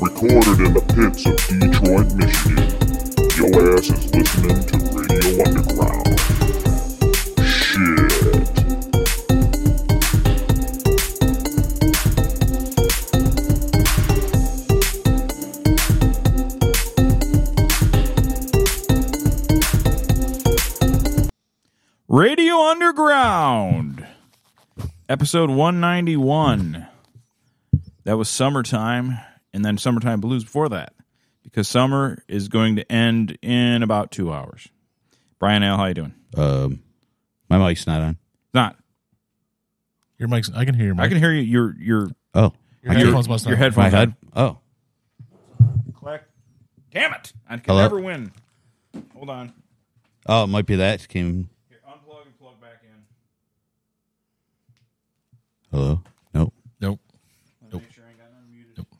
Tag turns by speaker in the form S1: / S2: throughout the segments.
S1: Recorded in the pits of Detroit, Michigan. Your ass is listening to Radio Underground. Shit.
S2: Radio Underground, episode 191. That was summertime, and then summertime blues before that, because summer is going to end in about two hours. Brian L, how you doing?
S3: Um, my mic's not on.
S2: Not.
S4: Your mic's. I can hear your mic.
S2: I can hear you. Your your
S3: Oh,
S4: Your
S3: I can-
S4: headphones must not.
S2: your
S3: my
S2: headphones.
S3: head. Oh,
S2: Clack. Damn it! I can
S3: Hello?
S2: never win. Hold on.
S3: oh, it might be that. It came.
S2: Here, unplug and plug back in.
S3: Hello. Nope.
S4: Nope.
S2: Let me
S4: Nope.
S2: Make sure I ain't got nothing muted.
S4: Nope.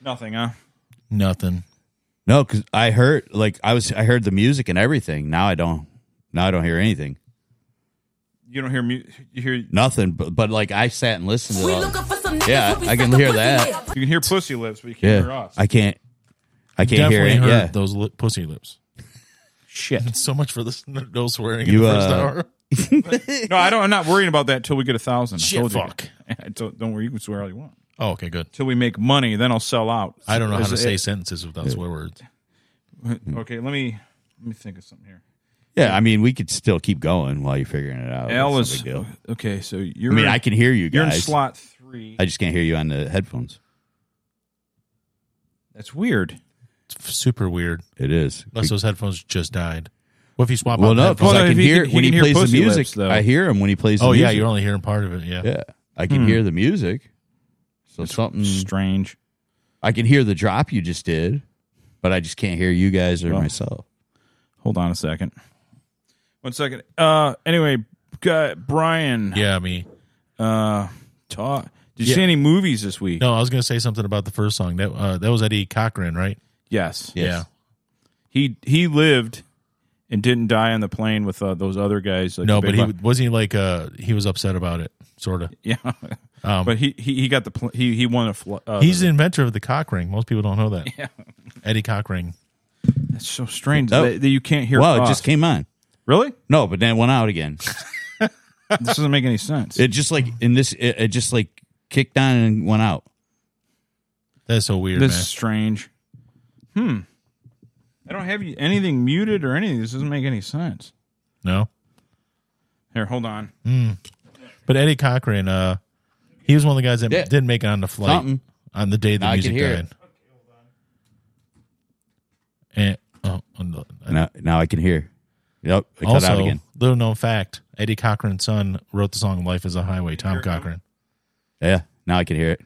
S2: Nothing, huh?
S4: Nothing.
S3: No, because I heard like I was. I heard the music and everything. Now I don't. Now I don't hear anything.
S2: You don't hear mu- you hear you
S3: Nothing. But, but like I sat and listened to.
S5: We
S3: all-
S5: looking for some niggas
S3: Yeah,
S5: who be
S3: I can
S5: sucking
S3: hear
S5: pussy
S3: that.
S5: lips.
S2: can hear pussy lips, but you can't hear
S3: Yeah.
S2: us.
S3: I can't. I can't hear
S4: Definitely
S3: it.
S4: heard
S3: Yeah.
S4: those li- pussy lips.
S2: shit.
S4: So much for this no swearing
S3: You,
S4: in the
S3: uh,
S4: first hour.
S2: No, I don't. I'm not worrying about that till we get a thousand. I
S4: Shit,
S2: told you.
S4: fuck.
S2: I Don't, don't worry, you can swear all you want.
S4: Oh, okay, good.
S2: Till we make money, then I'll sell out.
S4: I don't know how
S2: Is
S4: to say
S2: it-
S4: sentences without swear words.
S2: Okay, let me let me think of something here.
S3: yeah. I mean, we could still keep going while you're figuring it
S2: L
S3: out. It's Oh, no
S2: is
S3: big deal.
S2: okay. So
S3: I
S2: you're.
S3: mean, I can hear you
S2: You're in
S3: guys.
S2: slot three.
S3: I just can't hear you on the headphones.
S2: That's weird.
S4: It's f- super weird.
S3: It is.
S4: Unless those headphones just died. What if you swap
S3: well,
S4: out the
S3: no,
S4: headphones?
S3: because
S2: Well,
S3: I
S2: if
S3: can
S2: he
S3: hear
S2: can- he
S3: when he
S2: can hear
S3: plays the
S2: pussy lips,
S3: music.
S2: though.
S3: I hear him when he plays.
S4: oh,
S3: the
S4: yeah,
S3: music.
S4: you're only hearing part of it. Yeah.
S3: Yeah, I can hear the music. So something
S2: Strange.
S3: I can hear the drop you just did, but I just can't hear you guys or
S2: Well.
S3: myself.
S2: Hold on a second. One second. Uh. Anyway, uh, Brian.
S4: Yeah, me.
S2: Uh. Talk. Did you
S4: Yeah.
S2: see any movies this week?
S4: No, I was going to say something about the first song. That uh, that was Eddie Cochran, right?
S2: Yes.
S3: Yes.
S4: Yeah.
S2: He he lived and didn't die on the plane with uh, those other guys. Like
S4: No,
S2: the
S4: but
S2: big
S4: he
S2: bu-
S4: wasn't he like uh he was upset about it, sort of.
S2: Yeah,
S4: Um,
S2: but he, he he got the pl- he he won a fl- uh,
S4: He's the inventor of the cock ring. Most people don't know that.
S2: Yeah.
S4: Eddie Cock Ring.
S2: that's so strange
S3: Oh.
S2: that, that you can't hear.
S3: Wow, it
S2: us.
S3: just came on.
S2: really.
S3: No, but then it went out again.
S2: This doesn't make any sense.
S3: It just like in this, it, it just like kicked on and went out.
S4: That's so weird,
S2: this is strange. Hmm. I don't have you- anything muted or anything. This doesn't make any sense.
S4: man. No.
S2: Here, hold on.
S4: But Eddie Cochran, uh, he was one of the guys that
S3: Yeah.
S4: didn't make it on the flight
S3: Something.
S4: on the day the
S3: Now I can
S4: music
S3: hear
S4: died. And oh, on the-
S3: Now, now I can hear. Yep, it cut out
S4: also,
S3: again.
S4: little known fact: Eddie Cochran's son wrote the song "Life Is a Highway." Tom Cochran.
S3: Yeah, now I can hear it.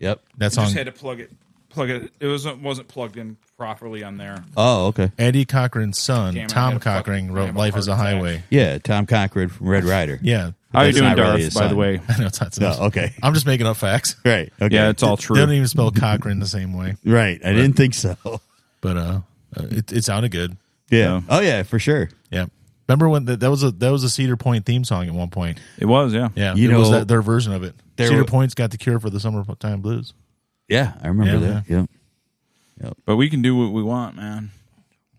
S3: Yep.
S4: That
S2: I
S4: song.
S2: just had to plug it. Plug it. It was wasn't plugged in properly on there.
S3: Oh, okay.
S4: Eddie Cochran's son,
S2: Damn it, I had
S4: Tom
S2: a fuck-
S4: Cochran,
S2: I
S4: wrote
S2: have a
S4: "Life Is a
S2: heart attack.
S4: Highway."
S3: Yeah, Tom Cochran from Red Rider.
S4: Yeah,
S2: How are you
S3: That's
S2: doing,
S3: not
S2: Darth?
S3: really his
S2: by the
S3: son.
S2: way,
S4: I know it's not.
S3: No, okay.
S4: I'm just making up facts.
S3: Right. Okay.
S2: yeah, it's all
S4: They don't
S2: true.
S4: even spell Cochran the same way,
S3: right. I didn't think so.
S4: but uh, uh, it, it sounded good.
S3: Yeah. Oh yeah, for sure.
S4: Yeah, remember when the, that was a that was a Cedar Point theme song at one point.
S2: It was, yeah.
S4: Yeah,
S3: You
S4: it was
S3: know-
S4: that, their version of it.
S3: There
S4: Cedar
S3: wa-
S4: Point's got the cure for the summertime blues.
S3: Yeah, I remember
S4: Yeah.
S3: that. Yep.
S2: But we can do what we want, man,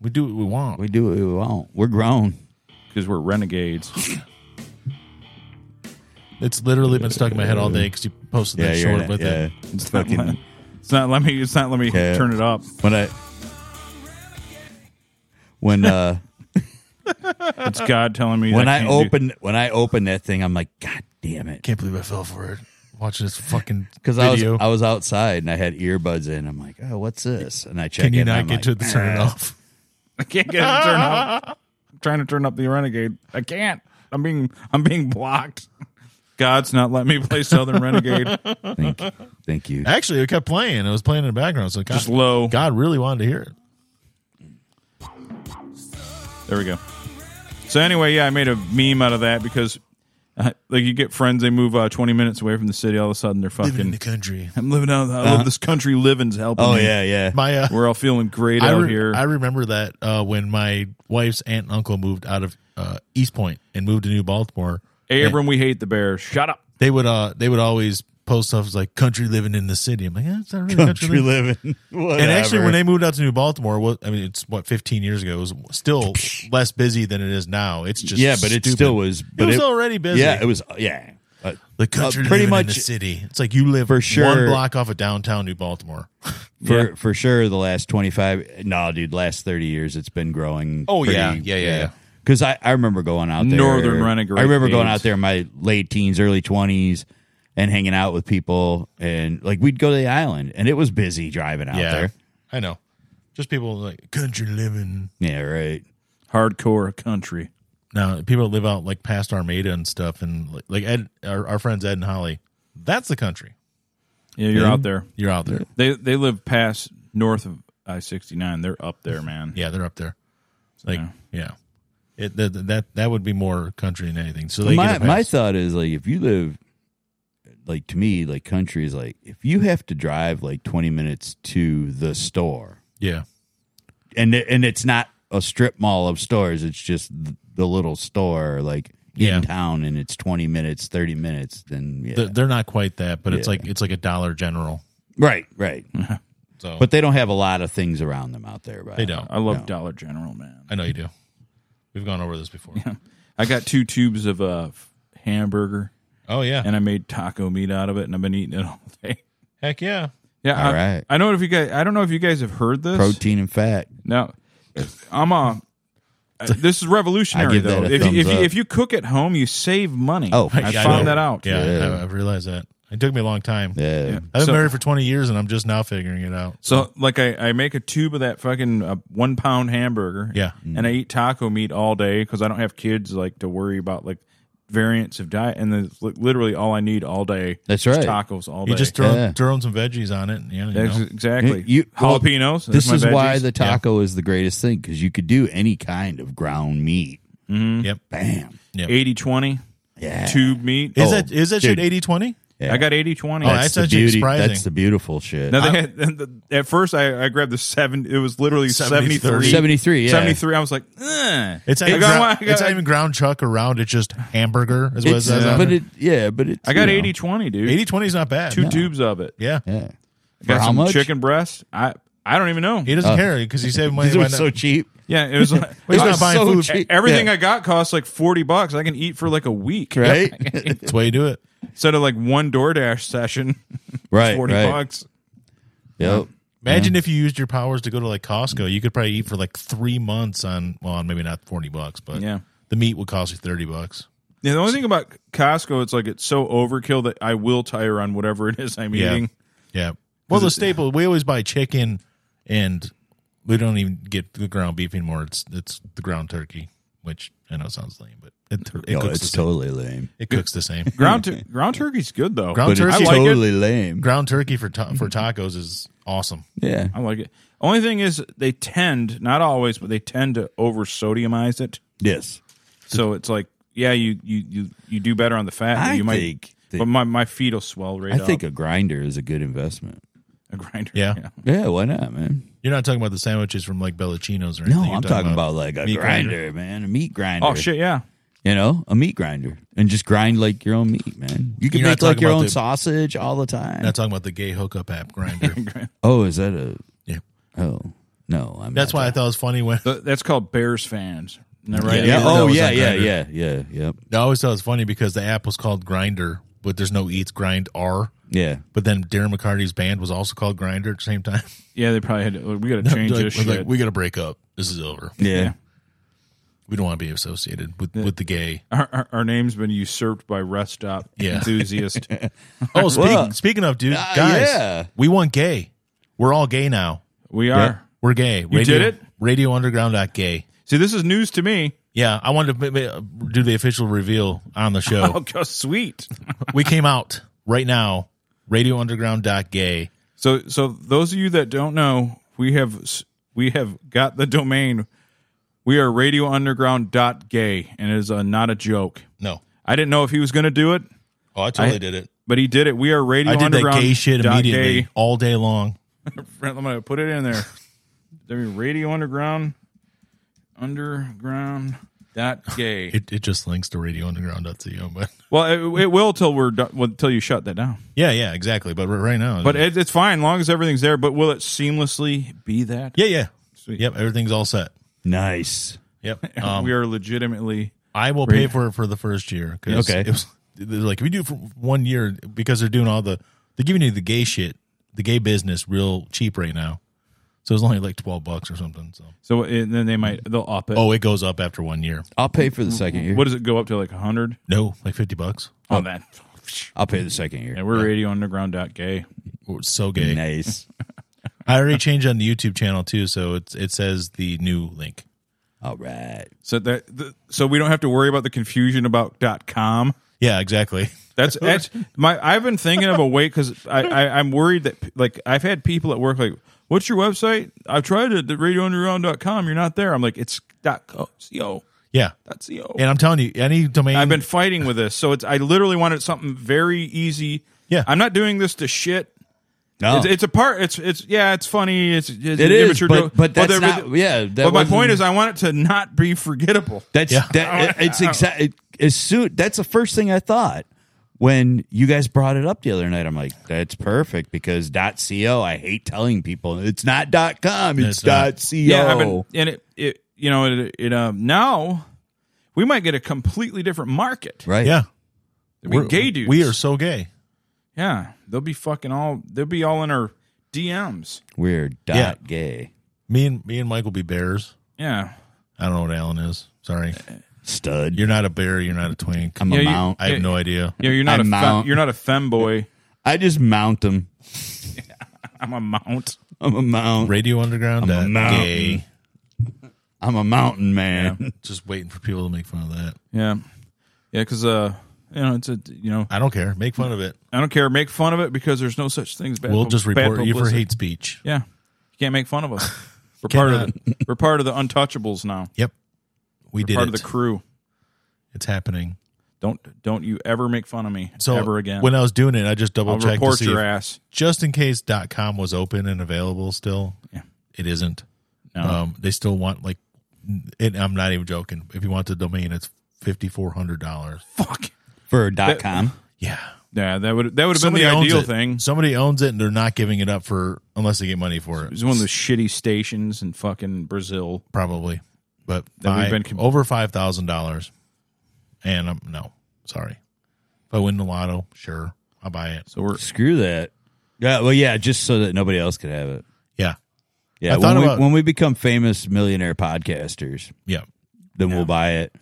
S4: We do what we want.
S3: We do what we want. We're grown.
S2: because we're renegades.
S4: It's literally been stuck in my head all day because you posted
S3: Yeah,
S4: that
S3: you're
S4: short
S3: in
S4: with
S3: it. Yeah.
S4: it.
S3: It's fucking
S2: it's not let me. It's not let me
S3: Yeah.
S2: turn it up.
S3: when I when uh
S2: It's God telling me
S3: when
S2: that
S3: I
S2: can't do-
S3: open when I open that thing, I'm like, God damn it!
S4: Can't believe I fell for it. Watching this fucking
S3: Because I was
S4: video.
S3: I was outside and I had earbuds in. I'm like, oh, what's this? And I check.
S4: Can you
S3: it and
S4: not
S3: I'm
S4: get
S3: like,
S4: to the turn it off?
S2: I can't get it to turn up. I'm trying to turn up the renegade. I can't. I'm being I'm being blocked. God's not letting me play Southern Renegade.
S3: Thank, thank you.
S4: Actually, it kept playing. It was playing in the background. So God,
S2: Just low.
S4: God really wanted to hear it.
S2: There we go. So anyway, yeah, I made a meme out of that because uh, like you get friends, they move uh, 20 minutes away from the city. All of a sudden, they're
S4: Living in the
S2: fucking.
S4: country.
S2: I'm living out. I love this country. Living's helping.
S3: Oh
S2: me.
S3: yeah, yeah.
S4: My uh,
S2: We're all feeling great
S4: I,
S2: out
S4: re-
S2: here.
S4: I remember that uh, when my wife's aunt and uncle moved out of uh, East Point and moved to New Baltimore.
S2: Abram, we hate the Bears. Shut up.
S4: they would uh they would always post office like country living in the city. I'm like, yeah, it's not really country,
S3: Country
S4: living.
S3: living.
S4: And actually, when they moved out to New Baltimore, well, I mean, it's what 15 years ago. It was still less busy than it is now. It's just
S3: yeah, but it
S4: stupid.
S3: still was. But
S4: it was already busy.
S3: Yeah, it was. Yeah, Uh,
S4: the country
S3: uh, pretty
S4: living in the
S3: much-
S4: city. It's like you live
S3: For
S4: one
S3: sure.
S4: block off of downtown New Baltimore.
S3: for for sure. The last twenty five. No, dude. Last thirty years, it's been growing.
S5: Oh, yeah. Yeah, yeah, yeah.
S3: Because I, I remember going out there.
S2: Northern Renegade
S3: I remember going
S2: days.
S3: out there in my late teens, early twenties, and hanging out with people, and like we'd go to the island, and it was busy driving out
S4: yeah,
S3: there.
S4: I know. Just people like country living.
S3: Yeah, right.
S2: Hardcore country.
S4: Now people live out like past Armada and stuff, and like, like Ed, our, our friends Ed and Holly. That's the country.
S2: Yeah, you're out there.
S4: You're out there.
S2: They they live past north of I sixty nine. They're up there, man.
S4: Yeah, they're up there. Like, yeah, it that that, that would be more country than anything. So they
S3: my
S4: get a pass.
S3: my thought is like if you live like to me like country is like if you have to drive like 20 minutes to the store
S4: yeah,
S3: and it- and it's not a strip mall of stores it's just th- the little store like
S4: Yeah.
S3: in town and it's 20 minutes 30 minutes then yeah.
S4: They're, they're not quite that, but it's
S3: Yeah.
S4: like it's like a Dollar General.
S3: right right
S4: So
S3: but they don't have a lot of things around them out there right?
S4: they don't.
S2: I love Dollar General, man.
S4: I know you do. We've gone over this before.
S2: I got two tubes of uh, f- hamburger,
S4: Oh yeah,
S2: and I made taco meat out of it, and I've been eating it all day.
S4: heck yeah.
S2: Yeah,
S3: All
S2: I,
S3: right.
S2: I know if you guys. I don't know if you guys have heard this.
S3: protein and fat
S2: No, I'm a. This is
S3: I
S2: revolutionary
S3: give
S2: though.
S3: that a
S2: If you, if,
S3: thumbs
S2: you,
S3: up.
S2: if you cook at home, you save money.
S3: Oh,
S2: I
S4: Yeah,
S2: found
S4: know.
S2: that out.
S4: Yeah,
S3: Yeah.
S4: I, I realized that. It took me a long time.
S3: yeah,
S4: I've been
S2: So-
S4: married for twenty years, and I'm just now figuring it out.
S2: So like I, I make a tube of that fucking uh, one pound hamburger.
S4: Yeah.
S2: And I eat taco meat all day because I don't have kids like to worry about like variants of diet. And then it's li- literally all I need all day.
S3: That's
S2: is
S3: right.
S2: Tacos all day.
S4: You just throw
S3: Yeah.
S4: throw in some veggies on it. And, yeah, you
S2: Ex-
S4: know.
S2: exactly.
S3: You- well,
S2: Jalapenos.
S3: this
S2: my
S3: is why
S2: veggies.
S3: the taco is the greatest thing because you could do any kind of ground meat
S4: yep.
S3: bam
S4: Yep.
S2: 80 20
S3: yeah
S2: tube meat.
S4: Is
S3: Oh,
S4: that is that shit
S3: dude.
S4: 80-20?
S3: Yeah.
S2: I got 80 20.
S4: Oh,
S2: Now
S4: that's actually surprising.
S3: That's the beautiful shit.
S2: they had, at first, I, I grabbed the seven. It was literally
S4: 73.
S2: 73.
S3: 73, Uh, yeah.
S2: 73. I was like, eh.
S4: It's not,
S2: I
S4: even
S2: got,
S4: ground,
S2: one- I
S4: it's not
S2: got, uh,
S4: even ground chuck around. It's just hamburger as well
S3: It's-
S4: as yeah.
S3: but it, yeah, but it's.
S2: I got
S3: you know,
S2: 80 20, dude.
S4: 80 20 is not bad.
S2: Two tubes of it.
S4: Yeah.
S3: Yeah. For
S2: got
S3: how
S2: some
S3: much?
S2: chicken breast. I I don't even know.
S4: He doesn't care because he saved money.
S3: Oh. These
S4: by
S3: are
S4: not-
S3: so cheap.
S2: Yeah, it was. Like,
S4: He's
S2: I-
S4: not buying
S3: so
S4: food.
S3: cheap.
S2: everything
S3: Yeah.
S2: I got cost like forty bucks. I can eat for like a week,
S3: Right,
S4: That's the way you do it.
S2: Instead of like one DoorDash session,
S3: right,
S2: forty
S3: right.
S2: bucks.
S3: Yep.
S4: Imagine if you used your powers to go to like Costco. You could probably eat for like three months on, well, on maybe not 40 bucks, but
S2: Yeah.
S4: the meat would cost you 30 bucks.
S2: Yeah, the only thing about Costco, it's like it's so overkill that I will tire on whatever it is I'm
S4: Yeah.
S2: eating.
S4: Yeah. Well, the staple, we always buy chicken and we don't even get the ground beef anymore. It's it's the ground turkey, which I know sounds lame, but it, it,
S3: No,
S4: cooks, the
S3: it's
S4: same.
S3: totally lame.
S4: it cooks the same.
S2: Ground tu- ground turkey's good though.
S4: Ground
S3: But
S4: turkey,
S3: it's
S2: I like it.
S3: totally lame.
S4: ground turkey for ta- for tacos is awesome.
S3: Yeah.
S2: I like it. Only thing is, they tend not always, but they tend to over sodiumize it.
S3: Yes.
S2: So it's like, yeah, you you you, you do better on the fat. but
S3: I
S2: you might,
S3: think that-
S2: but my, my feet will swell right
S3: I
S2: up.
S3: think a grinder is a good investment.
S2: a grinder.
S4: Yeah.
S3: Yeah, why not, man?
S4: You're not talking about the sandwiches from like Bellacino's or anything.
S3: No,
S4: You're
S3: I'm talking about like a
S4: meat
S3: grinder,
S4: grinder.
S3: man, a meat grinder.
S2: Oh shit, yeah.
S3: You know, a meat grinder, and just grind like your own meat, man. You can
S4: You're not
S3: make like
S4: talking
S3: your
S4: about
S3: own
S4: the-
S3: sausage all the time.
S4: not talking about the gay hookup app grinder.
S3: oh, is that a?
S4: yeah.
S3: Oh no, I'm.
S4: That's
S3: not
S4: why I thought it was funny when
S3: Uh,
S2: Th- That's called Bears fans. Isn't that right?
S3: Yeah.
S4: Yeah, that
S3: Oh
S4: was
S3: yeah,
S4: on
S3: yeah,
S4: Grindr.
S3: yeah, yeah, yep.
S4: I always thought it was funny because the app was called Grinder, but there's no eats grind R.
S3: Yeah.
S4: But then Darren McCarty's band was also called Grinder at the same time.
S2: Yeah, they probably had to. We got to change
S4: Like,
S2: this
S4: we're
S2: shit.
S4: like, we got to break up. This is over.
S3: Yeah.
S4: We don't want to be associated with, with the gay.
S2: our, our, our name's been usurped by rest stop
S4: Yeah.
S2: enthusiast.
S4: Oh, speak,
S3: Well,
S4: speaking of, dude,
S3: uh,
S4: guys,
S3: yeah.
S4: we want gay. We're all gay now.
S2: We are.
S4: We're gay. You
S2: did it?
S4: Radio Underground gay.
S2: See, this is news to me.
S4: Yeah, I wanted to ma- ma- do the official reveal on the
S2: Oh,
S4: show.
S2: go sweet.
S4: we came out right now. Radio Underground gay.
S2: So, so those of you that don't know, we have s- we have got the domain. We are radiounderground.gay, and it is a, not a joke.
S4: No.
S2: I didn't know if he was going to do it,
S4: Oh, I totally
S2: I-
S4: did it.
S2: but he did it. We are radio
S4: I did that
S2: underground
S4: gay shit
S2: dot
S4: immediately
S2: gay.
S4: all day long.
S2: I'm going to put it in there. I mean, radio underground, underground That gay.
S4: It, it just links to radiounderground.co. But
S2: well, it, it will till we're done, well, till you shut that down.
S4: yeah, yeah, exactly. But r- right now,
S2: But it, it's fine, long as everything's there. But will it seamlessly be that?
S4: yeah, yeah,
S2: Sweet.
S4: yep, everything's all set.
S3: Nice.
S4: Yep, um,
S2: we are legitimately.
S4: I will pay for it for the first year. 'cause
S3: Okay.
S4: it was, they're like if you do it for one year because they're doing all the they're giving you the gay shit, the gay business real cheap right now. So it's only like twelve bucks or something. So
S2: So and then they might they'll up it.
S4: oh, it goes up after one year.
S3: I'll pay for the second year.
S2: what does it go up to like hundred?
S4: No, like fifty bucks.
S2: Oh, that.
S3: I'll pay the second year.
S2: And we're radio underground gay.
S4: Oh, it's so gay.
S3: Nice.
S4: I already changed on the YouTube channel too, so it's it says the new link.
S3: All Oh, right.
S2: So that the, so we don't have to worry about the confusion about dot com.
S4: Yeah, exactly.
S2: That's that's my. I've been thinking of a way because I, I I'm worried that like I've had people at work like, what's your website? I've tried it at radiounderground.com. You're not there. I'm like it's dot co co
S4: Yeah,
S2: dot co.
S4: and I'm telling you, any domain.
S2: I've been fighting with this, so it's I literally wanted something very easy.
S4: Yeah.
S2: I'm not doing this to shit.
S3: No,
S2: It's, it's a part. It's it's yeah. It's funny. It's, it's
S3: Oh. It
S2: an
S3: is,
S2: immature
S3: but-
S2: joke.
S3: but that's
S2: there-
S3: not- yeah, that
S2: but my
S3: wasn't-
S2: point is, I want it to not be forgettable.
S3: that's
S4: Yeah.
S3: that. It's exactly as soon. That's the first thing I thought when you guys brought it up the other night. I'm like, that's perfect because .co. I hate telling people it's not .com. It's,
S4: It's not.
S3: dot .co.
S2: Yeah, I've been, and it it you know it, it um now we might get a completely different market.
S3: right.
S4: yeah,
S2: I mean, gay dudes.
S4: We are so gay.
S2: yeah. They'll be fucking all. They'll be all in our DMs.
S3: We're dot
S4: Yeah.
S3: gay.
S4: Me and me and Mike will be bears.
S2: Yeah.
S4: I don't know what Alan is. Sorry,
S3: Stud.
S4: you're not a bear. You're not a twink.
S3: I'm
S2: Yeah,
S3: a
S2: you-
S3: mount.
S4: I have no idea.
S2: Yeah, you're not
S3: I
S2: a fem,
S3: mount.
S2: you're not a femboy.
S3: I just mount them.
S2: I'm a mount.
S3: I'm a mount.
S4: Radio Underground.
S3: I'm a
S4: dot
S3: mountain.
S4: gay.
S3: I'm a mountain man.
S4: Just waiting for people to make fun of that.
S2: Yeah, yeah. Because uh, you know, it's a you know,
S4: I don't care. Make fun of it.
S2: I don't care. Make fun of it because there's no such thing as bad.
S4: We'll
S2: pub-
S4: just
S2: bad
S4: report you for
S2: publicity.
S4: hate speech.
S2: Yeah, you can't make fun of us. We're part of
S4: Cannot.
S2: the, we're part of the untouchables now.
S4: Yep, we
S2: We're
S4: did
S2: part
S4: it.
S2: of the crew.
S4: it's happening.
S2: Don't don't you ever make fun of me
S4: So
S2: ever again.
S4: When I was doing it, I just double
S2: I'll
S4: checked to
S2: report
S4: see
S2: your
S4: if,
S2: ass.
S4: just in case .com was open and available still.
S2: Yeah.
S4: It isn't.
S2: No.
S4: Um, they still want like, and I'm not even joking. If you want the domain, it's fifty four hundred dollars.
S2: Fuck.
S3: For dot .com.
S4: Yeah,
S2: Yeah, that would that would have been
S4: Somebody
S2: the
S4: owns
S2: ideal
S4: it.
S2: thing.
S4: Somebody owns it, and they're not giving it up for unless they get money for
S2: It
S4: it.
S2: was one of those shitty stations in fucking Brazil.
S4: Probably, but
S2: That we've
S4: five-
S2: been com-
S4: over five thousand dollars. And I'm no sorry. If I win the lotto, sure, I'll buy it.
S2: So we're
S3: Screw that. Yeah. Well, yeah. Just so that nobody else could have it.
S4: Yeah,
S3: Yeah.
S4: I thought
S3: When we,
S4: about-
S3: when we become famous millionaire podcasters,
S4: yeah,
S3: then we'll buy it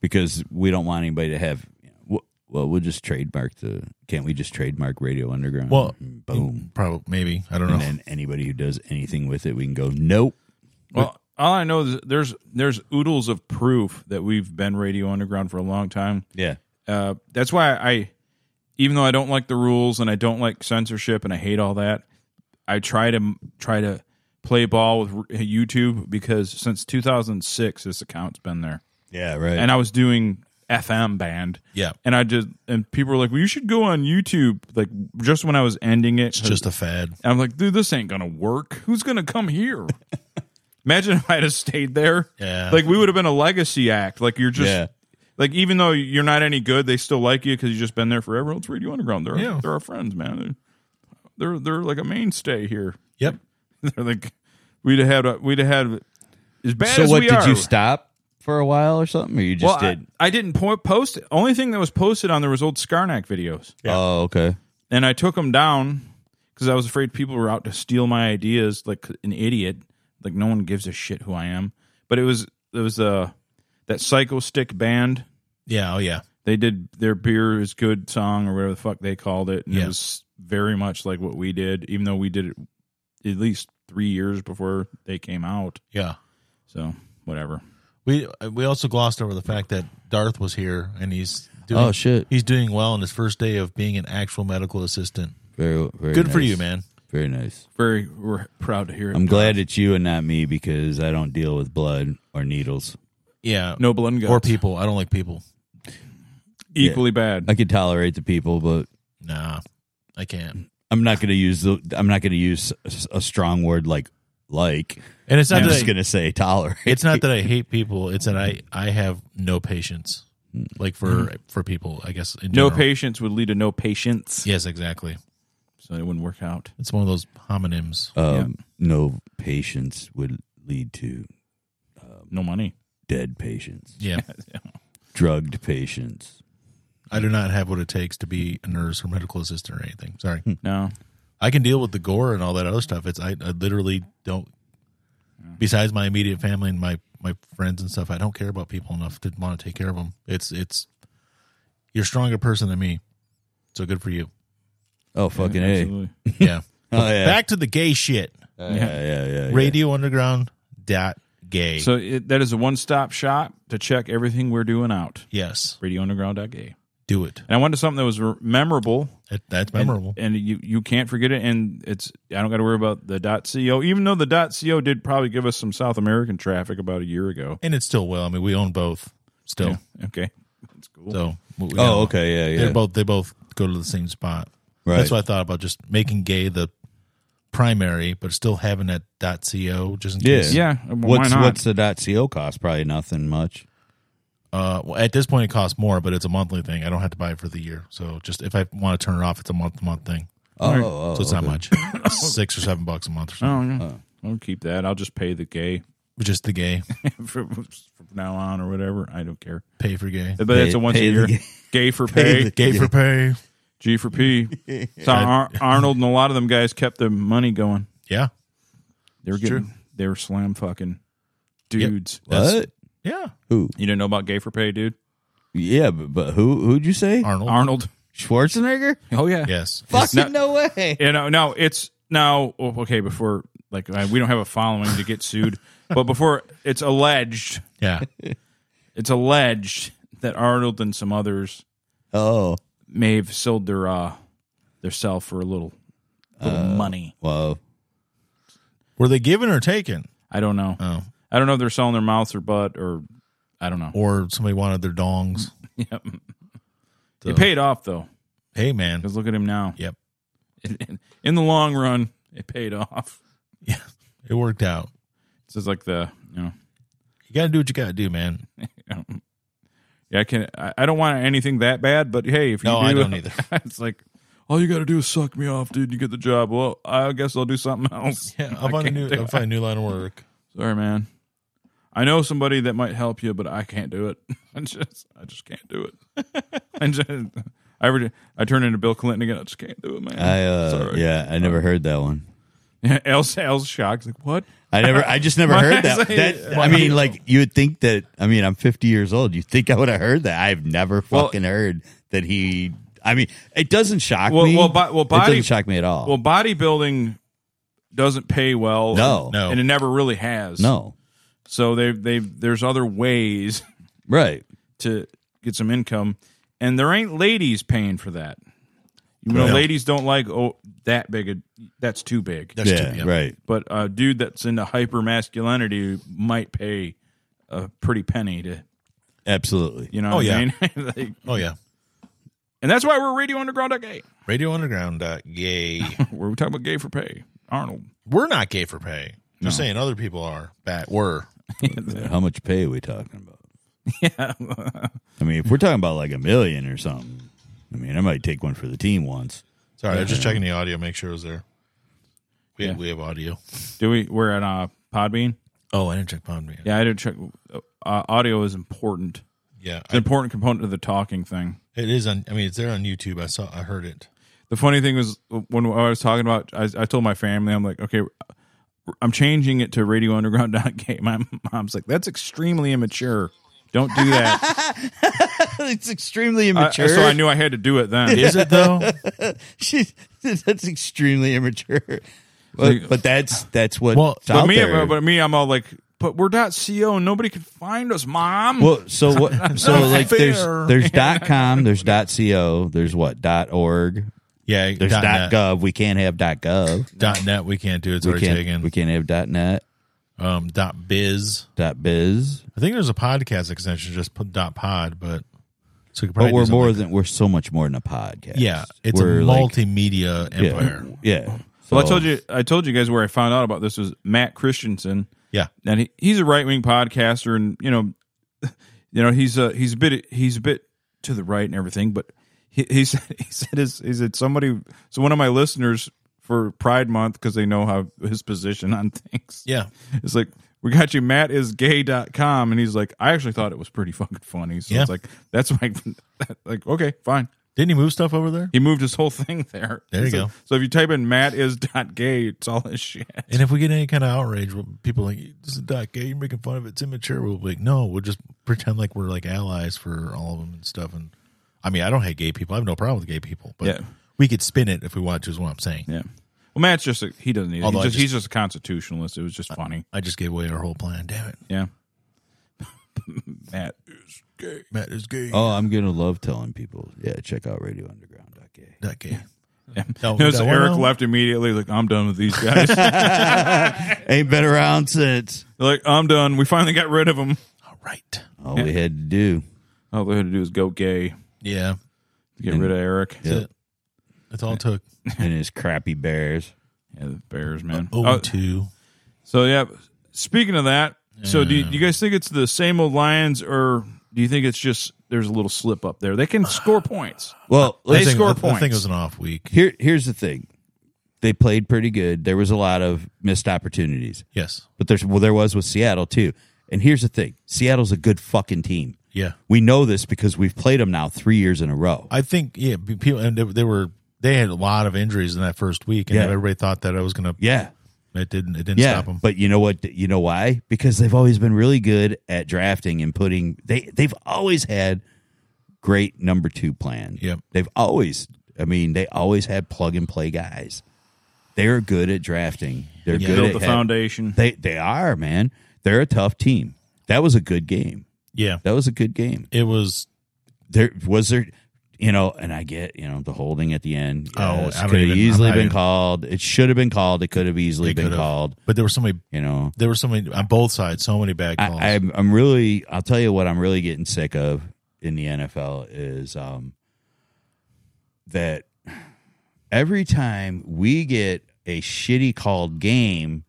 S3: because we don't want anybody to have. w- Well, we'll just trademark the. Can't we just trademark Radio Underground?
S4: Well,
S3: And boom.
S4: probably maybe. I don't know.
S3: And then anybody who does anything with it, we can go. Nope.
S2: well. All I know is there's there's oodles of proof that we've been radio underground for a long time.
S3: Yeah.
S2: uh, that's why I, even though I don't like the rules and I don't like censorship and I hate all that, I try to try to play ball with r- YouTube because since 2006 this account's been there,
S3: Yeah. Right.
S2: and I was doing FM band,
S4: Yeah.
S2: and I just and people were like, "Well, you should go on YouTube." Like just when I was ending it,
S4: It's just a fad.
S2: and I'm like, "Dude, this ain't gonna work. Who's gonna come here?" Imagine if I'd have stayed there.
S4: Yeah.
S2: Like we would have been a legacy act. Like you're just
S3: Yeah.
S2: like even though you're not any good, they still like you because you've just been there forever. Let's Radio Underground. They're
S4: Yeah.
S2: they're our friends, man. They're they're, they're like a mainstay here.
S4: Yep.
S2: they're like we'd have had a, we'd have had as bad
S3: so
S2: as
S3: what
S2: we
S3: did
S2: are.
S3: you stop for a while or something, or you
S2: well,
S3: just
S2: I,
S3: did?
S2: I didn't po- post it. Only thing that was posted on there was old Skarnak videos,
S3: Oh, okay.
S2: and I took them down because I was afraid people were out to steal my ideas, like an idiot. Like no one gives a shit who I am. But it was it was uh, that Psycho Stick band.
S4: Yeah. Oh, yeah.
S2: they did their beer is good song or whatever the fuck they called it and
S4: Yeah.
S2: it was very much like what we did even though we did it at least three years before they came out
S4: Yeah.
S2: so whatever
S4: We uh, we also glossed over the fact that Darth was here and he's doing
S3: Oh shit.
S4: he's doing well on his first day of being an actual medical assistant.
S3: Very. very
S4: Good for
S3: nice.
S4: you, man.
S3: Very nice.
S2: very we're proud to hear it
S3: I'm glad it's you and not me because I don't deal with blood or needles.
S4: Yeah.
S2: no blood and guts
S4: Or people. I don't like people.
S2: equally bad
S3: I could tolerate the people, but
S4: Nah. I can't.
S3: I'm not going to use the. I'm not going to use a, a strong word like like.
S4: And it's
S3: I'm
S4: not that
S3: just
S4: I-
S3: gonna say tolerate.
S4: it's not that I hate people. It's that I I have no patience,
S3: Hmm.
S4: like for for people. I guess in
S2: Hmm. No
S4: general.
S2: patience would lead to no patience.
S4: Yes, exactly.
S2: So it wouldn't work out.
S4: It's one of those homonyms.
S3: um, no patience would lead to
S2: No money.
S3: dead patients,
S4: Yeah,
S3: drugged patients.
S4: I do not have what it takes to be a nurse or medical assistant or anything. Sorry,
S2: No.
S4: I can deal with the gore and all that other stuff. It's I, I literally don't. Besides my immediate family and my my friends and stuff, I don't care about people enough to want to take care of them. It's it's you're a stronger person than me, so good for you.
S3: Oh fucking a!
S2: Absolutely.
S4: Yeah.
S3: Oh yeah,
S4: Back to the gay shit.
S3: yeah, yeah, yeah. yeah.
S4: Radio Underground dot gay.
S2: So it, that is a one stop shop to check everything we're doing out.
S4: yes,
S2: RadioUnderground.gay.
S4: do it.
S2: And I wanted something that was re- memorable.
S4: That, that's
S2: and-
S4: memorable.
S2: And, you, you can't forget it. And it's I don't got to worry about the .co, even though the .co did probably give us some South American traffic about a year ago.
S4: And it's still well. I mean, we own both still.
S2: Okay. That's cool.
S4: So we- we
S3: Oh
S4: own-
S3: okay, yeah,
S4: They're
S3: yeah.
S4: both they both go to the same spot.
S3: Right.
S4: That's what I thought about just making gay the primary, but still having that dot co just in
S3: Yeah.
S4: case.
S2: yeah. well,
S3: What's
S2: why not?
S3: what's the dot co cost? Probably nothing much.
S4: Uh, well, at this point, it costs more, but it's a monthly thing. I don't have to buy it for the year. So just if I want to turn it off, it's a month to month thing.
S3: Oh,
S2: right.
S3: oh,
S4: so it's not
S3: okay.
S4: much, six or seven bucks a month or something.
S2: oh,
S3: Uh.
S2: yeah. I'll keep that. I'll just pay the gay
S4: Just the gay
S2: from, from now on or whatever. I don't care.
S4: pay for gay,
S2: But
S3: Pay-
S2: it's a once a
S3: pay the
S2: year.
S3: gay.
S2: Gay for
S3: Pay
S2: pay,
S3: the-
S4: gay for pay.
S2: G for P. So Ar- Arnold and a lot of them guys kept the money going.
S4: Yeah,
S2: They were
S4: It's
S2: getting,
S4: true.
S2: they were slam fucking dudes.
S3: What?
S4: yeah.
S3: Who?
S2: You didn't know about Gay for Pay, dude?
S3: Yeah, but, but who? Who'd you say?
S4: Arnold.
S2: Arnold.
S3: Schwarzenegger?
S2: Oh yeah.
S4: Yes.
S3: Fucking no way.
S2: You know, no, it's now oh, okay. Before like I, we don't have a following to get sued, but before it's alleged,
S4: Yeah.
S2: it's alleged that Arnold and some others
S3: Oh,
S2: may have sold their uh their self for a little little money.
S3: wow.
S4: Were they given or taken?
S2: I don't know.
S4: Oh.
S2: I don't know if they're selling their mouths or butt or I don't know.
S4: Or somebody wanted their dongs.
S2: Yep.
S4: So,
S2: It paid off though,
S4: Hey man.
S2: because look at him now.
S4: Yep.
S2: In, in the long run, it paid off.
S4: It worked out.
S2: This is like the you know.
S4: You gotta do what you gotta do, man.
S2: Yeah, I can. I, I don't want anything that bad, but hey, if you
S4: No,
S2: do,
S4: I don't either.
S2: it's like all you got to do is suck me off, dude. You get the job. Well, I guess I'll do something else.
S4: Yeah, I'll find a
S2: can't
S4: new
S2: do
S4: I'll
S2: it.
S4: find a new line of work.
S2: Sorry, man. I know somebody that might help you, but I can't do it. I just, I just can't do it. I just, I, re- I turn into Bill Clinton again. I just can't do it, man.
S3: I uh,
S2: Sorry.
S3: yeah, I never heard that one.
S2: Al's, Al's shocked. Like what?
S3: I never, I just never
S2: Why
S3: heard
S2: is
S3: that.
S2: it-
S3: that I mean, like you would think that. I mean, I'm 50 years old. You think I would have heard that? I've never
S2: Well-
S3: fucking heard that he. I mean, it doesn't shock
S2: Well,
S3: me.
S2: well, bo- well,
S3: it
S2: body-
S3: doesn't shock me at all.
S2: Well, bodybuilding doesn't pay well.
S3: no,
S4: No.
S2: and it never really has.
S3: no,
S2: So they, they, there's other ways
S3: right?
S2: to get some income, and there ain't ladies paying for that. You know,
S4: Right.
S2: ladies don't like oh that big. A, that's too big.
S4: That's
S3: yeah,
S4: too-
S3: right.
S2: but a dude that's into hyper masculinity might pay a pretty penny to
S3: Absolutely.
S2: you know
S4: Oh,
S2: what I
S4: yeah.
S2: mean? Like,
S4: Oh yeah.
S2: and that's why we're radio underground gay
S4: Radio Underground uh, gay.
S2: where we talk about gay for pay arnold
S4: We're not gay for pay. Just saying other people are. Bat were.
S3: How much pay are we talking about?
S2: yeah
S3: I mean, if we're talking about like a million or something, I mean, I might take one for the team once.
S4: Sorry, I was just checking the audio, make sure it was there. We,
S2: Yeah.
S4: we have audio.
S2: do we we're at uh podbean
S4: Oh, I didn't check Pond Man.
S2: yeah i didn't check uh, audio is important
S4: Yeah.
S2: it's an important component of the talking thing
S4: it is on I mean it's there on YouTube. I saw I heard it.
S2: the funny thing was uh, when i was talking about i, I told my family i'm like okay i'm changing it to radio underground.gay my mom's like that's extremely immature don't do that
S3: it's extremely
S2: I-
S3: immature.
S2: Uh, so I knew I had to do it then.
S4: Is it though?
S3: She- that's extremely immature. But, but that's that's what.
S4: Well,
S3: it's
S2: but
S3: out
S2: me,
S3: there.
S2: but me, I'm all like, but we're dot co. and Nobody can find us, mom.
S3: Well, so what? So
S4: not
S3: like,
S4: fair.
S3: there's there's dot com, there's dot co, there's what dot org,
S4: Yeah,
S3: there's
S4: dot,
S3: dot,
S4: net.
S3: gov. We can't have dot gov.
S4: dot net we can't do it. It's
S3: We
S4: already
S3: can't. We
S4: taken.
S3: can't have dot net.
S4: Um dot biz.
S3: Dot biz.
S4: I think there's a podcast extension just put dot pod, but so we could probably
S3: But
S4: do
S3: we're
S4: something
S3: more
S4: like-
S3: than we're so much more than a podcast.
S4: Yeah. It's
S3: We're
S4: a
S3: like-
S4: multimedia empire.
S3: yeah. yeah. So
S2: Well, I told you, I told you guys where I found out about this was Matt Christensen.
S4: Yeah.
S2: and he, he's a right wing podcaster, and you know, you know, he's a he's a bit he's a bit to the right and everything, but he he said he said his, he said somebody so one of my listeners for Pride Month because they know how his position on things.
S4: Yeah.
S2: It's like, we got you, Matt is gay.com. And he's like, I actually thought it was pretty fucking funny. So
S4: Yeah.
S2: it's like, that's my, like, okay, fine.
S4: Didn't he move stuff over there?
S2: He moved his whole thing there.
S4: There you
S2: so,
S4: go.
S2: So if you type in Matt is dot gay, it's all his shit.
S4: And if we get any kind of outrage, we'll- people are like this is not gay. You're making fun of it. It's immature. We'll be like, no, we'll just pretend like we're like allies for all of them and stuff. And I mean, I don't hate gay people. I have no problem with gay people, but
S2: Yeah.
S4: we could spin it if we want to. Is what I'm saying.
S2: Yeah. Well, Matt's just a, he doesn't need it.
S4: Although I
S2: He's just,
S4: just-
S2: he's just a constitutionalist. It was just funny.
S4: I just gave away our whole plan. Damn it,
S2: Yeah. Matt is gay.
S4: Matt is gay.
S3: Oh, I'm gonna love telling people. Yeah, check out Radio Underground. Okay.
S4: Not gay. "Oh,
S2: Yeah.
S4: No,
S2: No, so
S4: no,
S2: Eric
S4: no.
S2: left immediately. Like, I'm done with these guys. They're
S3: Ain't been around since.
S2: like, I'm done. We finally got rid of them.
S4: All right.
S3: All we had to do.
S2: All they had to do is go gay,
S4: Yeah.
S2: get rid of Eric.
S4: That's it. That's all it took.
S3: And his crappy bears.
S2: Yeah, the Bears, man.
S4: Oh,
S2: Oh,
S4: two.
S2: so yeah. Speaking of that, so do you, you guys think it's the same old Lions, or do you think it's just there's a little slip up there? They can score points.
S3: Well,
S2: They
S3: let's,
S4: I think-
S2: score
S4: I think
S2: points.
S4: it was an off week.
S3: here here's the thing. They played pretty good. There was a lot of missed opportunities,
S4: Yes.
S3: but there's well there was with Seattle too. And here's the thing: Seattle's a good fucking team.
S4: Yeah.
S3: We know this because we've played them now three years in a row.
S4: I think yeah, be- people and they, they were they had a lot of injuries in that first week, and
S3: Yeah.
S4: everybody thought that I was gonna.
S3: yeah,
S4: It didn't. It didn't
S3: yeah.
S4: stop them.
S3: But you know what? You know why? Because they've always been really good at drafting and putting. They they've always had great number two plan.
S4: Yep.
S3: They've always. I mean, they always had plug and play guys. They're good at drafting. They're
S4: Yeah.
S3: good
S2: Build
S3: at
S2: the
S3: having-
S2: foundation.
S3: They they are, man. They're a tough team. That was a good game.
S4: yeah,
S3: That was a good game.
S4: it was.
S3: There was there you know, and I get, you know, the holding at the end.
S4: Oh, I don't
S3: could have
S4: even-
S3: easily
S4: I'm not
S3: been
S4: even-
S3: called. It should have been called. It could have easily
S4: It
S3: been
S4: could've.
S3: called.
S4: But there were so many.
S3: You know.
S4: There were so many on both sides. So many bad calls.
S3: I, I'm I'm really I'll tell you what I'm really getting sick of in the NFL is um that every time we get a shitty called game,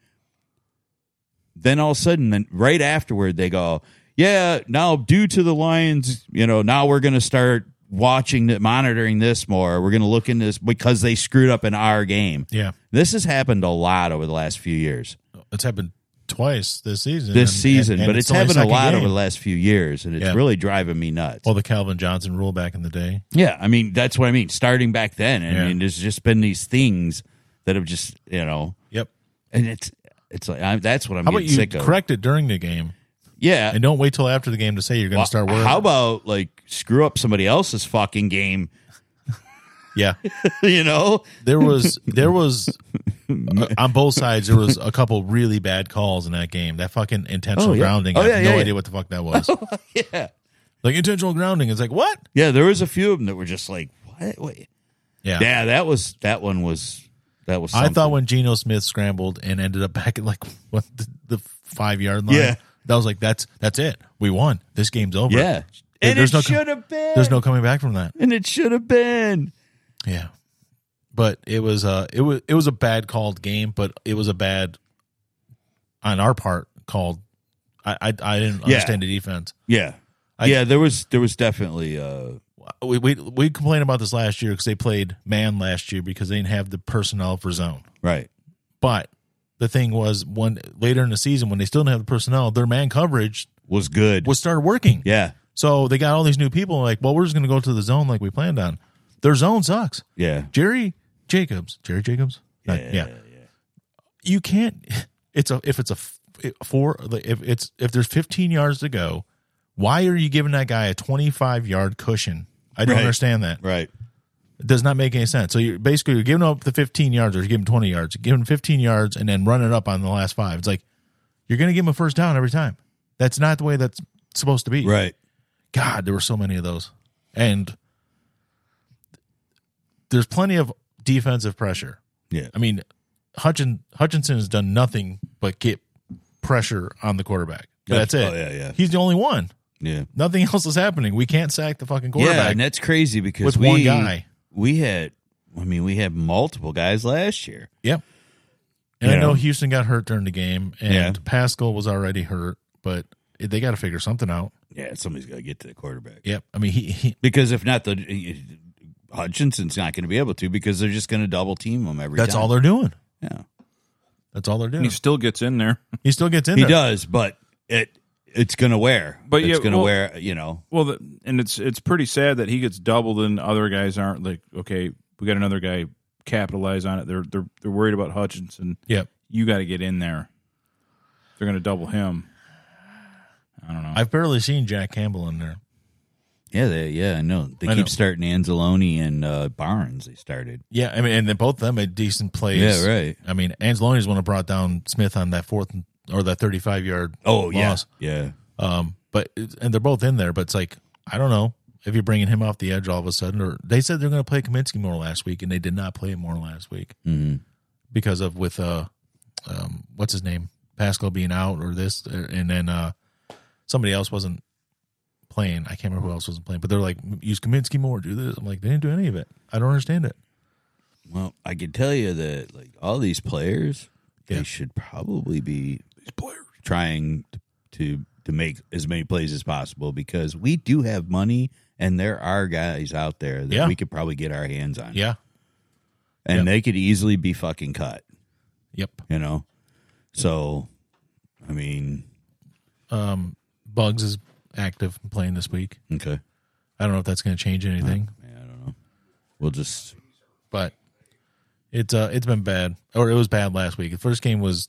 S3: then all of a sudden then right afterward they go, Yeah, now due to the Lions, you know, now we're gonna start watching the monitoring this more. We're gonna look into this because they screwed up in our game.
S4: yeah,
S3: This has happened a lot over the last few years
S4: it's happened twice this season.
S3: this
S4: and-
S3: season,
S4: and- and
S3: but it's,
S4: only
S3: happened a
S4: second
S3: lot
S4: game.
S3: over the last few years, and it's
S4: Yeah.
S3: really driving me nuts.
S4: Well, the Calvin Johnson rule back in the day.
S3: yeah, I mean that's what I mean. Starting back then, I
S4: Yeah.
S3: mean there's just been these things that have just you know,
S4: Yep.
S3: and it's it's like I, that's what I'm
S4: How about
S3: getting
S4: you
S3: sick of.
S4: correct it during the game
S3: Yeah,
S4: and don't wait till after the game to say you're going to
S3: Well,
S4: start working?
S3: how about like screw up somebody else's fucking game?
S4: yeah.
S3: you know,
S4: There was there was uh, on both sides there was a couple really bad calls in that game. That fucking intentional
S3: Oh, yeah.
S4: grounding.
S3: Oh,
S4: I
S3: yeah,
S4: have no
S3: yeah, Oh,
S4: idea what the fuck that was.
S3: yeah,
S4: like intentional grounding. It's like what?
S3: yeah. There was a few of them that were just like, what? Wait.
S4: Yeah.
S3: Yeah, that was that one was that was.
S4: I
S3: Something.
S4: thought when Geno Smith scrambled and ended up back at like what the, the five yard line.
S3: Yeah.
S4: That was like that's that's it. We won. This game's over.
S3: yeah,
S4: There-
S3: and
S4: there's
S3: it
S4: no com-
S3: should have been.
S4: There's no coming back from that.
S3: and it should have been.
S4: Yeah. But it was uh it was it was a bad called game, but it was a bad on our part called I I, I didn't
S3: Yeah.
S4: understand the defense.
S3: Yeah.
S4: I-
S3: yeah, there was there was definitely uh
S4: We we we complained about this last year because they played man last year because they didn't have the personnel for zone.
S3: right.
S4: But the thing was when later in the season when they still didn't have the personnel, their man coverage
S3: Was good.
S4: was started working.
S3: yeah.
S4: So they got all these new people like, well, we're just gonna go to the zone like we planned on. Their zone sucks.
S3: Yeah.
S4: Jerry Jacobs. Jerry Jacobs. Not- Uh, yeah. You can't. It's a if it's a f- four. If it's if there's 15 yards to go, why are you giving that guy a 25 yard cushion? I don't
S3: Right.
S4: understand that.
S3: Right.
S4: It does not make any sense. So you're basically you're giving up the 15 yards, or you're giving 20 yards, you're giving 15 yards, and then running up on the last five. It's like you're going to give him a first down every time. That's not the way that's supposed to be.
S3: Right.
S4: God, there were so many of those. And there's plenty of defensive pressure.
S3: Yeah.
S4: I mean, Hutchin, Hutchinson has done nothing but get pressure on the quarterback. But
S3: That's-
S4: that's it.
S3: oh, yeah, yeah.
S4: He's the only one.
S3: Yeah.
S4: Nothing else is happening. We can't sack the fucking
S3: Yeah,
S4: quarterback.
S3: and that's crazy because
S4: With
S3: we,
S4: one guy.
S3: we had I mean, we had multiple guys last year.
S4: yep. And
S3: You
S4: I know
S3: know.
S4: Houston got hurt during the game, and
S3: Yeah.
S4: Pascal was already hurt, but they got to figure something out.
S3: Yeah, somebody's got to get to the quarterback.
S4: Yep. I mean, he, he
S3: Because if not, the Hutchinson's not going to be able to because they're just going to double team him every
S4: that's
S3: time.
S4: all they're doing.
S3: Yeah.
S4: That's all they're
S2: And
S4: doing.
S2: he still gets in there.
S4: He still gets in
S3: He
S4: there.
S3: does, but it it's going to wear.
S2: But
S3: it's
S2: yeah,
S3: going to
S2: well-
S3: wear, you know.
S2: Well, the, and it's it's pretty sad that he gets doubled and other guys aren't like okay, we got another guy capitalize on it. They're they're they're worried about Hutchinson.
S4: Yep.
S2: You got to get in there. They're going to double him. I
S3: Oh.
S2: don't know.
S4: I've barely seen Jack Campbell in there.
S3: Yeah, they, yeah, I know. They
S4: I
S3: keep
S4: know.
S3: starting Anzalone and uh, Barnes. They started.
S4: Yeah, I mean, and then both of them made decent plays.
S3: Yeah, right.
S4: I mean, Angeloni's one who brought down Smith on that fourth and- or that thirty-five yard.
S3: Oh, yeah.
S4: loss.
S3: Yeah.
S4: Um, but it's- and they're both in there, but it's like I don't know if you're bringing him off the edge all of a sudden, or they said they're going to play Kaminsky more last week, and they did not play him more last week
S3: hmm
S4: because of with uh, um, what's his name, Pascal being out or this, and then uh, somebody else wasn't playing. I can't remember who else wasn't playing, but they're like use Kaminsky more, do this. I'm like they didn't do any of it. I don't understand it.
S3: Well, I can tell you that like all these players,
S4: Yeah.
S3: they should probably be trying t- to to make as many plays as possible because we do have money and there are guys out there that
S4: Yeah.
S3: we could probably get our hands on.
S4: Yeah.
S3: And
S4: Yep.
S3: they could easily be fucking cut,
S4: Yep.
S3: you know? So I mean
S4: Um, Bugs is active and playing this week.
S3: okay.
S4: I don't know if that's going to change anything,
S3: Yeah, I don't know. We'll just
S4: but it's uh it's been bad, or it was bad last week. The first game was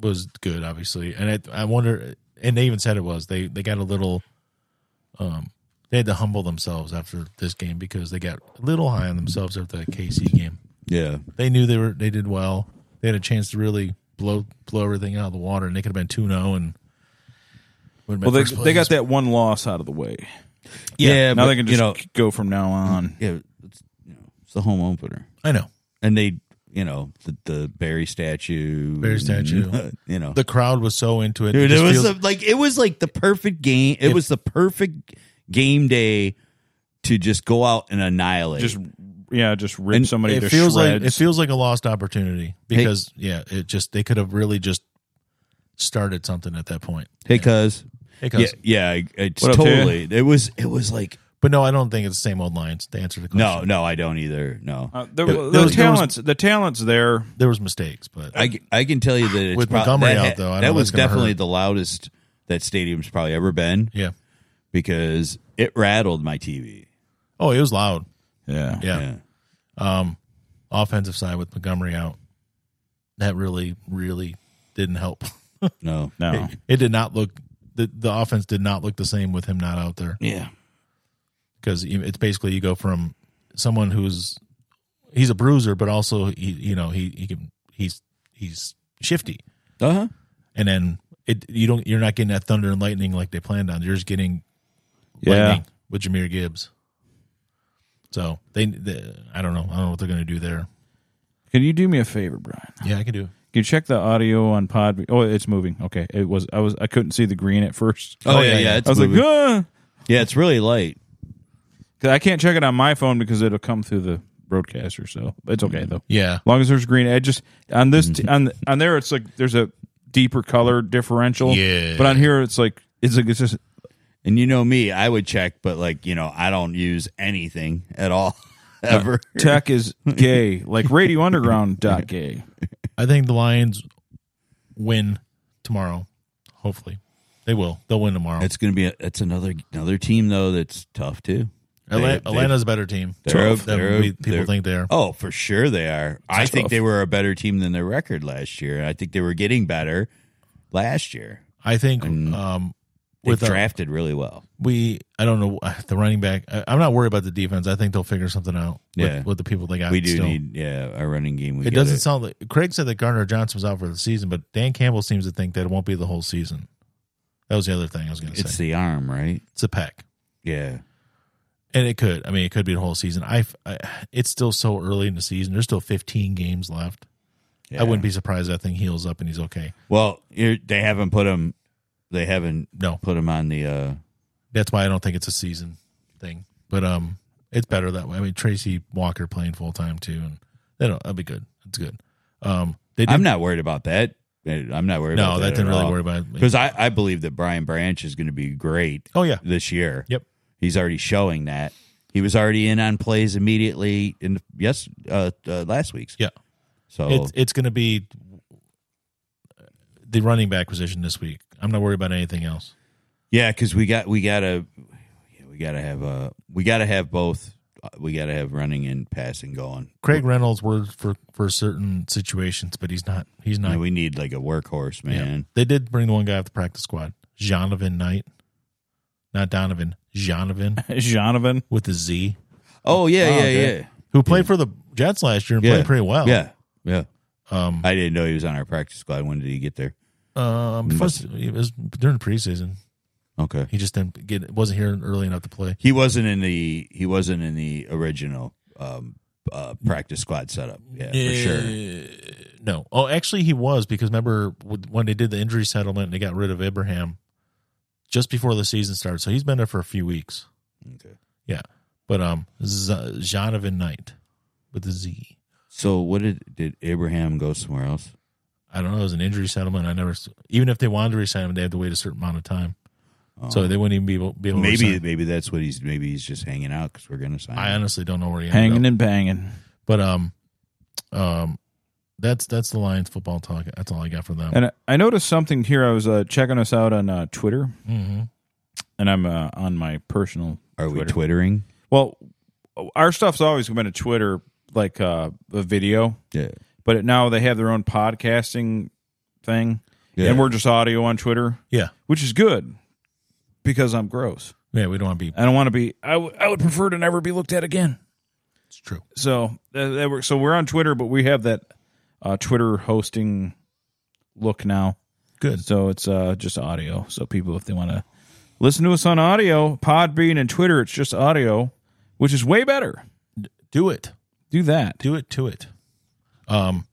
S4: was good, obviously, and I I wonder, and they even said it was they they got a little, um, they had to humble themselves after this game because they got a little high on themselves after the KC game.
S3: Yeah.
S4: They knew they were they did well. They had a chance to really blow blow everything out of the water, and they could have been two zero and. would've been
S2: well, they
S4: first
S2: they got
S4: place.
S2: that one loss out of the way.
S3: Yeah,
S2: now
S3: but,
S2: they can just
S3: you know,
S2: go from now on.
S3: yeah, it's, you know, it's the home opener.
S4: I know.
S3: and they you know the, the Barry statue,
S4: Barry
S3: and,
S4: statue.
S3: you know,
S4: the crowd was so into it.
S3: dude,
S4: it
S3: it
S4: just
S3: was
S4: feels-
S3: the- like it was like the perfect game. It
S4: It-
S3: was the perfect game day to just go out and annihilate.
S2: Just yeah, just rip
S3: And
S2: somebody
S4: it
S2: to
S4: feels
S2: shreds.
S4: like it feels like a lost opportunity because yeah, it just they could have really just started something at that point.
S3: hey, cuz
S4: Hey,
S3: yeah,
S4: cuz.
S3: yeah, I- it's
S2: What up,
S3: totally. It was it was like
S4: But no, I don't think it's the same old lines. To answer the
S3: no,
S4: question,
S3: no, I don't either. No,
S2: uh, the,
S4: There-
S2: the
S4: there was- there was-
S2: talents, the talents there.
S4: there was mistakes, but
S3: I, c- I can tell you that it's
S4: With
S3: prob-
S4: Montgomery
S3: that,
S4: out, though, I
S3: that
S4: know that's
S3: was
S4: gonna
S3: definitely
S4: hurt.
S3: the loudest that stadium's probably ever been
S4: yeah.
S3: because it rattled my TV.
S4: Oh, it was loud.
S2: Yeah,
S4: Yeah. Um, offensive side with Montgomery out, that really really didn't help.
S3: no,
S2: no,
S4: It, it did not look the the offense did not look the same with him not out there.
S3: yeah,
S4: because it's basically you go from someone who's he's a bruiser, but also he you know he he can he's he's shifty,
S3: uh huh.
S4: and then it you don't you're not getting that thunder and lightning like they planned on. You're just getting
S2: yeah.
S4: lightning with Jameer Gibbs. So they, they I don't know I don't know what they're gonna do there.
S2: Can you do me a favor, Brian?
S4: Yeah, I can do.
S2: Can you check the audio on Pod? Oh, it's moving. Okay, it was. I was. I couldn't see the green at first.
S3: Oh, yeah, yeah.
S2: I was
S3: moving.
S2: like, ah!
S3: yeah, it's really light.
S2: 'Cause I can't check it on my phone because it'll come through the broadcaster. So it's okay though.
S4: Yeah,
S2: As long as there's green, I just on this
S3: Mm-hmm.
S2: t- on on there, it's like there's a deeper color differential.
S4: Yeah.
S2: but on here, it's like it's like it's just
S3: And you know me, I would check, but like, you know, I don't use anything at all ever.
S2: tech is gay, like Radio Underground dot gay.
S4: I think the Lions win tomorrow. Hopefully, they will. They'll win tomorrow.
S3: It's going to be a, it's another another team though that's tough too.
S4: Atla-
S3: They- they-
S4: Atlanta's a better team
S3: They're-
S4: than
S3: they're-
S4: we- people
S3: they're-
S4: think they are.
S3: Oh, for sure they are. I think
S2: tough.
S3: they were a better team than their record last year, and I think they were getting better last year.
S4: I think
S3: And
S4: um,
S3: They
S4: with a,
S3: drafted really well.
S4: we I don't know uh, the running back. I, I'm not worried about the defense. I think they'll figure something out. With,
S3: Yeah.
S4: with the people they got.
S3: We do
S4: still.
S3: need yeah, our running game we
S4: It
S3: get
S4: doesn't sound like Craig said that Garner Johnson was out for the season, but Dan Campbell seems to think that it won't be the whole season. That was the other thing I was going to
S3: It's
S4: say.
S3: the arm, right?
S4: It's a pack,
S3: Yeah.
S4: and it could. I mean, it could be the whole season. I, I it's still so early in the season. There's still 15 games left.
S3: yeah.
S4: I wouldn't be surprised if that thing heals up and he's okay.
S3: Well, you're, they haven't put him they haven't
S4: No,
S3: put him on the uh
S4: that's why I don't think it's a season thing. But um, it's better that way. I mean, Tracy Walker playing full time too, and that'll that'll be good. It's good. Um, They did,
S3: I'm not worried about that. Uh, I'm not worried about
S4: no,
S3: that.
S4: that didn't
S3: at
S4: really
S3: all.
S4: worry about me.
S3: Because I, I believe that Brian Branch is going to be great
S4: Oh yeah,
S3: this year.
S4: Yep.
S3: He's already showing that. He was already in on plays immediately in the, yes uh, uh, last week's.
S4: Yeah.
S3: So
S4: it's it's going to be the running back position this week. I'm not worried about anything else.
S3: yeah, because we got we gotta yeah, we gotta have uh we gotta have both uh, we gotta have running and passing going.
S4: Craig Reynolds works for for certain situations, but he's not he's
S3: I
S4: not.
S3: mean, we need like a workhorse
S4: yeah.
S3: man.
S4: They did bring the one guy off the practice squad, Jonovan Knight, not Donovan, Jonovan
S2: Jonovan.
S4: with a Z,
S3: Oh yeah yeah
S2: okay.
S3: yeah
S4: who played for the Jets last year and
S3: Yeah.
S4: played pretty well.
S3: yeah yeah.
S4: Um.
S3: I didn't know he was on our practice squad. When did he get there?
S4: um. First, it was during the preseason.
S3: Okay.
S4: He just didn't get wasn't here early enough to play.
S3: He wasn't in the he wasn't in the original um, uh, practice squad setup. Yeah, for sure.
S4: No. Oh, actually, he was because remember when they did the injury settlement and they got rid of Abraham just before the season started. So he's been there for a few weeks.
S3: Okay.
S4: Yeah. But um, Z- Zonovan Knight with a Z.
S3: So what did did Abraham go somewhere else?
S4: I don't know. It was an injury settlement. I never, even if they wanted to resign him, they had to wait a certain amount of time. So they wouldn't even be able, be able
S3: Um,
S4: to
S3: Oh. maybe
S4: resign him.
S3: maybe that's what he's maybe he's just hanging out because we're gonna sign.
S4: I
S3: him.
S4: honestly don't know where he ended
S2: Hanging
S4: up.
S2: and banging.
S4: But um, um, that's that's the Lions football talk. That's all I got for them.
S2: And I- I noticed something here. I was uh, checking us out on uh, Twitter,
S4: hmm
S2: and I'm uh, on my personal.
S3: Are we
S2: Twitter.
S3: twittering?
S2: Well, our stuff's always been a Twitter, like uh, a video,
S3: Yeah.
S2: but it, now they have their own podcasting thing, and we're just audio on Twitter,
S4: Yeah,
S2: which is good because I'm gross.
S4: yeah. We don't want to be.
S2: I don't want to be. I, w- I would prefer to never be looked at again.
S4: It's true.
S2: So that, that works. So we're on Twitter, but we have that uh, Twitter hosting look now.
S4: Good.
S2: So it's uh, just audio. So people, if they want to listen to us on audio, Podbean and Twitter, it's just audio, which is way better.
S4: Do it.
S2: Do that.
S4: Do it to it. Um,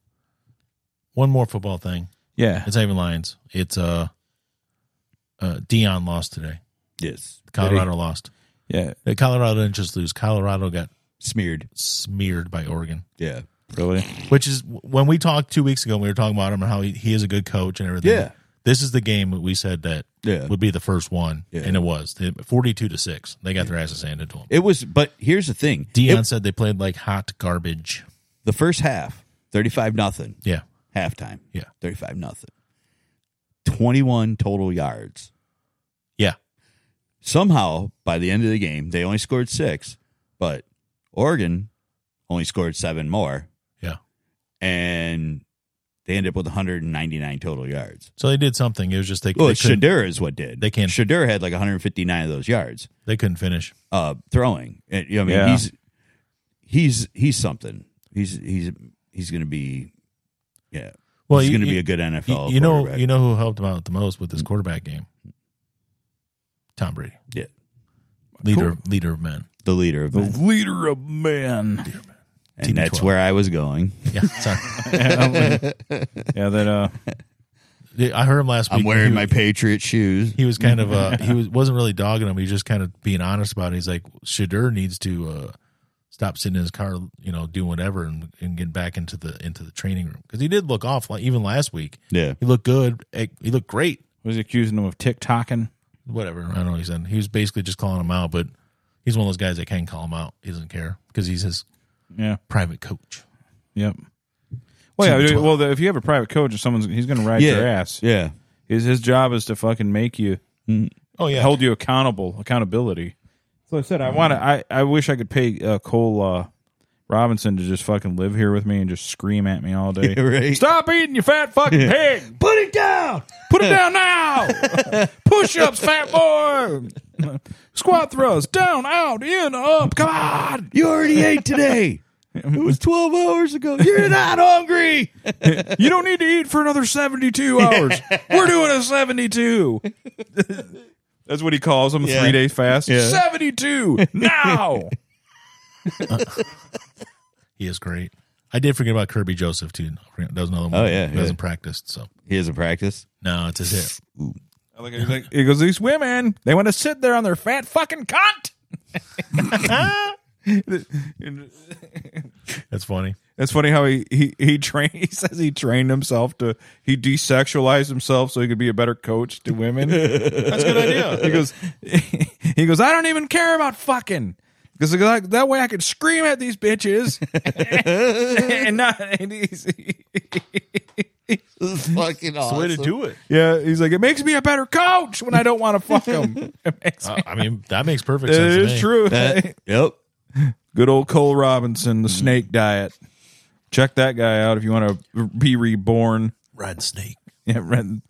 S4: one more football thing.
S2: Yeah.
S4: It's not even Lions. It's uh, uh, Dion lost today.
S3: Yes.
S4: Colorado lost.
S2: Yeah.
S4: Uh, Colorado didn't just lose. Colorado got
S3: Smeared.
S4: smeared by Oregon,
S3: Yeah.
S2: Really?
S4: which is when we talked two weeks ago. We were talking about him and how he, he is a good coach and everything.
S3: Yeah.
S4: This is the game that we said that
S3: Yeah.
S4: would be the first one,
S3: Yeah.
S4: and it was They- forty-two to six. They got their asses handed to them.
S3: It was, but here's the thing.
S4: Dion
S3: It-
S4: said they played like hot garbage.
S3: the first half, thirty-five nothing.
S4: Yeah,
S3: Halftime.
S4: Yeah.
S3: Thirty-five nothing. Twenty-one total yards.
S4: yeah.
S3: somehow by the end of the game they only scored six but oregon only scored seven more
S4: Yeah.
S3: and they ended up with 199 total yards
S4: So they did something. It was just they,
S3: well
S4: they, couldn't,
S3: shadur is what did
S4: they can't-
S3: shadur had like 159 of those yards
S4: they couldn't finish.
S3: uh throwing and, you know, i mean
S2: Yeah.
S3: he's he's he's something he's he's he's gonna be yeah
S4: Well,
S3: he's
S4: you-
S3: gonna
S4: you-
S3: be a good nfl
S4: You, you know,
S3: quarterback.
S4: you know who helped him out the most with this quarterback game? Tom Brady,
S3: yeah
S4: leader leader of men.
S3: the leader of
S2: The
S3: men.
S2: leader of man.
S3: and that's
S4: TB12.
S3: where i was going
S4: Yeah, sorry.
S2: Yeah, that uh
S4: Yeah, I heard him last week.
S3: i'm wearing
S4: he,
S3: my patriot shoes
S4: He was kind of uh, he was wasn't really dogging him. He was just kind of being honest about it. He's like, Shadur needs to uh, stop sitting in his car, you know, doing whatever, and, and get back into the into the training room because he did look off. Like even last week,
S3: yeah
S4: he looked good. eh, He looked great.
S2: was accusing him of tick tocking.
S4: whatever. I don't know. what He said he was basically just calling him out, but he's one of those guys that can call him out. He doesn't care because he's his
S2: Yeah.
S4: private coach.
S2: Yep. Well, yeah.
S4: 12.
S2: Well, if you have a private coach and someone's, he's going to ride your ass.
S3: Yeah.
S2: His his job is to fucking make you
S4: Oh yeah,
S2: hold you accountable, accountability. So I said I want to. I, I wish I could pay uh, Cole uh, Robinson to just fucking live here with me and just scream at me all day.
S3: right.
S2: Stop eating you fat fucking pig.
S3: Put it down.
S2: Put it down now. Push ups, fat boy. Squat throws down, out, in, up. Come on.
S3: You already ate today. It was 12 hours ago. You're not hungry.
S2: You don't need to eat for another 72 hours. We're doing a 72. That's what he calls them,
S3: Yeah.
S2: three day fast.
S3: Yeah.
S2: 72 now.
S4: he is great. I did forget about Kirby Joseph too. That was another one.
S3: Oh, yeah,
S4: who
S3: yeah.
S4: hasn't practiced. So
S3: He doesn't practice.
S4: no, it's his hit.
S2: I like- he's like- he goes, These women, they want to sit there on their fat fucking cunt.
S4: That's funny.
S2: It's funny how he he he trained. He says he trained himself to he desexualized himself so he could be a better coach to women. That's a good idea. He goes, he goes. I don't even care about fucking because that way I could scream at these bitches and not. And he's,
S3: This is fucking
S4: That's
S3: awesome.
S4: the way to do it.
S2: yeah, he's like it makes me a better coach when I don't want to fuck them. It makes
S4: Uh, I I mean, that makes perfect
S2: it
S4: sense. to
S2: is
S4: me.
S2: true.
S3: That- yep.
S2: Good old Cole Robinson, the snake diet. Check that guy out if you want to be reborn.
S4: Red Snake.
S2: Yeah, Red.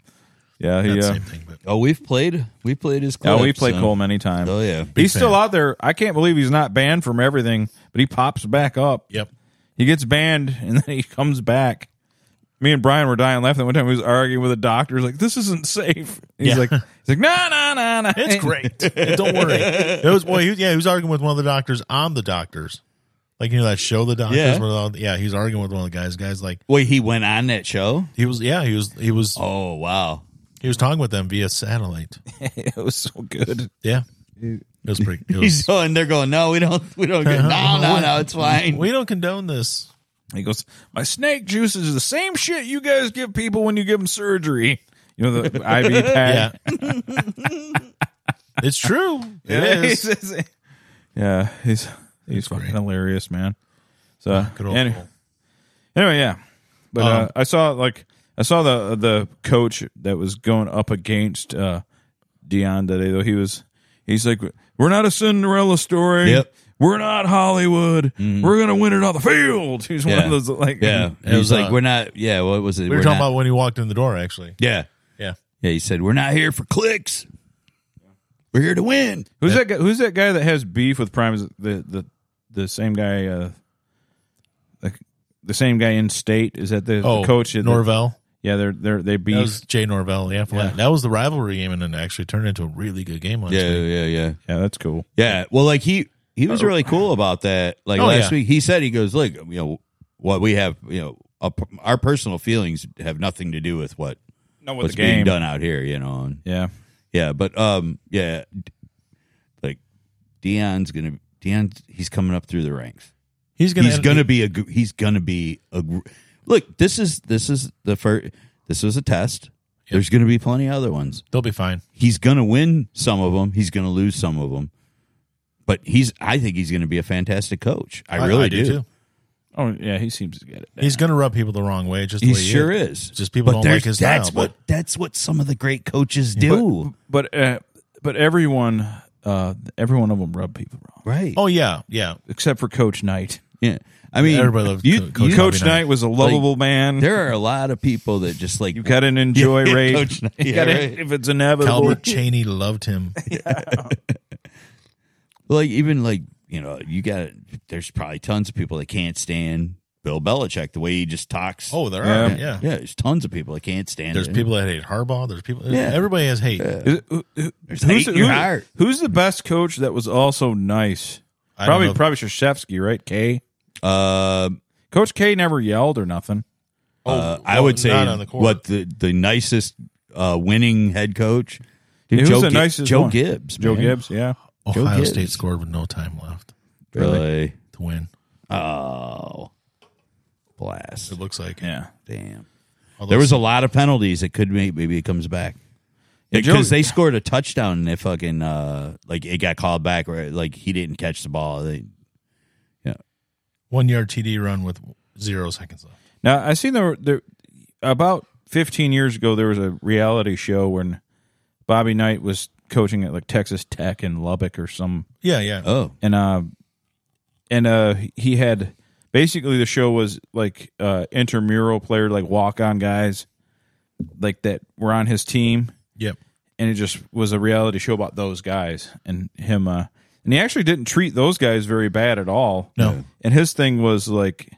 S2: Yeah,
S4: Not
S2: he.
S4: the
S2: Uh,
S4: same thing, but
S3: Oh, we've played. We played his.
S2: yeah,
S4: Oh,
S3: Clips,
S2: we played
S3: so-
S2: Cole many times.
S3: Oh yeah.
S2: he's still out there. I can't believe he's not banned from everything, but he pops back up.
S4: yep.
S2: He gets banned and then he comes back. Me and Brian were dying laughing. One time he was arguing with a doctor. He's like, "This isn't safe." He's
S4: Yeah.
S2: like, "He's like, no, no, no, no."
S4: It's great. Don't worry. It was well, he, was- yeah, he was arguing with one of the doctors on the doctors. Like you know that show the doctors
S3: Yeah.
S4: where all- yeah, he was arguing with one of the guys. Guys like
S3: Wait, he went on that show.
S4: he was yeah, he was he was
S3: Oh wow.
S4: he was talking with them via satellite.
S2: it was so good.
S4: Yeah. It was pretty it
S3: He's
S4: was,
S3: going. They're going. No, we don't. We don't. Get, no, no, no. It's fine.
S4: we don't condone this.
S2: He goes, "My snake juice is the same shit you guys give people when you give them surgery." You know the IV
S4: Yeah.
S2: pad.
S4: it's true. It
S2: He
S4: is.
S2: says- yeah, he's he's fucking hilarious, man. So
S4: Good old
S2: any-
S4: Cole.
S2: anyway, yeah. But uh,
S4: Um,
S2: I saw like I saw the the coach that was going up against uh, Dion today. Though he was, he's like, "We're not a Cinderella story.
S3: Yep.
S2: We're not Hollywood.
S4: Mm-hmm.
S2: We're gonna win it on the field." He's one
S3: Yeah.
S2: of those like,
S3: Yeah. He
S4: It
S3: was
S4: was,
S3: like,
S4: uh,
S3: we're not. Yeah. What was it?
S4: We were talking about when he walked in the door actually.
S3: Yeah.
S4: Yeah.
S3: Yeah. He said, we're not here for clicks. We're here to win.
S2: Who's that? guy, who's that guy that has beef with Prime? Is it the the the same guy? Uh, the, the same guy in state is that the, the
S4: Oh,
S2: coach? that-
S4: Norvell.
S2: yeah, they're they're they beef.
S4: That was Jay Norvell. Yeah, for
S2: Yeah.
S4: that. that was the rivalry game, and it actually turned into a really good game last
S3: Yeah.
S4: week.
S3: Yeah. Yeah.
S2: yeah, that's cool.
S3: Yeah. Well, like he he was really cool about that. Like
S4: Oh,
S3: last
S4: yeah.
S3: week, he said he goes, look, you know, what we have, you know, our, our personal feelings have nothing to do with what
S2: No, with
S3: what's
S2: the game.
S3: being done out here, you know. And,
S2: Yeah,
S3: yeah, but um, yeah, d- like Dion's gonna Dion, he's coming up through the ranks.
S4: He's gonna
S3: he's gonna be a gr- he's gonna be a gr- look. This is this is the first. This was a test. There's gonna be plenty of other ones
S4: they'll be fine.
S3: he's going to win some of them. He's going to lose some of them. But he's, I think he's going to be a fantastic coach. I, really do.
S2: oh yeah, he seems to get it.
S4: He's gonna rub people the wrong way. Just the
S3: He
S4: way
S3: sure
S4: is.
S3: is.
S4: Just people
S3: But
S4: don't like
S3: there's-
S4: his
S3: that's
S4: style,
S3: What,
S4: but-
S3: that's what some of the great coaches do.
S2: but uh, but everyone, uh, every one of them rub people wrong,
S3: right.
S4: Oh yeah, yeah.
S2: except for Coach Knight.
S3: yeah. I mean,
S4: Everybody loves
S3: you,
S4: Co- Coach
S3: you-
S4: Bobby
S2: Coach Knight was a lovable man.
S3: there are a lot of people that just like,
S2: you got an enjoy
S3: Yeah,
S2: rate.
S3: Coach Knight,
S2: You gotta-
S3: yeah, right.
S2: If it's inevitable,
S4: Calvert Cheney loved him.
S3: like, even like, you know, you got, there's probably tons of people that can't stand Bill Belichick, the way he just talks.
S4: Oh, there
S2: Yeah.
S4: are. Yeah.
S3: yeah. There's tons of people that can't stand
S4: There's
S3: it.
S4: people that hate Harbaugh. There's people.
S3: Yeah.
S4: Everybody has hate.
S2: Is it- who- who-
S3: hate in your heart.
S2: who's the best coach that was also nice?
S4: I don't
S2: probably
S4: know.
S2: probably Shashevsky, right? K.
S3: Uh,
S2: Coach K never yelled or nothing.
S3: Uh,
S4: Oh,
S3: I would say
S4: not on the court.
S3: what the the nicest uh, winning head coach.
S2: Yeah, who's
S3: Joe,
S2: the
S3: Gib-
S2: nicest
S3: Joe
S2: one?
S3: Gibbs.
S2: Joe
S3: man.
S2: Gibbs, yeah.
S3: Joe
S4: Ohio
S3: Gibbs.
S4: State scored with no time left
S3: Really?
S4: to win.
S3: Oh, blast!
S4: It looks like
S2: Yeah.
S3: Damn.
S4: Although-
S3: There was a lot of penalties. It could maybe, maybe it comes back
S2: Yeah, Joe-
S3: because they scored a touchdown and they fucking uh, like it got called back or like he didn't catch the ball. They,
S4: one yard TD run with zero seconds left.
S2: Now I seen there, there about fifteen years ago there was a reality show when Bobby Knight was coaching at like Texas Tech in Lubbock or some
S4: Yeah, yeah.
S3: oh,
S2: and uh and uh he had basically the show was like uh intramural player like walk on guys like that were on his team
S4: Yep.
S2: and it just was a reality show about those guys and him uh and he actually didn't treat those guys very bad at all
S4: No.
S2: and his thing was like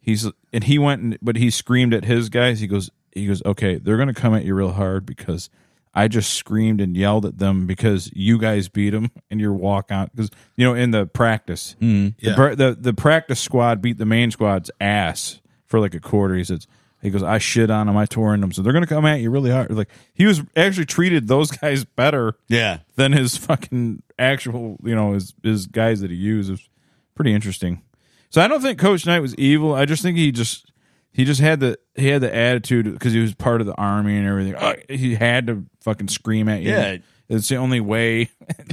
S2: he's and he went and but he screamed at his guys he goes he goes okay they're gonna come at you real hard because i just screamed and yelled at them because you guys beat them and your walk out because you know in the practice the,
S4: Yeah.
S2: pra- the the practice squad beat the main squad's ass for like a quarter he says he goes i shit on them i tore in them so they're gonna come at you really hard like he was actually treated those guys better
S3: yeah.
S2: than his fucking actual, you know, his his guys that he used. It's pretty interesting. So I don't think Coach Knight was evil. I just think he just he just had the he had the attitude because he was part of the army and everything. Uh, He had to fucking scream at you.
S3: Yeah.
S2: it's the only way.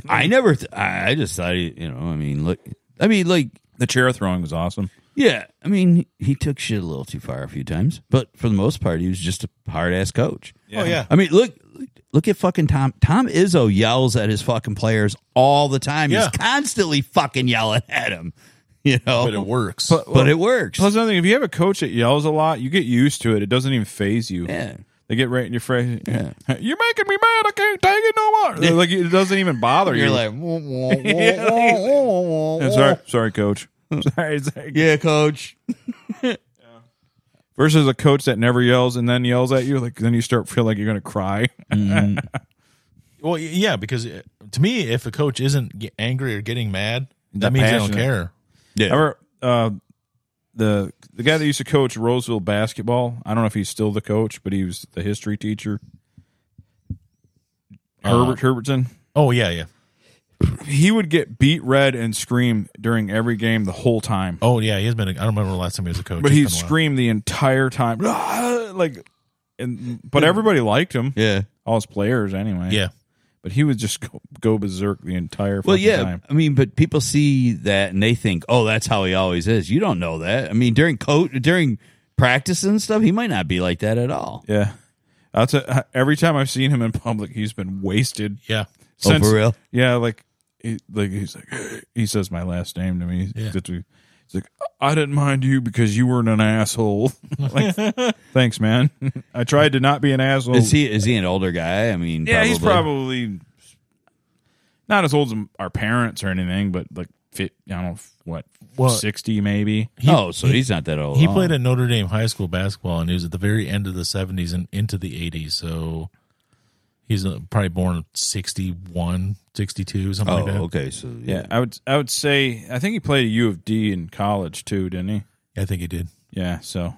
S3: I never. Th- I I just thought, he- you know, I mean, look, I mean, like,
S2: the chair throwing was awesome.
S3: yeah, I mean, he took shit a little too far a few times, but for the most part, he was just a hard ass coach.
S4: Oh yeah.
S3: I mean, look, look at fucking Tom. Tom Izzo yells at his fucking players all the time.
S4: Yeah.
S3: He's constantly fucking yelling at him. You know,
S4: But it works.
S3: But it works.
S2: Plus, another thing, if you have a coach that yells a lot, you get used to it. It doesn't even phase you.
S3: Yeah.
S2: They get right in your face. You're making me mad. I can't take it no more. They're Like it doesn't even bother
S3: You're
S2: you.
S3: like,
S2: "Yeah, sorry, sorry, coach. Sorry, sorry.
S3: yeah, coach.
S2: Versus a coach that never yells and then yells at you. Like then you start feel like you're gonna cry.
S4: well, y- yeah, because uh, to me, if a coach isn't ge- angry or getting mad,
S2: They're
S4: that means they don't
S2: passionate.
S4: care.
S2: I remember uh, the the guy that used to coach Roseville basketball. I don't know if he's still the coach, but he was the history teacher.
S3: Uh,
S2: Herbert Herbertson.
S4: Oh yeah, yeah.
S2: He would get beat red and scream during every game the whole time.
S4: Oh yeah, he's been. A, I don't remember the last time he was a coach.
S2: but
S4: It's
S2: he
S4: been a while.
S2: screamed the entire time, "Ah," like, and but everybody liked him.
S3: Yeah.
S2: All his players, anyway.
S4: Yeah,
S2: but he would just go, go berserk the entire.
S3: Well,
S2: fucking
S3: yeah.
S2: time.
S3: I mean, but people see that and they think, "Oh, that's how he always is." You don't know that. I mean, during coach, during practice and stuff, he might not be like that at all.
S2: yeah. That's a, every time I've seen him in public, he's been wasted.
S4: yeah.
S3: Oh, for real?
S2: Yeah, like, he, like he's like he says my last name to me.
S4: Yeah.
S2: He's like, I didn't mind you because you weren't an asshole. like, thanks, man. I tried to not be an asshole.
S3: Is he is he an older guy? I mean,
S2: Yeah, he's probably not as old as our parents or anything, but like fit, I don't know f- what,
S4: Well-
S2: sixty maybe.
S3: oh, so he's not that old.
S4: He
S3: Oh.
S4: played at Notre Dame high school basketball, and he was at the very end of the '70s and into the '80s. So he's uh, probably born 61, 62, something
S3: Oh,
S4: like that.
S3: okay. So
S2: Yeah, I would I would say I think he played at U of D in college too, didn't he?
S4: I think he did.
S2: Yeah, so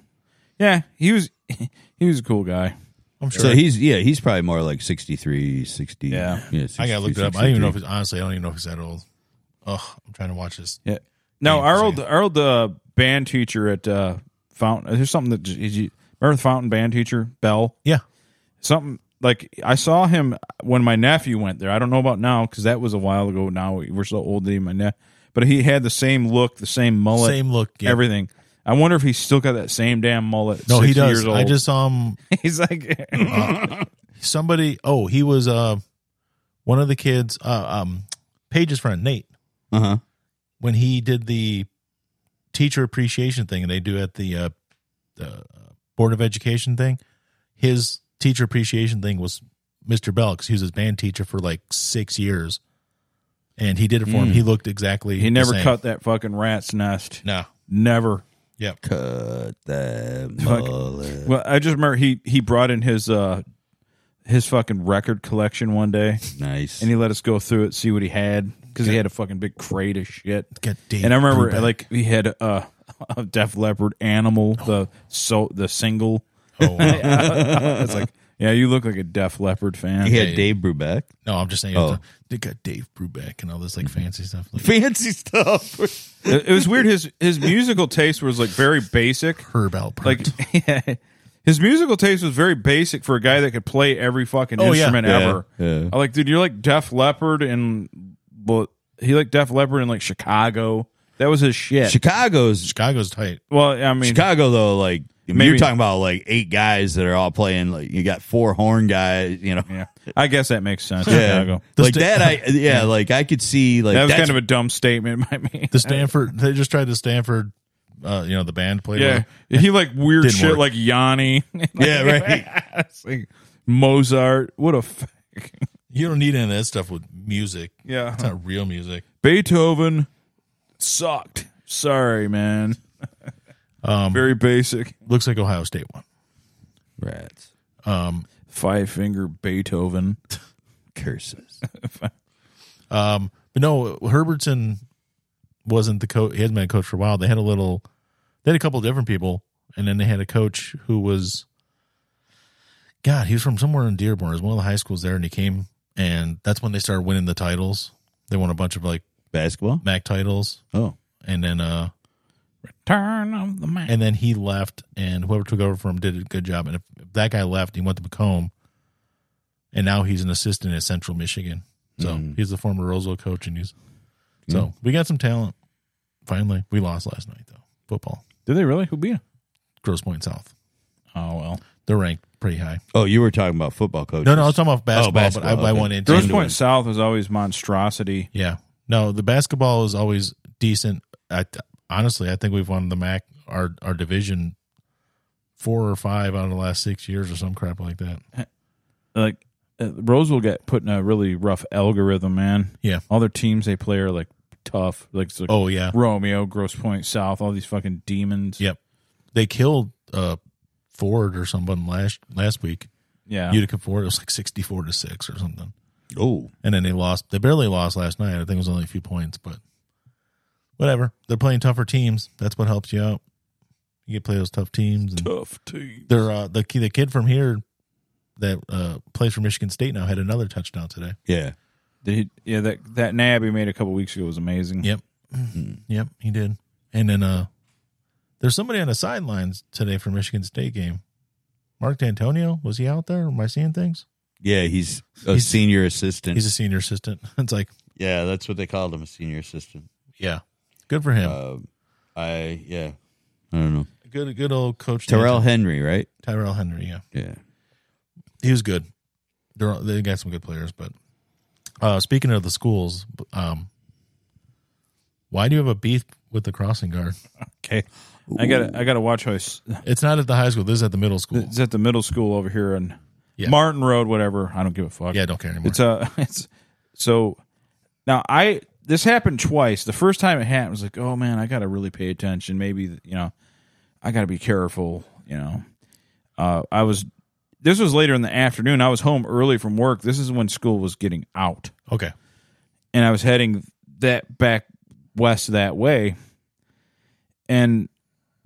S2: yeah, he was he was a cool guy.
S4: I'm sure.
S3: So he's yeah, he's probably more like 63, 60.
S2: Yeah.
S3: yeah
S4: I gotta look it up. I don't even know if he's honestly. I don't even know if he's that old. Ugh, I'm trying to watch this.
S2: Yeah. No,
S4: Yeah,
S2: our
S4: same.
S2: old our old uh, band teacher at uh, Fountain. There's something that j- j- remember the Fountain band teacher Bell.
S4: Yeah,
S2: something like I saw him when my nephew went there. I don't know about now because that was a while ago. Now we're so old that he- my ne- but he had the same look, the same mullet,
S4: same look. Yeah.
S2: everything. I wonder if he's still got that same damn mullet. at
S4: no, he
S2: 60
S4: does.
S2: Years old.
S4: I just Oh, saw him.
S2: he's like
S4: Somebody. Oh, he was uh one of the kids. Uh, um, Paige's friend Nate
S3: Uh huh.
S4: when he did the teacher appreciation thing they do at the uh, the uh, board of education thing. His teacher appreciation thing was Mr. Bell because he was his band teacher for like six years, and he did it for him. He looked exactly.
S2: Hmm. he
S4: the
S2: never
S4: same.
S2: cut that fucking rat's nest.
S4: No.
S2: Never.
S4: Yep.
S3: Uh-huh. Cut that
S2: Fuck.
S3: mullet.
S2: Well, I just remember he he brought in his uh his fucking record collection one day,
S3: Nice.
S2: and he let us go through it, see what he had because he had a fucking big crate of shit.
S4: Got deep.
S2: And I remember
S4: Throwback.
S2: like we had a, a Def Leppard Animal the so the single.
S4: Oh, wow.
S2: It's like yeah, you look like a Def Leppard fan.
S3: he had Dave Brubeck.
S4: no, I'm just saying.
S3: Oh.
S4: They got Dave Brubeck and all this like
S2: Mm-hmm.
S4: fancy stuff. Like
S3: Fancy stuff.
S2: It, it was weird. His his musical taste was like very basic.
S4: Herb Alpert.
S2: Like his musical taste was very basic for a guy that could play every fucking
S4: Oh, yeah.
S2: instrument
S3: Yeah,
S2: ever.
S3: yeah.
S2: I like, dude, you're like Def Leppard and but he like Def Leppard in like Chicago. That was his shit.
S3: Chicago's
S4: Chicago's tight.
S2: well, I mean,
S3: Chicago though, like
S2: Maybe-
S3: you're talking about like eight guys that are all playing. Like you got four horn guys. You know.
S2: yeah, I guess that makes sense. Chicago.
S4: The
S3: like
S4: sta-
S3: that, I yeah, like I could see like
S2: That was
S3: that's-
S2: kind of a dumb statement by me.
S4: The Stanford. They just tried the Stanford. Uh, you know the band played.
S2: Yeah, he like weird
S4: Didn't
S2: shit
S4: work.
S2: like Yanni,
S3: yeah, right.
S2: It's like Mozart. What a f-
S4: You don't need any of that stuff with music.
S2: yeah.
S4: It's not real music.
S2: Beethoven sucked. Sorry, man.
S4: Um,
S2: Very basic.
S4: looks like Ohio State won.
S3: Rats,
S4: Um,
S2: Five finger Beethoven.
S3: curses.
S4: um, but no, Herbertson wasn't the coach. He hasn't been a coach for a while. They had a little. They had a couple of different people, and then they had a coach who was. God, he was from somewhere in Dearborn. It was one of the high schools there, and he came, and that's when they started winning the titles. They won a bunch of like
S3: Basketball.
S4: MAC titles,
S3: Oh,
S4: and then uh,
S2: Return of the man.
S4: and then he left, and whoever took over for him did a good job. And if that guy left, he went to Macomb, and now he's an assistant at Central Michigan. So
S3: Mm.
S4: he's the former Roseville coach, and he's so we got some talent. Finally, we lost last night though. Football,
S2: Did they really? Who beat 'em?
S4: Gross Point South,
S2: Oh well.
S4: they're ranked pretty high.
S3: Oh, you were talking about football coaches.
S4: No, no, I was talking about basketball,
S3: basketball,
S4: but I, I
S3: okay.
S4: went into
S2: Gross Point South was always monstrosity.
S4: Yeah, no, the basketball is always decent. I honestly, I think we've won the MAC our our division four or five out of the last six years or some crap like that.
S2: Like uh, Roseville got put in a really rough algorithm, man.
S4: Yeah.
S2: All their teams they play are like tough, like, it's like
S4: Oh yeah,
S2: Romeo, Gross Point South, all these fucking demons.
S4: Yep. They killed uh Ford or someone last last week.
S2: Yeah.
S4: Utica Ford. It was like sixty four to six or something.
S3: Oh,
S4: And then they lost they barely lost last night. I think it was only a few points, but whatever. They're playing tougher teams. That's what helps you out. You get to play those tough teams and
S2: tough team.
S4: they're uh the ki- the kid from here that uh plays for Michigan State now had another touchdown today.
S3: yeah.
S2: Did he, yeah, that that nab he made a couple weeks ago was amazing.
S4: Yep. Yep, he did. And then uh there's somebody on the sidelines today for Michigan State game. Mark D'Antonio, was he out there? Am I seeing things?
S3: Yeah, he's a
S4: He's-
S3: senior assistant.
S4: He's a senior assistant. It's like,
S3: yeah, that's what they called him, a senior assistant.
S4: yeah, good for him.
S3: Um, I yeah. I don't know.
S4: good, good old coach
S3: Terrell Henry, right?
S4: Tyrell Henry. Yeah,
S3: Yeah.
S4: he was good. They're, all- they got some good players, but uh, speaking of the schools, um, why do you have a beef with the crossing guard?
S2: Okay. I got I got to watch how he's,
S4: It's not at the high school. This is at the middle school.
S2: it's at the middle school over here on
S4: Yeah.
S2: Martin Road, whatever. I don't give a fuck.
S4: Yeah, I don't care anymore.
S2: It's a it's so now I this happened twice. The first time it happened I was like, "Oh man, I got to really pay attention. Maybe, you know, I got to be careful, you know." Uh I was this was later in the afternoon. I was home early from work. This is when school was getting out.
S4: okay.
S2: and I was heading that back west that way, and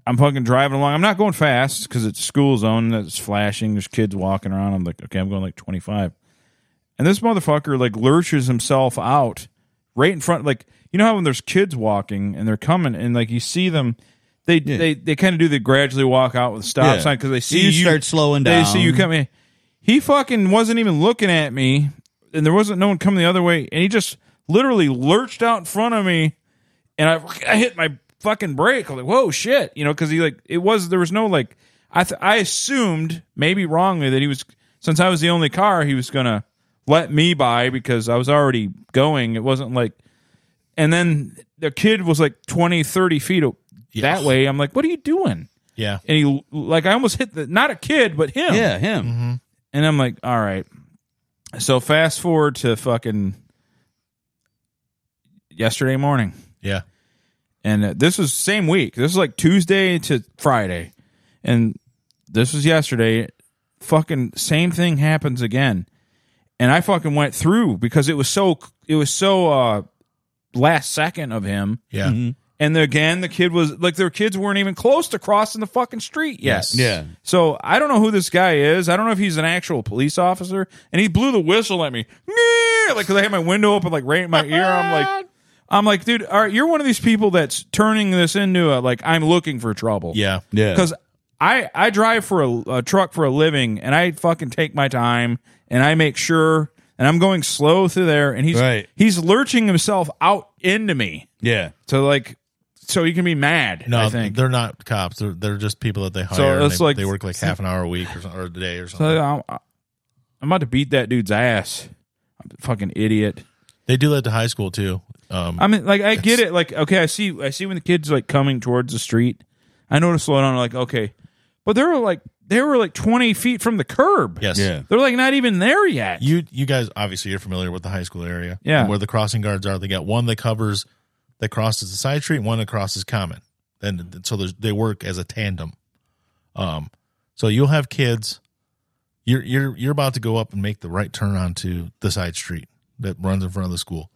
S2: I'm fucking driving along. I'm not going fast because it's school zone. That's flashing. There's kids walking around. I'm like, okay, I'm going like 25, and this motherfucker like lurches himself out right in front. Like you know how when there's kids walking and they're coming and like you see them. They, they they kind of do. They gradually walk out with a stop
S3: Yeah.
S2: sign because they see
S3: You start slowing
S2: They see
S3: down.
S2: you coming. He fucking wasn't even looking at me, and there wasn't no one coming the other way, and he just literally lurched out in front of me, and I, I hit my fucking brake. I'm like, whoa, shit, you know, because he like it was there was no like I th- I assumed maybe wrongly that he was since I was the only car he was gonna let me by because I was already going. It wasn't like, and then the kid was like 20, 30 feet o-
S4: Yeah.
S2: that way. I'm like, what are you doing?
S4: Yeah,
S2: And he like I almost hit the not a kid but him.
S3: Yeah, him.
S2: Mm-hmm. And I'm like, all right. So fast forward to fucking yesterday morning.
S4: yeah.
S2: And uh, this was same week. This is like Tuesday to Friday. And this was yesterday. Fucking same thing happens again. And I fucking went through because it was so it was so uh last second of him.
S4: Yeah.
S2: And again, the kid was like their kids weren't even close to crossing the fucking street yet.
S4: Yes.
S3: Yeah.
S2: So I don't know who this guy is. I don't know if he's an actual police officer. And he blew the whistle at me, Meow! like because I had my window open, like right in my ear. I'm like, I'm like, dude, all right, you're one of these people that's turning this into a like I'm looking for trouble.
S4: Yeah.
S3: Yeah.
S2: because I I drive for a, a truck for a living, and I fucking take my time, and I make sure, and I'm going slow through there, and he's
S3: Right.
S2: he's lurching himself out into me
S3: yeah.
S2: to like, so he can be mad.
S4: No,
S2: I think.
S4: they're not cops. They're they're just people that they hire. and
S2: that's
S4: they,
S2: like-
S4: they work like half an hour a week or, so- or a day or something.
S2: So I'm, I'm about to beat that dude's ass. I'm a fucking idiot.
S4: they do that to high school too. Um,
S2: I mean, like, I get it. Like, okay, I see, I see when the kids like coming towards the street. I know to slow down. Like, okay, but they were like, they were like 20 feet from the curb.
S4: yes.
S3: Yeah.
S2: they're like not even there yet.
S4: You you guys obviously you're familiar with the high school area.
S2: Yeah.
S4: And Where the crossing guards are. They got one that covers that crosses the side street, and one that crosses common. And so there's, they work as a tandem. Um so you'll have kids you're you're you're about to go up and make the right turn onto the side street that runs in front of the school.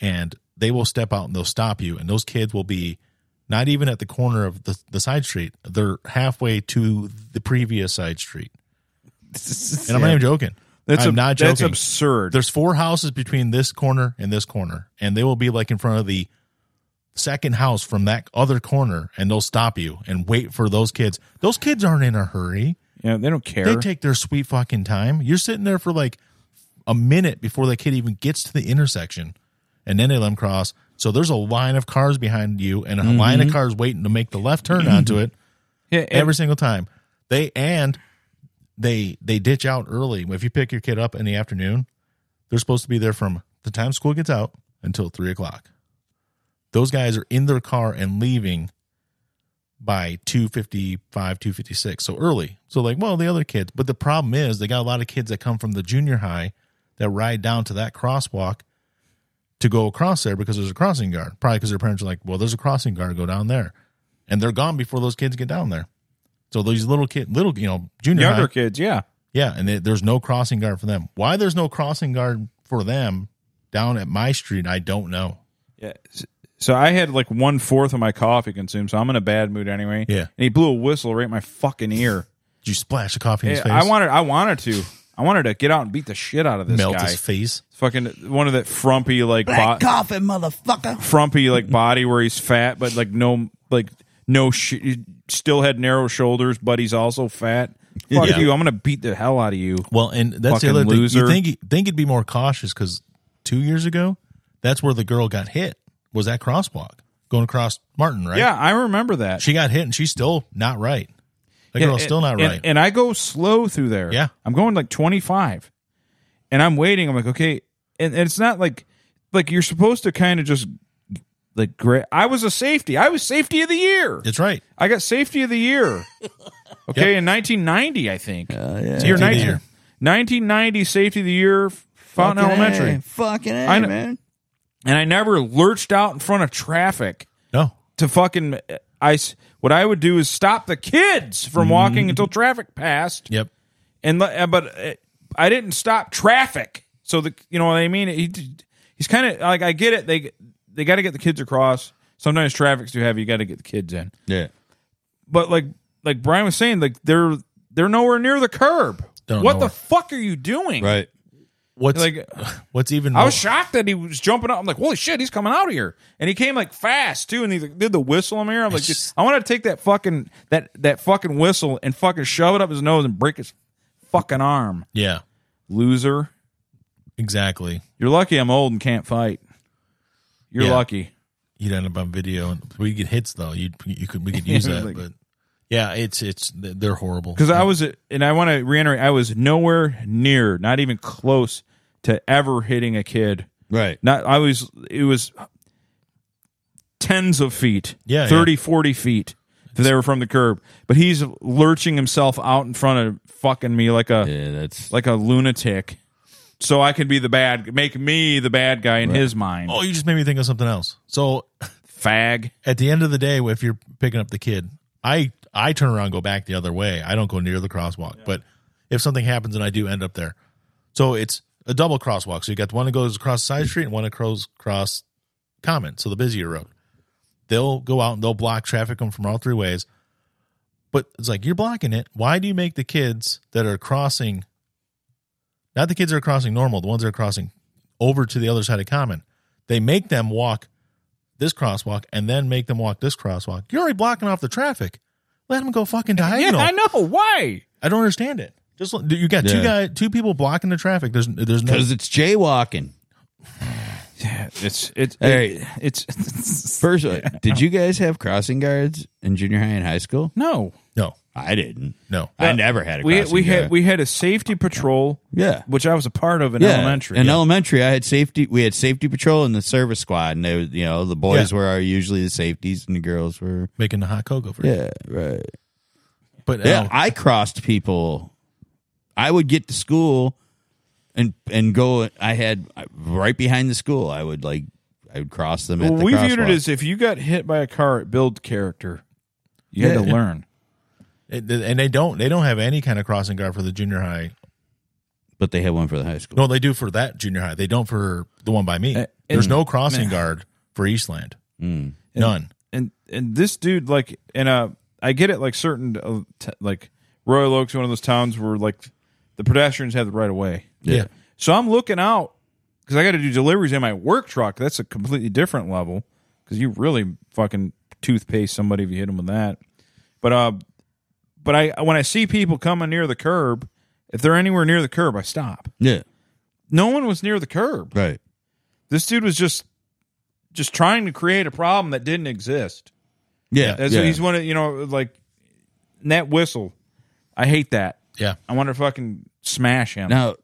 S4: And they will step out and they'll stop you and those kids will be not even at the corner of the, the side street. They're halfway to the previous side street. And I'm not even joking. I'm
S2: ab-
S4: not joking.
S2: That's absurd.
S4: There's four houses between this corner and this corner, and they will be like in front of the second house from that other corner and they'll stop you and wait for those kids. Those kids aren't in a hurry.
S2: Yeah, they don't care.
S4: They take their sweet fucking time. You're sitting there for like a minute before the kid even gets to the intersection and then they let him cross. So there's a line of cars behind you and a line of cars waiting to make the left turn onto it
S2: yeah, and-
S4: every single time. They and they they ditch out early. If you pick your kid up in the afternoon, they're supposed to be there from the time school gets out until three o'clock. Those guys are in their car and leaving by two fifty five, two fifty six, so early. So like, well, the other kids. But the problem is, they got a lot of kids that come from the junior high that ride down to that crosswalk to go across there because there's a crossing guard. Probably because their parents are like, well, there's a crossing guard, go down there, and they're gone before those kids get down there. So these little kid, little you know, junior high,
S2: younger kids. Yeah,
S4: yeah, and there- there's no crossing guard for them. Why there's no crossing guard for them down at my street, I don't know.
S2: Yeah. s- So I had like one fourth of my coffee consumed, so I'm in a bad mood anyway.
S4: Yeah.
S2: And he blew a whistle right in my fucking ear.
S4: Did you splash the coffee in his
S2: Yeah,
S4: face?
S2: I wanted, I wanted to, I wanted to get out and beat the shit out of this
S4: melt
S2: guy.
S4: his face.
S2: Fucking one of that frumpy like bo-
S3: coffin, motherfucker.
S2: frumpy like body where he's fat, but like no, like no, sh- he still had narrow shoulders, but he's also fat. Fuck
S4: Yeah.
S2: you! I'm gonna beat the hell out of you.
S4: Well, and that's
S2: Fucking
S4: the other
S2: loser.
S4: thing. You think think he'd be more cautious because two years ago, that's where the girl got hit. Was that crosswalk going across Martin? Right?
S2: Yeah, I remember that.
S4: She got hit and she's still not right. The
S2: Yeah,
S4: girl's
S2: and-
S4: still
S2: and-
S4: not right.
S2: And I go slow through there.
S4: Yeah.
S2: I'm going like 25 and I'm waiting. I'm like, okay. And, and it's not like, like you're supposed to kind of just like, gra- I was a safety. I was safety of the year.
S4: it's right.
S2: I got safety of the year. Okay. In 1990, I think.
S3: yeah.
S2: Year
S4: Safety of the
S2: 19-
S4: year.
S2: 1990 safety of the year, Fountain Elementary.
S3: Fucking A,
S2: I know-
S3: man.
S2: And I never lurched out in front of traffic
S4: No,
S2: to fucking, uh, I, s- what I would do is stop the kids from walking until traffic passed.
S4: Mm-hmm. Yep.
S2: and le- uh, but uh, I didn't stop traffic. So the you know what I mean. He he's kind of like I get it. They they got to get the kids across. Sometimes traffic's too heavy. You got to get the kids in.
S3: Yeah.
S2: But like like Brian was saying, like they're they're nowhere near the curb.
S4: Don't
S2: what
S4: nowhere.
S2: the fuck are you doing?
S3: Right.
S4: What's
S2: Like
S4: what's even?
S2: I
S4: more-
S2: was shocked that he was jumping up. I'm like, holy shit, he's coming out of here, and he came like fast too, and he like, did the whistle in my ear. I'm like, dude, I want to take that fucking that that fucking whistle and fucking shove it up his nose and break his fucking arm,
S4: yeah,
S2: loser.
S4: exactly.
S2: You're lucky I'm old and can't fight. You're
S4: Yeah.
S2: lucky.
S4: you'd end up on video and we get hits though you you could we could use that
S2: Like-
S4: but yeah it's it's they're horrible
S2: Because I was, and I want to reiterate, I was nowhere near, not even close to ever hitting a kid.
S3: Right.
S2: Not, I was, it was tens of feet,
S4: Yeah, yeah.
S2: 30, 40 feet that they were from the curb. But he's lurching himself out in front of fucking me like a,
S3: Yeah, that's
S2: like a lunatic. So I could be the bad, make me the bad guy in his mind.
S4: oh you just made me think of something else so
S2: Fag.
S4: at the end of the day if you're picking up the kid i i turn around and go back the other way i don't go near the crosswalk but if something happens and i do end up there so it's a double crosswalk so you got the one that goes across the side street and one that goes across common so the busier road they'll go out and they'll block traffic come from all three ways but it's like you're blocking it why do you make the kids that are crossing not the kids that are crossing normal the ones that are crossing over to the other side of common they make them walk this crosswalk and then make them walk this crosswalk you're already blocking off the traffic let them go fucking
S2: Yeah,
S4: diagonal
S2: I know. Why?
S4: I don't understand it. Just let- you got two
S3: Yeah.
S4: guy, two people blocking the traffic. There's there's no
S3: because it's jaywalking.
S2: It's it's
S3: Hey.
S2: it's
S3: First, uh, did you guys have crossing guards in junior high and high school?
S2: no.
S4: no
S3: I didn't.
S4: no.
S3: I never had a
S2: We
S3: crossing
S2: we had
S3: guard.
S2: we had a safety patrol,
S3: yeah.
S2: which I was a part of in
S3: Yeah.
S2: elementary.
S3: In elementary, I had safety. We had safety patrol and the service squad, and they, was- you know, the boys
S4: Yeah.
S3: were our, usually the safeties, and the girls were.
S4: Making the hot cocoa for you.
S3: Yeah, right.
S4: But
S3: Yeah,
S4: uh,
S3: I crossed people. I would get to school and and go. I had right behind the school. I would like I would cross them. At
S2: Well,
S3: the
S2: we viewed it
S3: crosswalk.
S2: as if you got hit by a car, it built character. You had to
S3: Yeah.
S2: learn.
S4: it- and they don't they don't have any kind of crossing guard for the junior high.
S3: but they had one for the high school.
S4: No, they do for that junior high. They don't for the one by me.
S2: Uh,
S4: there's
S2: and-
S4: no crossing guard for Eastland.
S3: Mm.
S4: None.
S2: And and this dude like and uh I get it like certain uh, t- like Royal Oaks one of those towns where like the pedestrians have the right of way.
S4: Yeah.
S2: So I'm looking out because I got to do deliveries in my work truck. That's a completely different level. because you really fucking toothpaste somebody if you hit them with that. But uh, but I when I see people coming near the curb, if they're anywhere near the curb, I stop.
S3: Yeah.
S2: No one was near the curb.
S3: Right.
S2: This dude was just just trying to create a problem that didn't exist.
S3: Yeah.
S2: That's
S3: yeah.
S2: he's one of you know like and that whistle. I hate that.
S4: Yeah.
S2: I want to fucking smash him.
S3: now,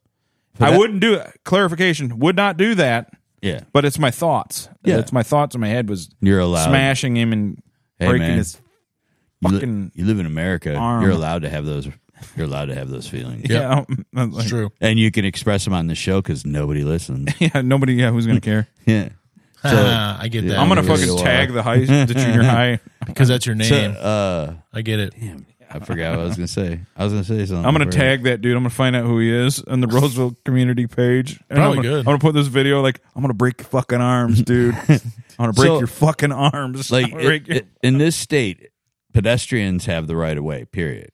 S3: for
S2: I
S3: that-
S2: wouldn't do it. Clarification: would not do that.
S3: Yeah.
S2: But it's my thoughts.
S3: Yeah.
S2: it's my thoughts in my head was
S3: You're allowed.
S2: smashing him and
S3: Hey,
S2: breaking
S3: man.
S2: his.
S3: You li-
S2: fucking
S3: you live in America.
S2: arm.
S3: You're allowed to have those. You're allowed to have those feelings.
S2: Yeah, I was like,
S4: It's true.
S3: And you can express them on the show because nobody listens.
S2: yeah. Nobody. Yeah, who's gonna care?
S3: yeah.
S4: I get that.
S2: I'm gonna
S3: Yeah,
S2: fucking
S3: you are.
S2: tag the high, the junior high.
S4: because that's your name.
S3: So, uh,
S4: I get it.
S3: damn, I forgot what I was gonna say. I was gonna say something.
S2: I'm gonna
S3: for-
S2: tag that dude. I'm gonna find out who he is on the Roseville community page. And
S4: Probably
S2: I'm gonna,
S4: good.
S2: I'm gonna put this video like I'm gonna break your fucking arms, dude. I'm gonna break
S3: So-
S2: your fucking arms. I'm
S3: like
S2: gonna break
S3: it-
S2: your-
S3: it- in this state, pedestrians have the right of way. Period.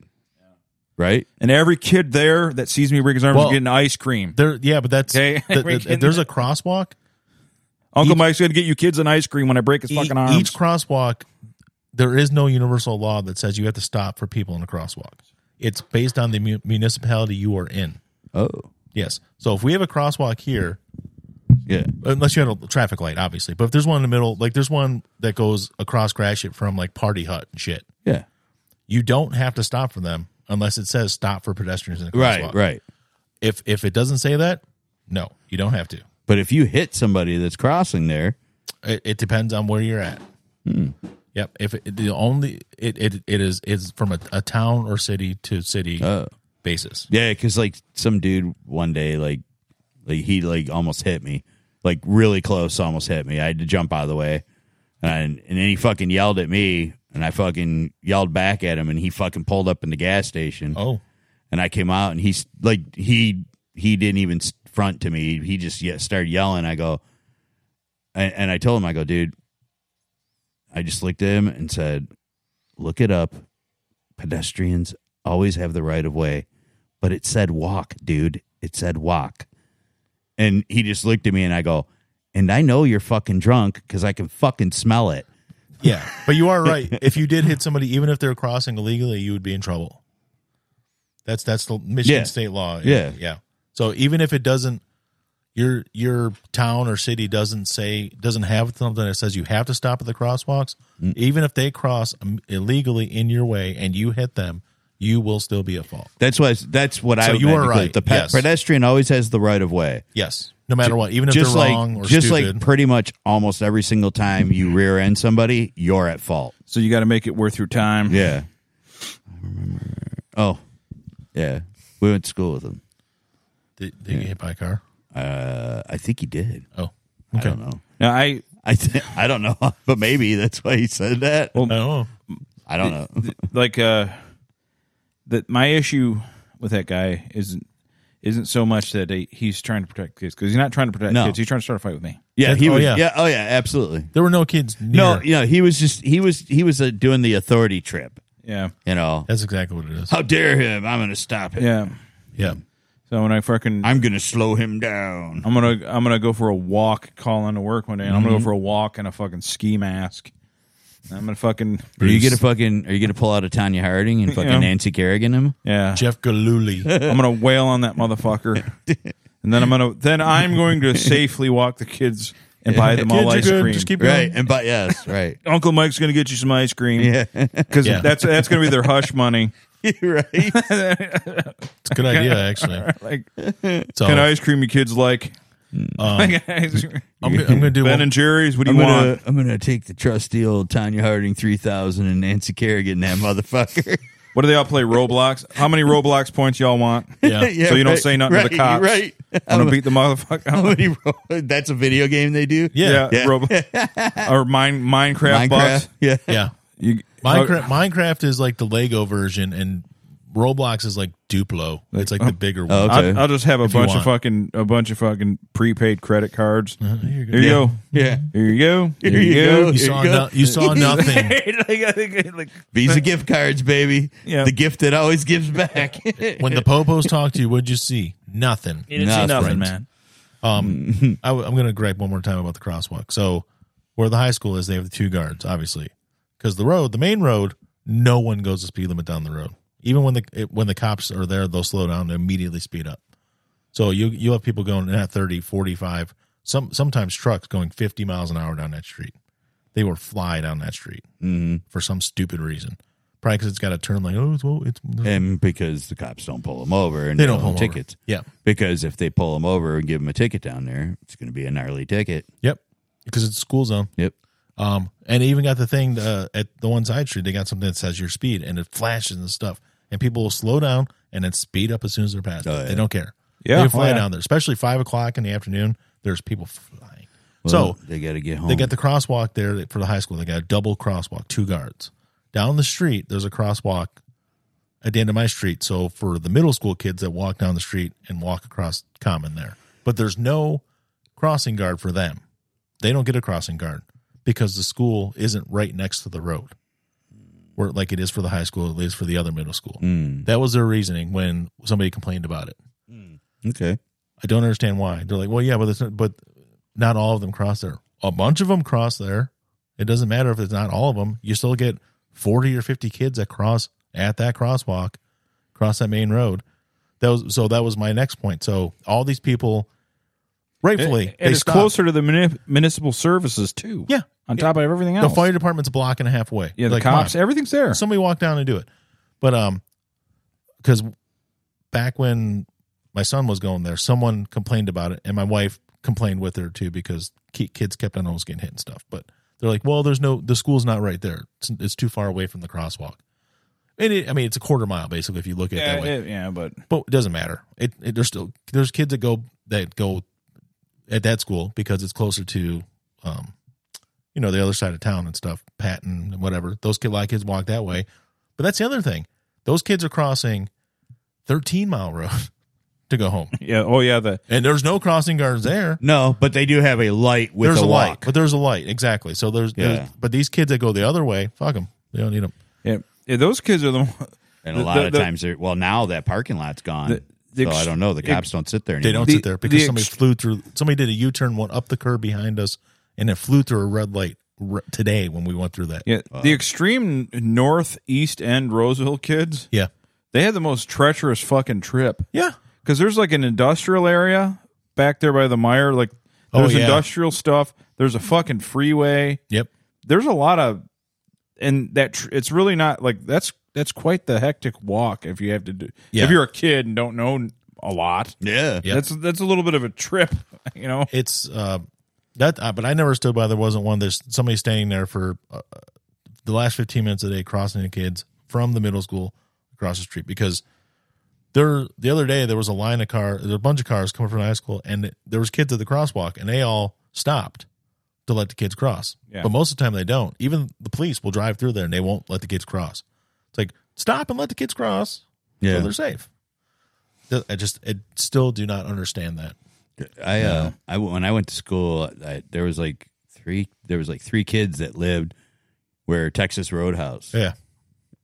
S3: Right.
S2: and every kid there that sees me break his arms
S4: Well-
S2: is getting ice cream.
S4: There, yeah, but that's
S2: Okay.
S4: th-
S2: We
S4: th-
S2: can-
S4: there's a crosswalk.
S2: Uncle Mike's gonna get you kids an ice cream when I break his
S4: E-
S2: fucking arms.
S4: Each crosswalk, there is no universal law that says you have to stop for people in a crosswalk. It's based on the mu- municipality you are in.
S3: Oh.
S4: Yes. So if we have a crosswalk here,
S3: Yeah.
S4: unless you had a traffic light, obviously, but if there's one in the middle, like there's one that goes across Gratiot from like Party Hut and shit,
S3: Yeah.
S4: you don't have to stop for them unless it says stop for pedestrians in a
S3: Right.
S4: crosswalk.
S3: Right.
S4: If if it doesn't say that, no, you don't have to.
S3: But if you hit somebody that's crossing there,
S4: It, it depends on where you're at.
S3: Hmm.
S4: Yep. If it, the only it, it it is is from a, a town or city to city
S3: Oh.
S4: basis.
S3: Yeah, because like some dude one day, like, like he like almost hit me, like really close, almost hit me. I had to jump out of the way, and I, and then he fucking yelled at me, and I fucking yelled back at him, and he fucking pulled up in the gas station,
S4: Oh,
S3: and I came out, and he's like he he didn't even s- front to me, he just ye- started yelling. I go, and, and I told him, I go, dude, I just looked at him and said, look it up. Pedestrians always have the right of way, but it said walk, dude. It said walk. And he just looked at me and I go, and I know you're fucking drunk because I can fucking smell it.
S4: yeah. But you are right. if you did hit somebody, even if they're crossing illegally, you would be in trouble. That's that's the Michigan
S3: Yeah.
S4: state law.
S3: Yeah.
S4: yeah. So even if it doesn't, your your town or city doesn't say doesn't have something that says you have to stop at the crosswalks.
S3: Mm.
S4: Even if they cross um, illegally in your way and you hit them, you will still be at fault.
S3: That's what that's what I
S4: So you
S3: meant,
S4: are
S3: because
S4: right,
S3: The pe-
S4: yes.
S3: pedestrian always has the right of way.
S4: Yes, no matter what, even if
S3: just
S4: they're
S3: like
S4: wrong or
S3: just
S4: stupid.
S3: like pretty much almost every single time you rear end somebody, you're at fault.
S2: so you got to make it worth your time.
S3: Yeah. I remember. Oh, yeah. We went to school with him.
S4: did, did you get hit by a car?
S3: Uh, I think he did.
S4: Oh,
S3: I don't know.
S2: Now I
S3: I th- I don't know, but maybe that's why he said that.
S2: Well-
S4: No,
S3: I don't know.
S2: like uh that my issue with that guy isn't isn't so much that he- he's trying to protect kids because he's not trying to protect
S3: No.
S2: kids he's trying to start a fight with me
S3: Yeah, he
S4: Oh,
S3: was.
S4: yeah.
S3: Yeah. oh yeah, absolutely.
S4: there were no kids. Near.
S3: No, you know, he was just he was he was uh, doing the authority trip.
S2: yeah
S3: You know,
S4: that's exactly what it is.
S3: how dare him? I'm going to stop him.
S2: yeah
S4: Yeah,
S2: so when i fucking
S3: I'm going to slow him down.
S2: I'm gonna I'm gonna go for a walk, call into work one day, and I'm gonna go for a walk in a fucking ski mask. And I'm gonna fucking
S3: Are you gonna fucking? Are you gonna pull out a Tanya Harding and fucking
S2: Yeah.
S3: Nancy Kerrigan him?
S2: yeah.
S4: Jeff Galooly.
S2: I'm gonna wail on that motherfucker, and then I'm gonna then I'm going to safely walk the kids and buy them all ice
S4: Kids, you're good.
S2: cream.
S4: Just keep
S3: Right,
S4: going.
S3: and but yes, right,
S2: Uncle Mike's gonna get you some ice cream. Yeah, because
S4: Yeah.
S2: that's that's gonna be their hush money.
S3: right.
S4: It's a good idea actually.
S2: Like, oh. Mm.
S4: So
S2: kind of ice cream you kids like.
S4: um, I'm, gonna- I'm gonna do
S2: ben
S4: one,
S2: and Jerry's. What do
S3: I'm
S2: you
S3: gonna,
S2: want?
S3: I'm gonna take the trusty old Tanya Harding 3000 and Nancy Kerrigan, that motherfucker.
S2: What do they all play? Roblox. How many Roblox points y'all want?
S4: Yeah.
S2: So you don't say nothing to the cops.
S3: Right.
S2: I'm gonna beat the motherfucker.
S3: How many ro- that's a video game they do?
S2: Yeah,
S4: Yeah.
S3: Yeah.
S2: Robo- or mine, Minecraft,
S3: Minecraft.
S2: bots.
S3: Yeah.
S4: Yeah.
S2: You,
S4: Minecraft Minecraft is like the Lego version and Roblox is like Duplo. It's like the bigger one.
S3: Oh,
S2: I'll,
S3: Okay.
S2: I'll just have a
S4: you
S2: bunch of
S4: want.
S2: fucking a bunch of fucking prepaid credit cards.
S4: Here you go.
S2: Here you go.
S3: Yeah.
S2: Here you go. Here,
S3: you go.
S4: You
S3: Here
S4: saw
S3: you go.
S4: no, you saw nothing.
S2: like, I think, like,
S3: Visa gift cards, baby.
S2: Yeah.
S3: The gift that always gives back.
S4: When the popos talk to you, what'd you see? Nothing.
S2: you didn't see nothing,
S3: Nothing.
S2: man.
S4: I, am going to gripe one more time about the crosswalk. So where the high school is, they have the two guards, obviously, because the road, the main road, no one goes the speed limit down the road. Even when the it, when the cops are there, they'll slow down and immediately speed up. So you you have people going at 30, 45, some sometimes trucks going 50 miles an hour down that street. They were fly down that street
S3: Mhm.
S4: for some stupid reason. Probably because it's got a turn like oh it's well it's
S3: and because the cops don't pull them over and
S4: they don't pull 'em over.
S3: tickets.
S4: Yeah,
S3: Because if they pull them over and give them a ticket down there, it's going to be a gnarly ticket.
S4: yep, because it's a school zone.
S3: Yep.
S4: Um, and they even got the thing uh, at the one side street. They got something that says your speed, and it flashes and stuff. And people will slow down and then speed up as soon as they're past.
S3: Oh, yeah.
S4: They don't care.
S2: Yeah.
S4: they fly
S2: Oh, yeah.
S4: down there, especially five o'clock in the afternoon. There's people flying. so
S3: Well, they got to get home.
S4: they got the crosswalk there that- for the high school. They got a double crosswalk, two guards. Down the street, there's a crosswalk at the end of my street. So for the middle school kids that walk down the street and walk across common there, but there's no crossing guard for them. They don't get a crossing guard because the school isn't right next to the road, where like it is for the high school, it is for the other middle school.
S3: Mm,
S4: That was their reasoning when somebody complained about it.
S3: okay.
S4: I don't understand why. They're like, well, yeah, but it's not, but not all of them cross there. A bunch of them cross there. It doesn't matter if it's not all of them. You still get forty or fifty kids that cross at that crosswalk, cross that main road. That was so. That was my next point. So all these people, rightfully,
S2: And and it's
S4: stopped.
S2: closer to the muni- municipal services too.
S4: Yeah.
S2: On top of everything
S4: The
S2: else.
S4: fire department's a block and a half away.
S2: yeah, the
S4: Like, come on.
S2: cops, everything's there.
S4: Somebody walk down and do it. But um, because back when my son was going there, someone complained about it, and my wife complained with her too because ki- kids kept on almost getting hit and stuff. But they're like, "Well, there's no the school's not right there. It's, it's too far away from the crosswalk." And it, I mean, it's a quarter mile basically if you look at it
S2: yeah,
S4: that way.
S2: it- yeah, but
S4: but it doesn't matter. It, it there's still there's kids that go that go at that school because it's closer to um you know the other side of town and stuff patton and whatever those kid, a lot of kids walk that way but that's the other thing those kids are crossing 13 mile road to go home
S2: yeah, oh yeah, the
S4: and there's no crossing guards there
S3: No, but they do have a light with
S4: there's
S3: a,
S4: a, light
S3: walk.
S4: but there's a light exactly so there's, there's-
S3: Yeah.
S4: but these kids that go the other way fuck them they don't need them
S2: yeah, yeah, those kids are the one-
S3: And a
S2: The-
S3: lot
S2: the-
S3: of
S2: the-
S3: times, they're, well, now that parking lot's gone.
S2: The- the
S3: so
S2: ex-
S3: I don't know. The
S2: ex-
S3: cops don't sit there
S4: They
S3: anymore.
S4: don't
S2: The-
S4: sit there because
S2: the
S4: somebody
S2: ex-
S4: flew through. Somebody did a U turn, went up the curb behind us, and it flew through a red light r- today when we went through that.
S2: yeah, the extreme northeast end Roseville kids.
S4: yeah,
S2: They had the most treacherous fucking trip.
S4: yeah.
S2: because there's like an industrial area back there by the mire. Like
S4: Oh,
S2: there's
S4: yeah.
S2: industrial stuff. There's a fucking freeway.
S4: Yep.
S2: There's a lot of, and that tr- it's really not like that's that's quite the hectic walk if you have to do.
S4: Yeah.
S2: If you're a kid and don't know a lot,
S3: Yeah.
S4: Yeah.
S2: that's that's a little bit of a trip, you know.
S4: It's uh, that. Uh, but I never stood by. There wasn't one. There's somebody standing there for uh, the last 15 minutes of the day, crossing the kids from the middle school across the street because there. The other day, there was a line of car. There were a bunch of cars coming from the high school, and there was kids at the crosswalk, and they all stopped. To let the kids cross,
S2: Yeah.
S4: but most of the time they don't. Even the police will drive through there and they won't let the kids cross. It's like stop and let the kids cross. so they're safe. Th- I just I still do not understand that.
S3: I uh, I when I went to school, I, there was like three there was like three kids that lived where Texas Roadhouse
S4: Yeah.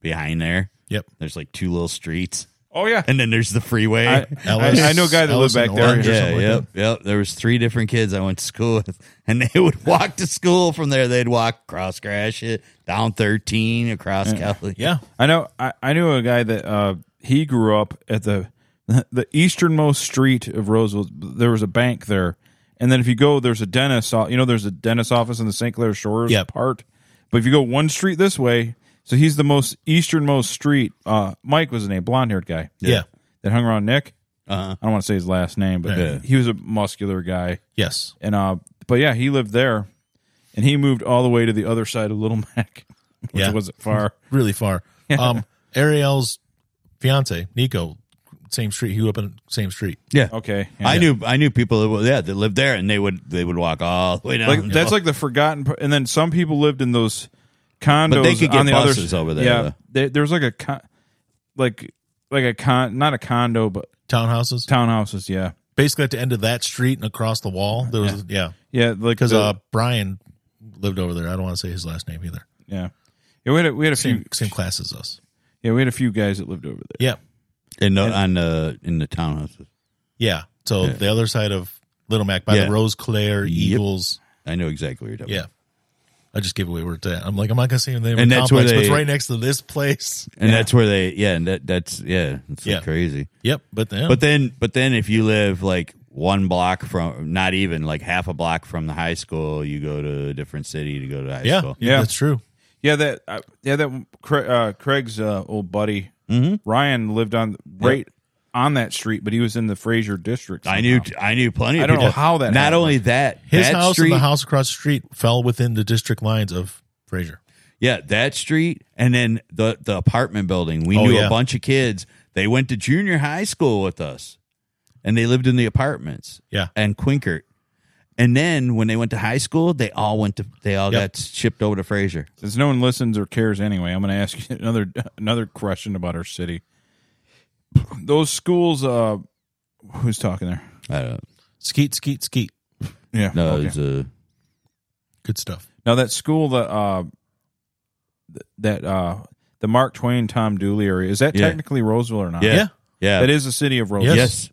S3: behind there.
S4: Yep.
S3: There's like two little streets,
S2: Oh yeah,
S3: and then there's the freeway.
S2: I,
S4: Ellis-
S2: I, I know a guy that
S4: Ellis
S2: lived back
S4: and
S2: there.
S4: Orange or
S3: yeah,
S4: something like
S3: yep, yep. There was three different kids I went to school with, and they would walk to school from there. They'd walk cross crash it down thirteen across Kelly.
S4: Yeah.
S2: I know. I, I knew a guy that uh, he grew up at the the easternmost street of Roseville. There was a bank there, and then if you go, there's a dentist. o- You know, there's a dentist office in the St. Clair Shores
S4: Yep.
S2: part. But if you go one street this way, so he's the most easternmost street. Uh, Mike was the name, blonde haired guy
S4: Yeah.
S2: that hung around Nick.
S3: Uh-huh.
S2: I don't want to say his last name, but
S4: Yeah.
S2: he was a muscular guy,
S4: Yes.
S2: and uh, but yeah, he lived there, and he moved all the way to the other side of Little Mac, which
S4: Yeah.
S2: wasn't far.
S4: Really far. um Ariel's fiance, Nico, same street. He grew up in same street.
S3: yeah.
S2: Okay, yeah.
S3: I knew I knew people that were, yeah that lived there, and they would they would walk all the way down.
S2: like that's like the forgotten part. and then some people lived in those condos
S3: But they could get
S2: on the
S3: buses
S2: other
S3: over there,
S2: yeah
S3: though.
S2: there, there's like a con- like like a con not a condo but
S4: Townhouses.
S2: townhouses yeah
S4: Basically at the end of that street and across the wall. There was yeah.
S2: yeah like
S4: Because
S2: the-
S4: uh Brian lived over there. I don't want to say his last name either.
S2: yeah yeah we had a, we had a few
S4: Same same class as us.
S2: yeah we had a few guys that lived over there
S4: Yeah.
S3: in the, on the in the townhouses.
S4: Yeah. So the other side of Little Mac by
S3: Yeah.
S4: the Rose Claire Eagles.
S3: I know exactly what you're talking.
S4: Yeah. I just give away where it's at. I'm like, I'm not gonna say the name
S3: And
S4: of the
S3: that's
S4: complex,
S3: where
S4: but it's
S3: they-
S4: right next to this place.
S3: and that's where they yeah, and that that's yeah, it's like
S4: Yeah.
S3: crazy.
S4: Yep, but then
S3: But then, but then, if you live like one block from, not even like half a block from the high school, you go to a different city to go to high
S4: yeah,
S3: school.
S2: Yeah.
S4: that's true.
S2: Yeah, that uh, yeah that Cra- uh, Craig's uh, old buddy
S3: Mhm.
S2: Ryan lived on right on that street, but he was in the Fraser district.
S3: I knew,
S2: somehow.
S3: I knew plenty.
S2: I
S3: of
S2: don't know
S3: people.
S2: how that
S3: Not
S2: happened.
S3: only that,
S4: His
S3: that
S4: house
S3: street,
S4: and the house across the street fell within the district lines of Fraser.
S3: yeah, that street, and then the the apartment building. We
S4: Oh,
S3: knew
S4: yeah.
S3: a bunch of kids. They went to junior high school with us, and they lived in the apartments.
S4: Yeah.
S3: and Quinkert. And then when they went to high school, they all went to they all
S4: Yep.
S3: got shipped over to Fraser.
S2: since no one listens or cares anyway, I'm going to ask you another another question about our city. Those schools. Uh, who's talking there?
S3: I don't
S4: Skeet, skeet, skeet.
S2: Yeah.
S3: know. Uh, No,
S2: okay.
S3: it was uh, a
S4: Good stuff.
S2: Now that school that uh, th- that uh, the Mark Twain Tom Dooley area is that
S3: Yeah.
S2: technically Roseville or not?
S3: yeah, yeah.
S4: Yeah.
S2: That is the city of Roseville.
S3: yes.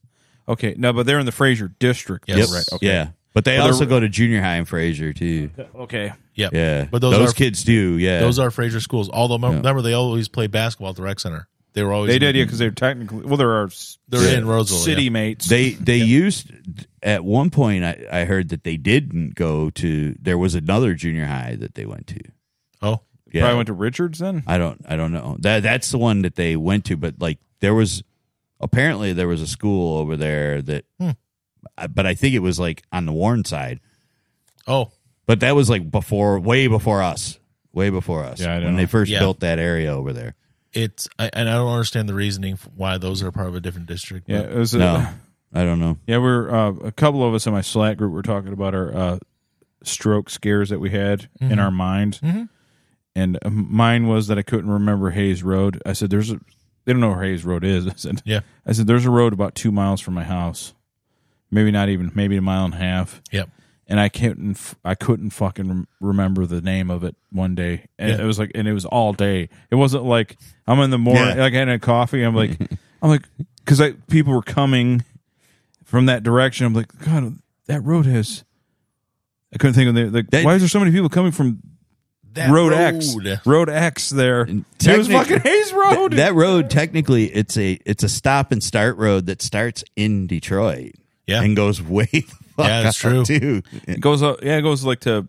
S2: Okay. No, but they're in the Fraser district. though,
S4: Yes.
S2: Right. Okay.
S3: Yeah. But they
S2: Well, they're-
S3: also go to junior high in Fraser too.
S2: Okay.
S4: Yep.
S3: Yeah.
S4: But those are-
S3: kids do, yeah.
S4: Those are Fraser schools. Although remember, remember, they always play basketball at the rec center. They were always
S2: They did, yeah, because they're technically well, they're our s-
S4: They're
S2: ci-
S4: in Roseville,
S2: city
S4: yeah.
S2: mates.
S3: they they used at one point I, I heard that they didn't go to there was another junior high that they went to.
S4: Oh,
S3: Yeah.
S2: probably went to Richards then.
S3: I don't I don't know. That that's the one that they went to, but like there was apparently there was a school over there that
S2: Hmm.
S3: I- but I think it was like on the Warren side.
S4: oh,
S3: But that was like before way before us. Way before us.
S2: Yeah, I don't
S3: when
S2: know.
S3: they first
S4: Yeah.
S3: built that area over there.
S4: it's I, and I don't understand the reasoning for why those are part of a different district.
S2: Yeah,
S4: but-
S2: it was. A,
S3: No. I don't know.
S2: Yeah, we're uh, a couple of us in my Slack group were talking about our uh, stroke scares that we had in our mind,
S4: Mhm.
S2: and uh, mine was that I couldn't remember Hayes Road. I said, "There's a." They don't know where Hayes Road is. I said,
S4: Yeah.
S2: I said, "There's a road about two miles from my house, maybe not even, maybe a mile and a half."
S4: Yep.
S2: and I can't, I couldn't fucking rem- remember the name of it one day. And
S4: Yeah.
S2: it was like, and it was all day. It wasn't like I'm in the morning,
S3: Yeah.
S2: like I had a coffee. I'm like, I'm like, because I people were coming from that direction. I'm like, God, that road has. I couldn't think of the like.
S3: That-
S2: why is there so many people coming from
S4: That
S2: road, X?
S4: road.
S2: Road X there.
S3: And
S2: It was
S3: technic-
S2: fucking Hayes Road.
S3: Th- that road technically it's a it's a stop and start road that starts in Detroit.
S4: Yeah.
S3: And goes way the fuck
S4: Yeah, that's
S3: out,
S4: true.
S3: too.
S2: it goes up. Yeah, it goes like to.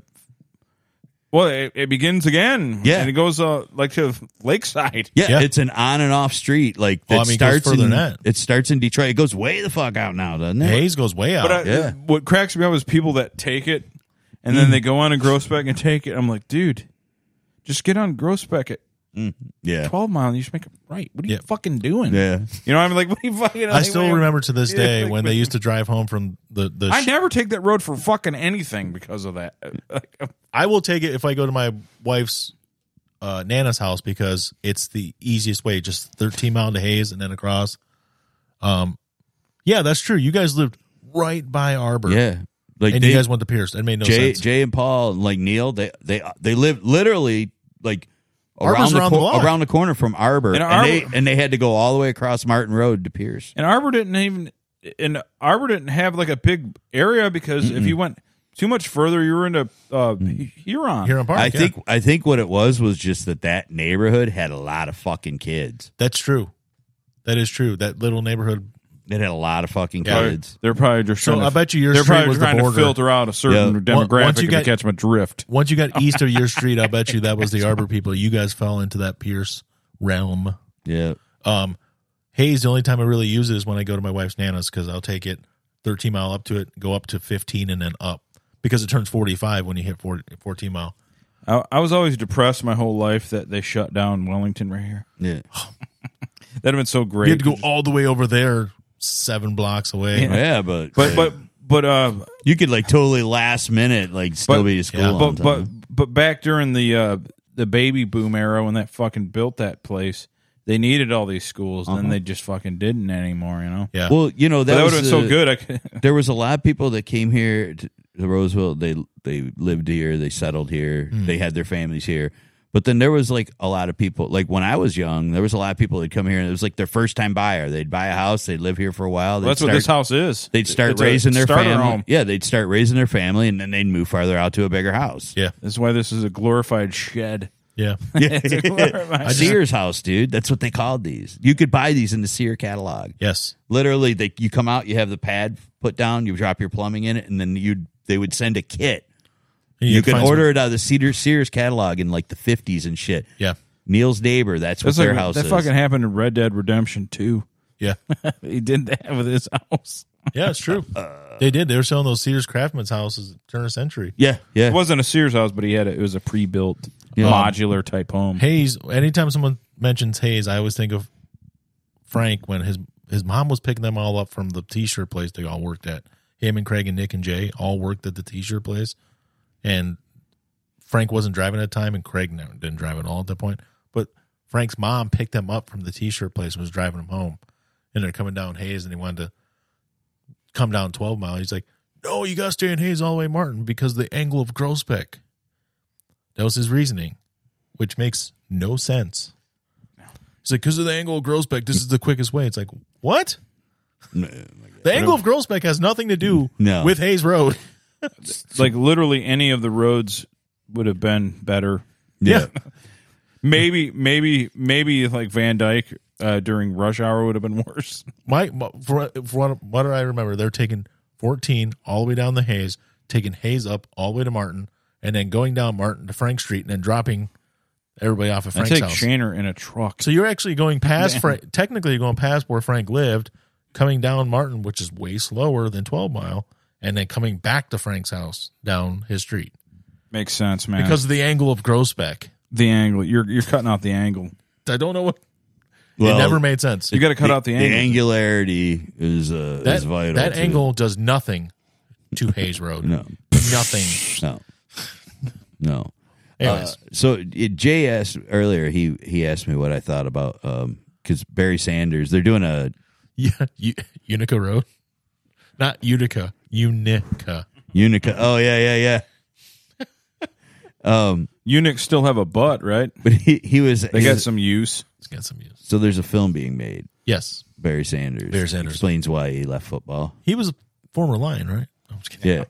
S2: Well, it, it begins again.
S3: Yeah.
S2: and it goes uh, like to Lakeside.
S3: Yeah,
S4: Yeah.
S3: it's an on and off street. Like
S4: Well,
S3: that
S4: I mean, it goes
S3: starts
S4: further
S3: in,
S4: than that.
S3: it starts in Detroit. It goes way the fuck out now, doesn't it?
S4: Hayes goes way out.
S2: But I,
S3: yeah.
S2: what cracks me up is people that take it and then they
S4: Mm.
S2: go on a grow spec and take it. I'm like, dude, just get on grow spec at
S3: Yeah,
S2: 12 mile and you just make it right. What are you
S4: Yeah.
S2: fucking doing?
S3: yeah.
S2: You know what I mean? Like, what are you fucking
S4: I still remember to this
S2: Yeah,
S4: day
S2: like,
S4: when
S2: but-
S4: they used to drive home from the the.
S2: I
S4: sh-
S2: never take that road for fucking anything because of that. Like,
S4: I will take it if I go to my wife's uh, nana's house because it's the easiest way. Just thirteen mile to Hayes and then across. Um, yeah, that's true. You guys lived right by Arbor,
S3: yeah. Like
S4: and
S3: they,
S4: you guys went to Pierce. It made no
S3: Jay,
S4: sense.
S3: Jay and Paul, and like Neil, they they they live literally like around
S4: Arbor's
S3: the,
S4: around
S3: cor-
S4: the block.
S3: around the corner from Arbor,
S2: And
S3: and,
S2: Arbor-
S3: they and they had to go all the way across Martin Road to Pierce.
S2: and Arbor didn't even, and Arbor didn't have like a big area because if you went too much further, you were into uh,
S4: Mm.
S2: Huron.
S4: Here in Park,
S3: I
S4: yeah.
S3: think I think what it was was just that that neighborhood had a lot of fucking kids.
S4: that's true. That is true. That little neighborhood.
S3: It had a lot of fucking
S4: Yeah.
S3: kids.
S2: They're probably just
S4: So
S2: trying to-
S4: I bet you your
S2: they're
S4: street
S2: probably
S4: was the
S2: trying to
S4: border.
S2: filter out a certain
S3: Yeah.
S2: demographic
S4: Once- once you
S2: if
S4: got-
S2: they catch them drift.
S4: Once you got east of your street, I bet you that was the Arbor people. You guys fell into that Pierce realm.
S3: Yeah,
S4: Um, Hayes, the only time I really use it is when I go to my wife's nana's because I'll take it 13 mile up to it, go up to 15 and then up because it turns 45 when you hit 40, 14 mile.
S2: I, I was always depressed my whole life that they shut down Wellington right here.
S3: yeah,
S2: That'd have been so great.
S4: You had to go all the way over there, seven blocks away.
S2: Yeah.
S3: yeah. But
S2: but but but uh
S3: you could like totally last minute like still
S2: But-
S3: be to school.
S4: yeah.
S2: but
S3: on
S2: but
S3: time.
S2: but back during the uh the baby boom era when that fucking built that place, they needed all these schools, then they just fucking didn't anymore. You know.
S4: Yeah.
S3: well, you know
S2: But
S3: Uh-huh. that,
S2: that would have
S3: was
S2: been
S3: a-
S2: so good. I could,
S3: There was a lot of people that came
S2: Hmm.
S3: here to, to Roseville. They they lived here. They settled here. They had their families here. But then there was like a lot of people, like when I was young, there was a lot of people that come here and it was like their first time buyer. They'd buy a house, they'd live here for a
S2: Well,
S3: while.
S2: that's
S3: they'd
S2: what this
S3: start-
S2: house is.
S3: They'd start
S2: It's a
S3: raising their
S2: starter
S3: family.
S2: home.
S3: Yeah, they'd start raising their family and then they'd move farther out to a bigger house.
S4: Yeah.
S2: That's why this is a glorified shed.
S4: Yeah.
S2: It's a glorified-
S3: Sears house, dude. That's what they called these. You could buy these in the Sears catalog.
S4: yes.
S3: Literally, they you come out, you have the pad put down, you drop your plumbing in it, and then you would they would send a kit.
S4: And
S3: You,
S4: could
S3: could
S4: find
S3: order it out of the Cedar Sears catalog in like the fifties and shit.
S4: some- yeah.
S3: Neil's neighbor, that's what
S2: That's
S3: their
S2: like-
S3: house
S2: that
S3: is.
S2: fucking happened in Red Dead Redemption 2.
S4: Yeah.
S2: He did that with his house.
S4: Yeah, it's true.
S3: Uh,
S4: they did. They were selling those Sears Craftsman's houses at turn of century.
S3: yeah, yeah.
S2: It wasn't a Sears house, but he had a, it was a pre-built
S3: Yeah.
S2: modular type home.
S4: Hayes. Anytime someone mentions Hayes, I always think of Frank when his his mom was picking them all up from the T-shirt place they all worked at. Him and Craig and Nick and Jay all worked at the T-shirt place, and Frank wasn't driving at the time, and Craig never, didn't drive at all at that point. But Frank's mom picked them up from the T-shirt place and was driving them home, and they're coming down Hayes, and he wanted to come down twelve mile. He's like, "No, you got to stay in Hayes all the way, Martin, because the angle of Grosbeck." That was his reasoning which makes no sense. He's like, because of the angle of Grosbeck, this is the quickest way. It's like, what? the angle of Grosbeck has nothing to do
S3: No.
S4: with Hayes Road.
S2: Like literally any of the roads would have been better.
S3: yeah.
S2: Maybe, maybe, maybe like Van Dyke uh, during rush hour would have been worse.
S4: My, my for, for what, what I remember, they're taking 14 all the way down the Hayes, taking Hayes up all the way to Martin, and then going down Martin to Frank Street, and then dropping everybody off at
S2: I
S4: Frank's
S2: take
S4: house.
S2: Shaner in a truck.
S4: So you're actually going past
S2: Man.
S4: Frank. Technically, you're going past where Frank lived, coming down Martin, which is way slower than 12 mile, and then coming back to Frank's house down his street.
S2: Makes sense, man.
S4: because of the angle of Grosbeck.
S2: the angle you're you're cutting out the angle.
S4: I don't know what
S3: Well,
S4: it never made sense.
S2: You got to cut
S3: the,
S2: out the
S3: the
S2: angle.
S3: angularity is uh,
S4: that
S3: is vital.
S4: that
S3: to-
S4: angle does nothing to Hayes Road.
S3: No.
S4: Nothing.
S3: No. No.
S4: Anyways,
S3: Uh, so it, Jay asked earlier. He he asked me what I thought about because Barry Sanders. They're doing a
S4: yeah, U- Unica Road, not Utica, Unica.
S3: Unica. Oh yeah yeah yeah. um,
S2: Eunuchs still have a butt, right?
S3: but he he was
S2: They got some use.
S4: It's got some use.
S3: so there's a film being made.
S4: Yes,
S3: Barry Sanders.
S4: Barry Sanders.
S3: explains why he left football.
S4: he was a former Lion, right? I'm just kidding.
S3: Yeah,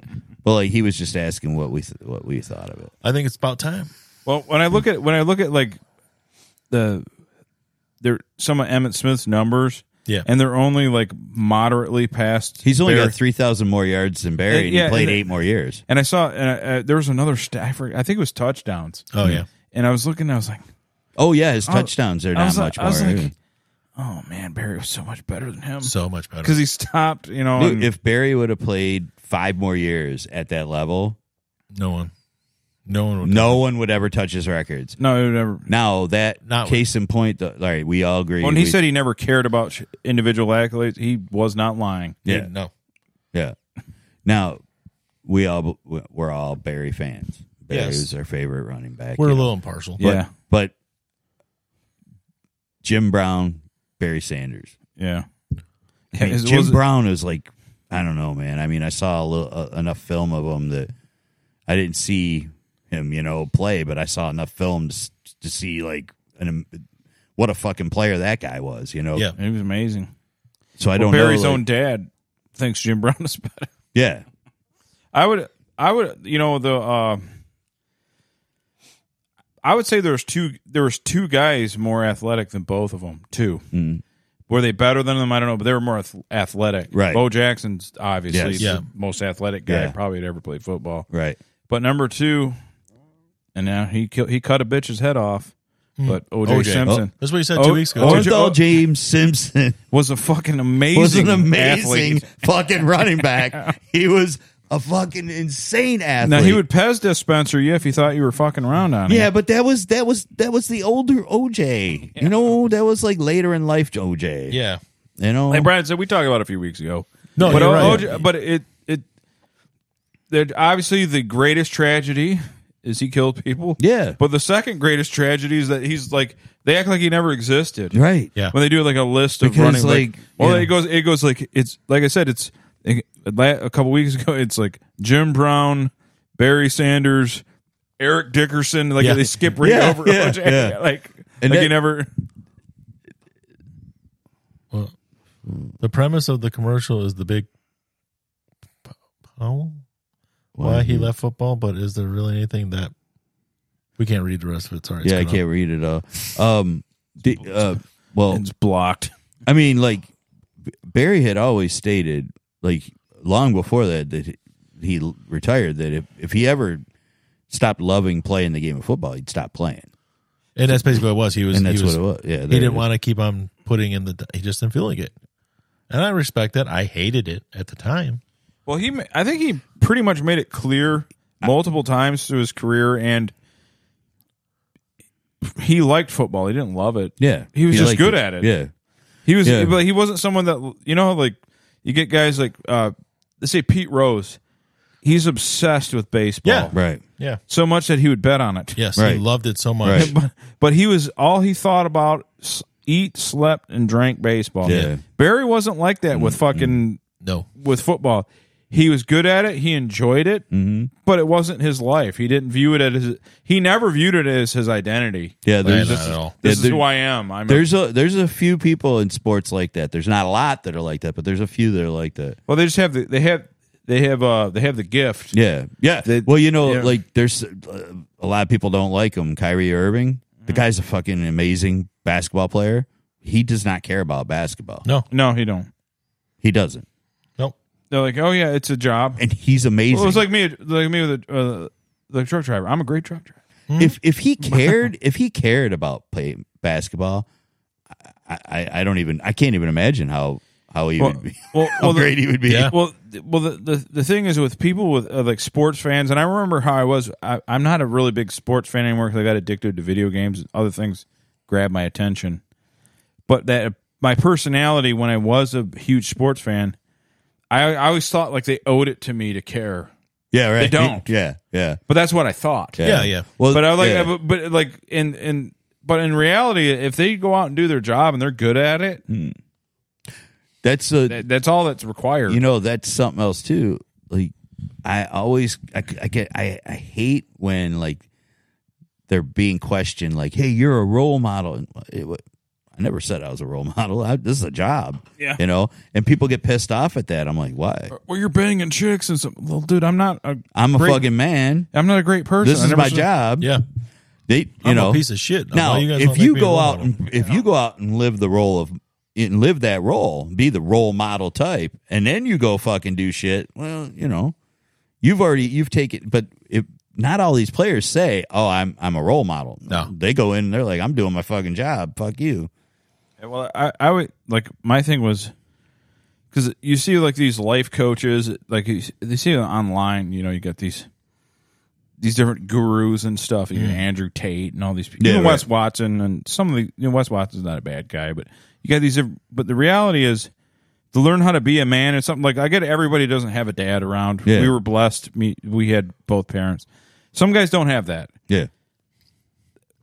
S3: but like he was just asking what we th- what we thought of it.
S4: I think it's about time.
S2: Well, when I look at when I look at like the there some of Emmett Smith's numbers,
S4: Yeah,
S2: and they're only like moderately past.
S3: He's only
S2: Barry.
S3: got three thousand more yards than Barry,
S2: And- Uh,
S3: and
S2: yeah,
S3: he
S2: and
S3: played
S2: the-
S3: eight more years.
S2: And I saw, and I, uh, there was another Stafford. I think it was touchdowns.
S4: oh yeah,
S2: And I was looking, I was like,
S3: Oh yeah, his touchdowns are
S2: I
S3: not
S2: was,
S3: much
S2: like, I was
S3: more.
S2: like, oh man, Barry was so much better than him
S4: so much better.
S2: because he stopped. You know,
S3: Dude,
S2: and-
S3: if Barry would have played five more years at that level,
S4: No one, no one would.
S3: no one would ever touch his records.
S2: no, it would never.
S3: Now that
S4: Not-
S3: case in point, the, all right, we all agree.
S2: When he
S3: we-
S2: said he never cared about sh- individual accolades, he was not lying.
S3: yeah,
S4: no.
S3: yeah. Now we all we're all Barry fans. Barry
S4: Yes.
S3: was our favorite running back.
S4: We're a
S3: you know.
S4: little impartial.
S3: But-
S2: Yeah.
S3: but Jim Brown, Barry Sanders.
S2: Yeah.
S3: I mean,
S2: It
S3: Jim
S2: was-
S3: Brown is like I don't know, man. I mean, I saw a little, uh, enough film of him that I didn't see him, you know, play, but I saw enough films to see like an, am- what a fucking player that guy was, you know.
S4: Yeah.
S2: He was amazing.
S3: So I
S2: Well,
S3: don't
S2: Barry's
S3: know. like-
S2: own dad thinks Jim Brown is better.
S3: yeah.
S2: I would, I would, you know, the, uh, I would say there's two, there was two guys more athletic than both of them. Two.
S3: Mm.
S2: Were they better than them? I don't know, but they were more ath- athletic.
S3: Right.
S2: Bo Jackson's obviously
S3: Yes.
S4: Yeah.
S2: the most athletic guy
S3: Yeah.
S2: probably had ever played football.
S3: Right.
S2: But number two, and now he kill, he cut a bitch's head off.
S4: Hmm.
S2: But OJ,
S4: OJ.
S2: Simpson
S4: That's what he said
S2: Oh,
S4: two weeks ago.
S2: oh,
S4: too.
S2: Joe-
S3: Orthol James Simpson
S2: was a fucking amazing,
S3: was an amazing
S2: athlete.
S3: fucking running back. He was a fucking insane athlete.
S2: Now he would Pez dispenser you if he thought you were fucking around on him.
S3: Yeah, but that was that was that was the older OJ. You know, that was like later in life OJ.
S4: yeah,
S3: You know,
S2: like Brad said, we talked about it a few weeks ago.
S4: No,
S2: but
S4: you're
S2: O-
S4: right.
S2: OJ but it it that obviously the greatest tragedy is he killed people.
S3: Yeah.
S2: but the second greatest tragedy is that he's like they act like he never existed.
S3: right?
S4: yeah.
S2: when they do like a list of
S3: Because,
S2: running like,
S3: like,
S2: well
S3: yeah.
S2: it goes it goes like it's like i said it's a couple weeks ago it's like jim brown barry sanders Eric Dickerson. Like
S4: Yeah.
S2: they skip right
S3: Yeah,
S2: over.
S3: yeah,
S2: a bunch of-
S3: yeah.
S2: Like
S3: And
S2: like
S3: that-
S2: you never.
S4: Well, the premise of the commercial is the big oh why he left football, but is there really anything that we can't read the rest of it? Sorry, it's
S3: Yeah, I
S4: cut off.
S3: can't read it all. Um, the, uh, well,
S2: It's blocked.
S3: I mean, like Barry had always stated, like long before that, that he retired. That if if he ever stopped loving playing the game of football, he'd stop playing,
S4: And that's basically what it was. He was.
S3: and that's
S4: he was,
S3: what it was. Yeah,
S4: He didn't want to keep on putting in the. He just didn't feel like it, and I respect that. I hated it at the time.
S2: Well, he ma- I think he pretty much made it clear multiple times through his career, and he liked football. He didn't love it.
S3: Yeah,
S2: He was just
S3: liked
S2: good at it.
S3: Yeah,
S2: He was,
S3: Yeah.
S2: but he wasn't someone that you know, like you get guys like uh, let's say Pete Rose. He's obsessed with baseball,
S4: Yeah.
S3: right.
S4: Yeah.
S2: so much that he would bet on it.
S4: Yes,
S3: Right.
S4: he loved it so much.
S3: Right.
S2: but, but he was all he thought about: s- eat, slept, and drank baseball.
S3: Yeah. Mm-hmm.
S2: Barry wasn't like that with fucking
S4: No,
S2: with football. He was good at it. He enjoyed it,
S3: Mm-hmm.
S2: but it wasn't his life. He didn't view it as he never viewed it as his identity.
S3: Yeah, there's
S4: not at all.
S2: This
S3: Yeah,
S2: is
S3: there-
S2: who I am. I'm a,
S3: There's a there's a few people in sports like that. There's not a lot that are like that, but there's a few that are like that.
S2: well. They just have the they have they have uh they have the gift.
S3: Yeah, yeah.
S2: They-
S3: well, you know,
S2: yeah.
S3: like there's uh, a lot of people don't like him. Kyrie Irving,
S2: Mm.
S3: the guy's a fucking amazing basketball player. He does not care about basketball.
S4: no,
S2: No, he don't.
S3: He doesn't,
S4: no.
S2: They're like, oh yeah, it's a job.
S3: and he's amazing.
S2: Well, it was like me, like me with a uh, the truck driver. I'm a great truck driver.
S3: if if he
S2: hmm.
S3: cared, if he cared about play basketball, I, I I don't even I can't even imagine how how he
S2: Well,
S3: would be,
S2: well,
S3: how
S2: well, the-
S3: great he would be.
S4: Yeah.
S2: Well, th- well, the, the the thing is with people with uh, like sports fans, and I remember how I was. I, I'm not a really big sports fan anymore because I got addicted to video games. and Other things grabbed my attention, but that my personality when I was a huge sports fan, I, I always thought like they owed it to me to care,
S3: yeah, right.
S2: don't.
S3: Yeah, yeah,
S2: but that's what I thought.
S4: Yeah, yeah.
S3: Well,
S2: But I like,
S3: yeah.
S2: but, but like in in but in reality, if they go out and do their job and they're good at it,
S3: Mm. that's a
S2: that, that's all that's required.
S3: you know that's something else too like i always i, I get I, I hate when like they're being questioned like hey you're a role model and it, wa- i never said i was a role model I, this is a job
S2: Yeah.
S3: you know and people get pissed off at that i'm like why
S2: well, you're banging chicks and some. Well, dude, I'm not a
S3: i'm a
S2: Great.
S3: fucking man
S2: I'm not a great person.
S3: this
S2: I
S3: is
S2: never
S3: my
S2: said-
S3: job
S4: yeah.
S3: they you
S4: I'm
S3: know
S4: a piece of shit.
S3: now
S4: Why you guys
S3: if
S4: don't make
S3: you
S4: me a role
S3: go out
S4: model?
S3: and, if you go out and live the role of and live that role be the role model type and then you go fucking do shit well you know you've already you've taken but if not all these players say oh i'm i'm a role model
S4: No.
S3: they go in and they're like i'm doing my fucking job fuck you
S2: Well, I, I would like my thing was because you see like these life coaches, like you, they see it online. You know, you got these these different gurus and stuff. You got Andrew Tate and all these people.
S3: Mm. Yeah,
S2: even
S3: right.
S2: Wes Watson and some of the you know Wes Watson's not a bad guy, but you got these. different- But the reality is. To learn how to be a man and something like I get everybody doesn't have a dad around.
S3: Yeah.
S2: We were blessed. Me, we had both parents. Some guys don't have that.
S3: yeah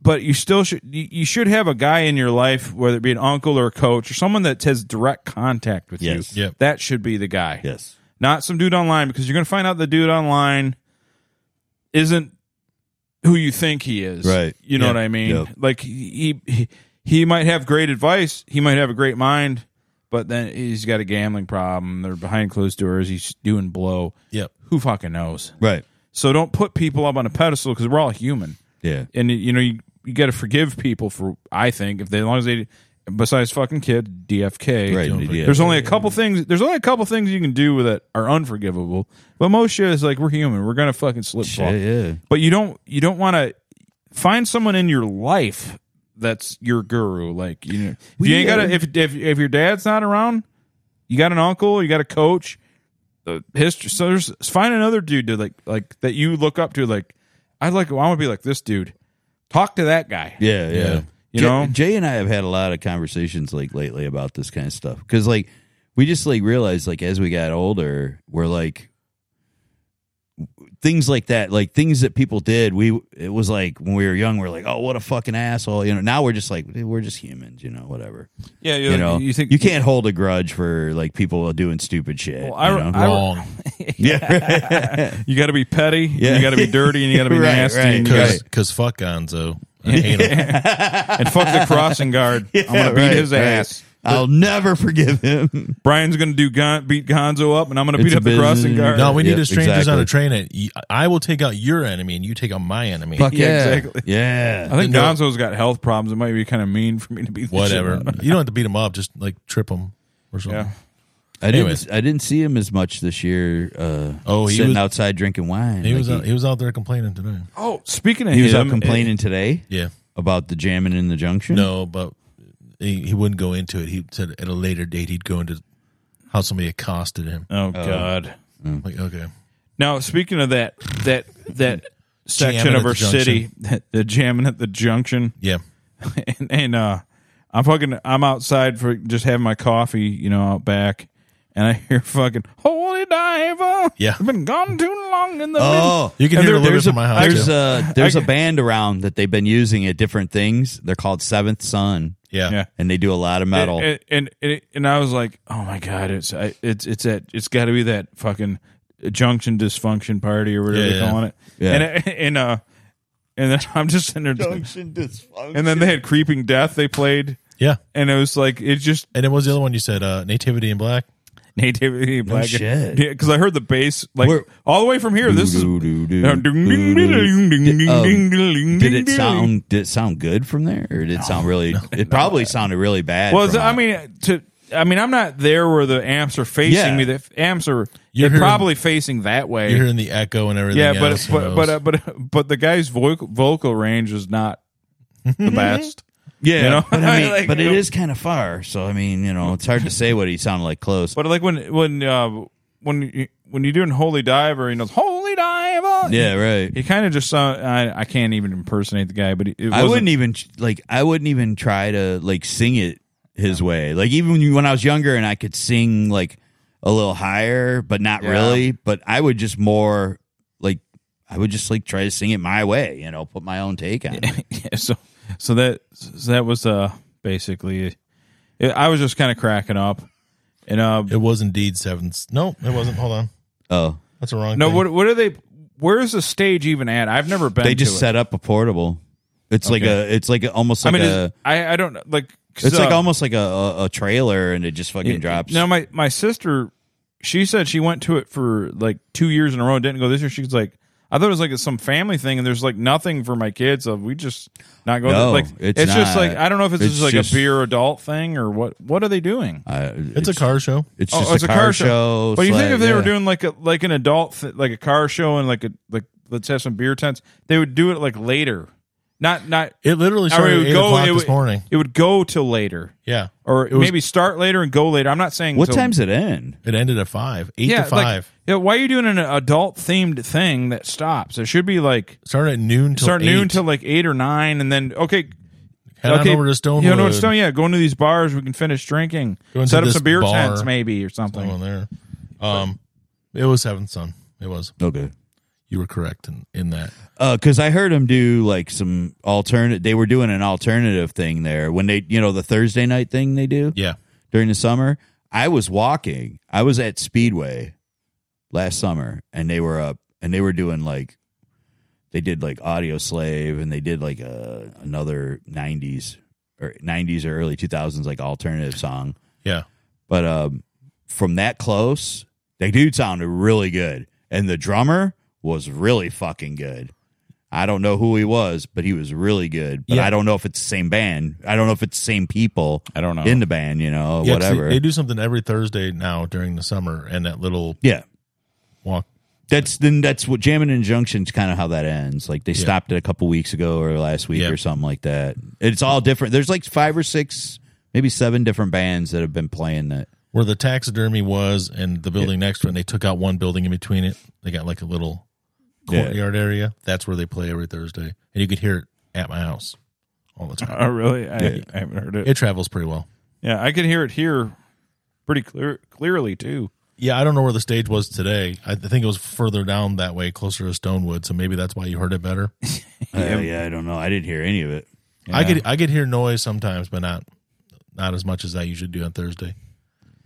S2: but you still should you you should have a guy in your life whether it be an uncle or a coach or someone that has direct contact with
S3: Yes.
S2: you
S4: Yep.
S2: that should be the guy
S3: yes
S2: not some dude online because you're going to find out the dude online isn't who you think he is
S3: Right.
S2: you know
S3: Yep.
S2: what i mean
S3: Yep.
S2: like he, he he might have great advice he might have a great mind but then he's got a gambling problem they're behind closed doors he's doing blow
S4: Yep.
S2: who fucking knows
S3: right
S2: so don't put people up on a pedestal because we're all human
S3: yeah
S2: and you know you, you got to forgive people for I think if they as long as they besides fucking kid DFK
S3: right yeah.
S2: there's only a couple things there's only a couple things you can do with it are unforgivable but most shit is like we're human we're gonna fucking slip
S3: yeah,
S2: fall.
S3: yeah.
S2: but you don't you don't want to find someone in your life that's your guru like you know if you ain't got
S3: Weird.
S2: if, if if your dad's not around you got an uncle you got a coach the history so there's find another dude to like like that you look up to like I'd like I want to be like this dude talk to that guy
S3: Yeah, yeah.
S4: Yeah.
S2: You
S3: Jay-
S2: know?
S3: Jay and I have had a lot of conversations like lately about this kind of stuff because like we just like realized like as we got older, we're like things like that, like things that people did. We it was like when we were young, we are like, oh, what a fucking asshole, you know. Now we're just like we're just humans, you know, whatever.
S2: yeah
S3: You know,
S2: you think
S3: you can't hold a grudge for like people doing stupid shit.
S2: Well, I-
S3: you know?
S2: I-
S4: wrong.
S3: Yeah.
S2: You got to be petty. And
S3: Yeah.
S2: you got to be dirty, and you got to be
S3: Right,
S2: nasty.
S3: right.
S2: And, you
S4: Because
S2: gotta,
S3: Right.
S4: fuck Gonzo. I hate him.
S2: and fuck the crossing guard. I'm gonna beat
S3: right,
S2: his
S3: right.
S2: ass.
S3: I'll never forgive him.
S2: Brian's gonna do Gon- beat Gonzo up, and I'm gonna
S3: It's
S2: beat
S3: a
S2: up the crossing
S3: business.
S2: guard.
S4: No, we need
S3: Yep,
S4: a strangers on
S3: exactly.
S4: a train. At, I will take out your enemy and you take out my enemy.
S3: Fuck
S2: Yeah,
S3: yeah.
S2: exactly.
S3: Yeah.
S2: I think
S4: No.
S2: Gonzo's got health problems. It might be kind of mean for me to beat the
S4: Whatever.
S2: shit out of him.
S4: you don't have to beat him up. Just like trip him or something.
S2: Yeah.
S3: I
S4: Anyways.
S3: didn't. I didn't see him as much this year. Uh,
S4: Oh, he
S3: sitting
S4: was-
S3: outside drinking wine.
S4: He
S3: Like,
S4: was out, he was out there complaining today.
S2: Oh, speaking of
S3: he
S2: him, eh,
S3: was out complaining today
S4: Yeah.
S3: about the jamming in the junction.
S4: No, but he, he wouldn't go into it. He said at a later date he'd go into how somebody accosted him.
S2: oh God.
S4: I'm like okay,
S2: Now speaking of that that that section
S4: Jamming
S2: of
S4: at
S2: our
S4: the junction.
S2: city, the jamming at the junction,
S4: yeah,
S2: and, and uh, I'm fucking I'm outside for just having my coffee, you know, out back, and I hear fucking holy diver.
S4: Yeah.
S2: I've been gone too long in the.
S3: Oh.
S4: you can
S2: And
S4: hear
S2: there-
S4: it a little bit
S2: there's
S4: from
S2: a-
S4: my house.
S3: There's
S4: too.
S3: a there's a band around that they've been using at different things. They're called Seventh Son,
S4: yeah.
S2: yeah.
S3: and they do a lot of
S2: Eh,
S3: metal.
S2: And and, and and I was like, oh my god, it's I, it's it's that it's got to be that fucking junction dysfunction party or whatever
S4: Yeah,
S2: they're
S4: yeah.
S2: calling it.
S3: Yeah.
S2: And I- and uh, and then I'm just in there, and then they had creeping death they played,
S4: yeah.
S2: and it was like it just
S4: And it was the other one you said uh, nativity in black.
S2: nativity black.
S3: shit.
S2: Yeah, because I heard the bass like
S3: Where-
S2: all the way from here. This is. No, ding, ding, ding, ding, ding, ding, ding,
S3: Um,
S2: ding,
S3: Did
S2: ding,
S3: it
S2: ding.
S3: sound did it sound good from there, or did it sound really? It probably sounded really bad.
S2: Well,
S3: from
S2: I
S3: that.
S2: mean, to I mean, I'm not there where the amps are facing
S3: Yeah.
S2: me. The amps are they're
S4: You're hearing-
S2: probably facing that way.
S4: You're hearing the echo and everything.
S2: yeah, but
S4: else, you
S2: but
S4: know,
S2: but,
S4: it's-
S2: uh, but but the guy's vocal vocal range is not the best.
S3: yeah,
S2: you know?
S3: but I mean,
S2: Like,
S3: but it
S2: you know.
S3: is kind of far. So I mean, you know, it's hard to say what he sounded like close.
S2: But like when when uh, when you, when you're doing Holy Diver, he knows Holy Diver.
S3: yeah, right.
S2: he kind of just sound. I, I can't even impersonate the guy, but it
S3: I
S2: wasn't-
S3: wouldn't even like. I wouldn't even try to like sing it his way. Like even when you- when I was younger and I could sing like a little higher, but not
S2: Yeah.
S3: really. But I would just more like I would just like try to sing it my way. You know, put my own take on it.
S2: yeah, so so that so that was uh basically. It, I was just kind of cracking up, and uh,
S4: it was indeed seventh. No, it wasn't. Hold on,
S3: Oh,
S4: that's a wrong.
S2: no,
S4: thing.
S2: what what are they? Where is the stage even at? I've never been.
S3: they just
S2: to it.
S3: set up a portable. It's like
S2: Okay.
S3: a. It's like a, almost
S2: I
S3: like
S2: mean,
S3: a.
S2: is- I I don't know, like. 'cause,
S3: It's like
S2: uh,
S3: almost like a, a, a trailer, and it just fucking drops.
S2: Now my my sister, she said she went to it for like two years in a row. and Didn't go this year. She was like, I thought it was like some family thing, and there's like nothing for my kids. Of we just not going.
S3: No,
S2: like
S3: it's
S2: just
S3: not.
S2: like I don't know if it's,
S3: It's
S2: just like
S3: just-
S2: a beer adult thing or what. What are they doing?
S3: I-
S4: It's, a car show.
S3: It's
S2: oh,
S3: just a, car, show.
S2: But you think
S3: slash-
S2: if they were
S3: yeah.
S2: doing like a like an adult th- like a car show and like a like let's have some beer tents, they would do it like later. Not not.
S4: It literally
S2: I mean,
S4: started at eight o'clock
S2: it
S4: this
S2: would,
S4: morning.
S2: It would go till later,
S4: Yeah,
S2: or
S4: It was-
S2: maybe start later and go later. I'm not saying
S3: what
S2: till-
S3: time's it end?
S4: it ended at five, eight to
S2: like,
S4: five.
S2: yeah, why are you doing an adult themed thing that stops? It should be like
S4: started at noon till
S2: start noon
S4: eight.
S2: till like eight or nine, and then okay,
S4: head
S2: okay,
S4: on over to Stonewood.
S2: Yeah, no, Stone. Yeah, going to these bars, we can finish drinking,
S4: Go into
S2: set up
S4: this
S2: some beer
S4: bar.
S2: tents maybe or something.
S4: Someone there. Um, it was seventh son. It was.
S3: Okay.
S4: You were correct in, in that.
S3: because Uh, I heard them do like some alternate. They were doing an alternative thing there when they, you know, the Thursday night thing they do
S4: Yeah,
S3: during the summer. I was walking. I was at Speedway last summer, and they were up, and they were doing like they did like Audio Slave, and they did like a another '90s or '90s or early 2000s like alternative song.
S4: yeah.
S3: But um, from that close, they dude sounded really good, and the drummer was really fucking good. I don't know who he was, but he was really good. But
S4: Yeah.
S3: I don't know if it's the same band. I don't know if it's the same people
S2: I don't know.
S3: in the band. You know,
S4: Yeah, 'cause they-
S3: whatever.
S4: They, do something every Thursday now during the summer, and that little
S3: yeah,
S4: walk.
S3: that's then that's what jamming and junctions kind of how that ends. Like they stopped it a couple weeks ago or last week
S4: Yeah.
S3: or something like that. It's all different. There's like five or six, maybe seven different bands that have been playing that.
S4: Where the taxidermy was and the building next to it, and they took out one building in between it. They got like a little
S3: Yeah.
S4: courtyard area. That's where they play every Thursday. And you could hear it at my house all the time.
S2: Oh, really? I,
S3: Yeah.
S2: I haven't heard it.
S4: It travels pretty well.
S2: Yeah, I can hear it here pretty clear clearly too.
S4: Yeah, I don't know where the stage was today. I th- think it was further down that way, closer to Stonewood. So maybe that's why you heard it better.
S3: Uh, yeah, I don't know. I didn't hear any of it.
S4: I could I could hear noise sometimes, but not not as much as I usually do on Thursday.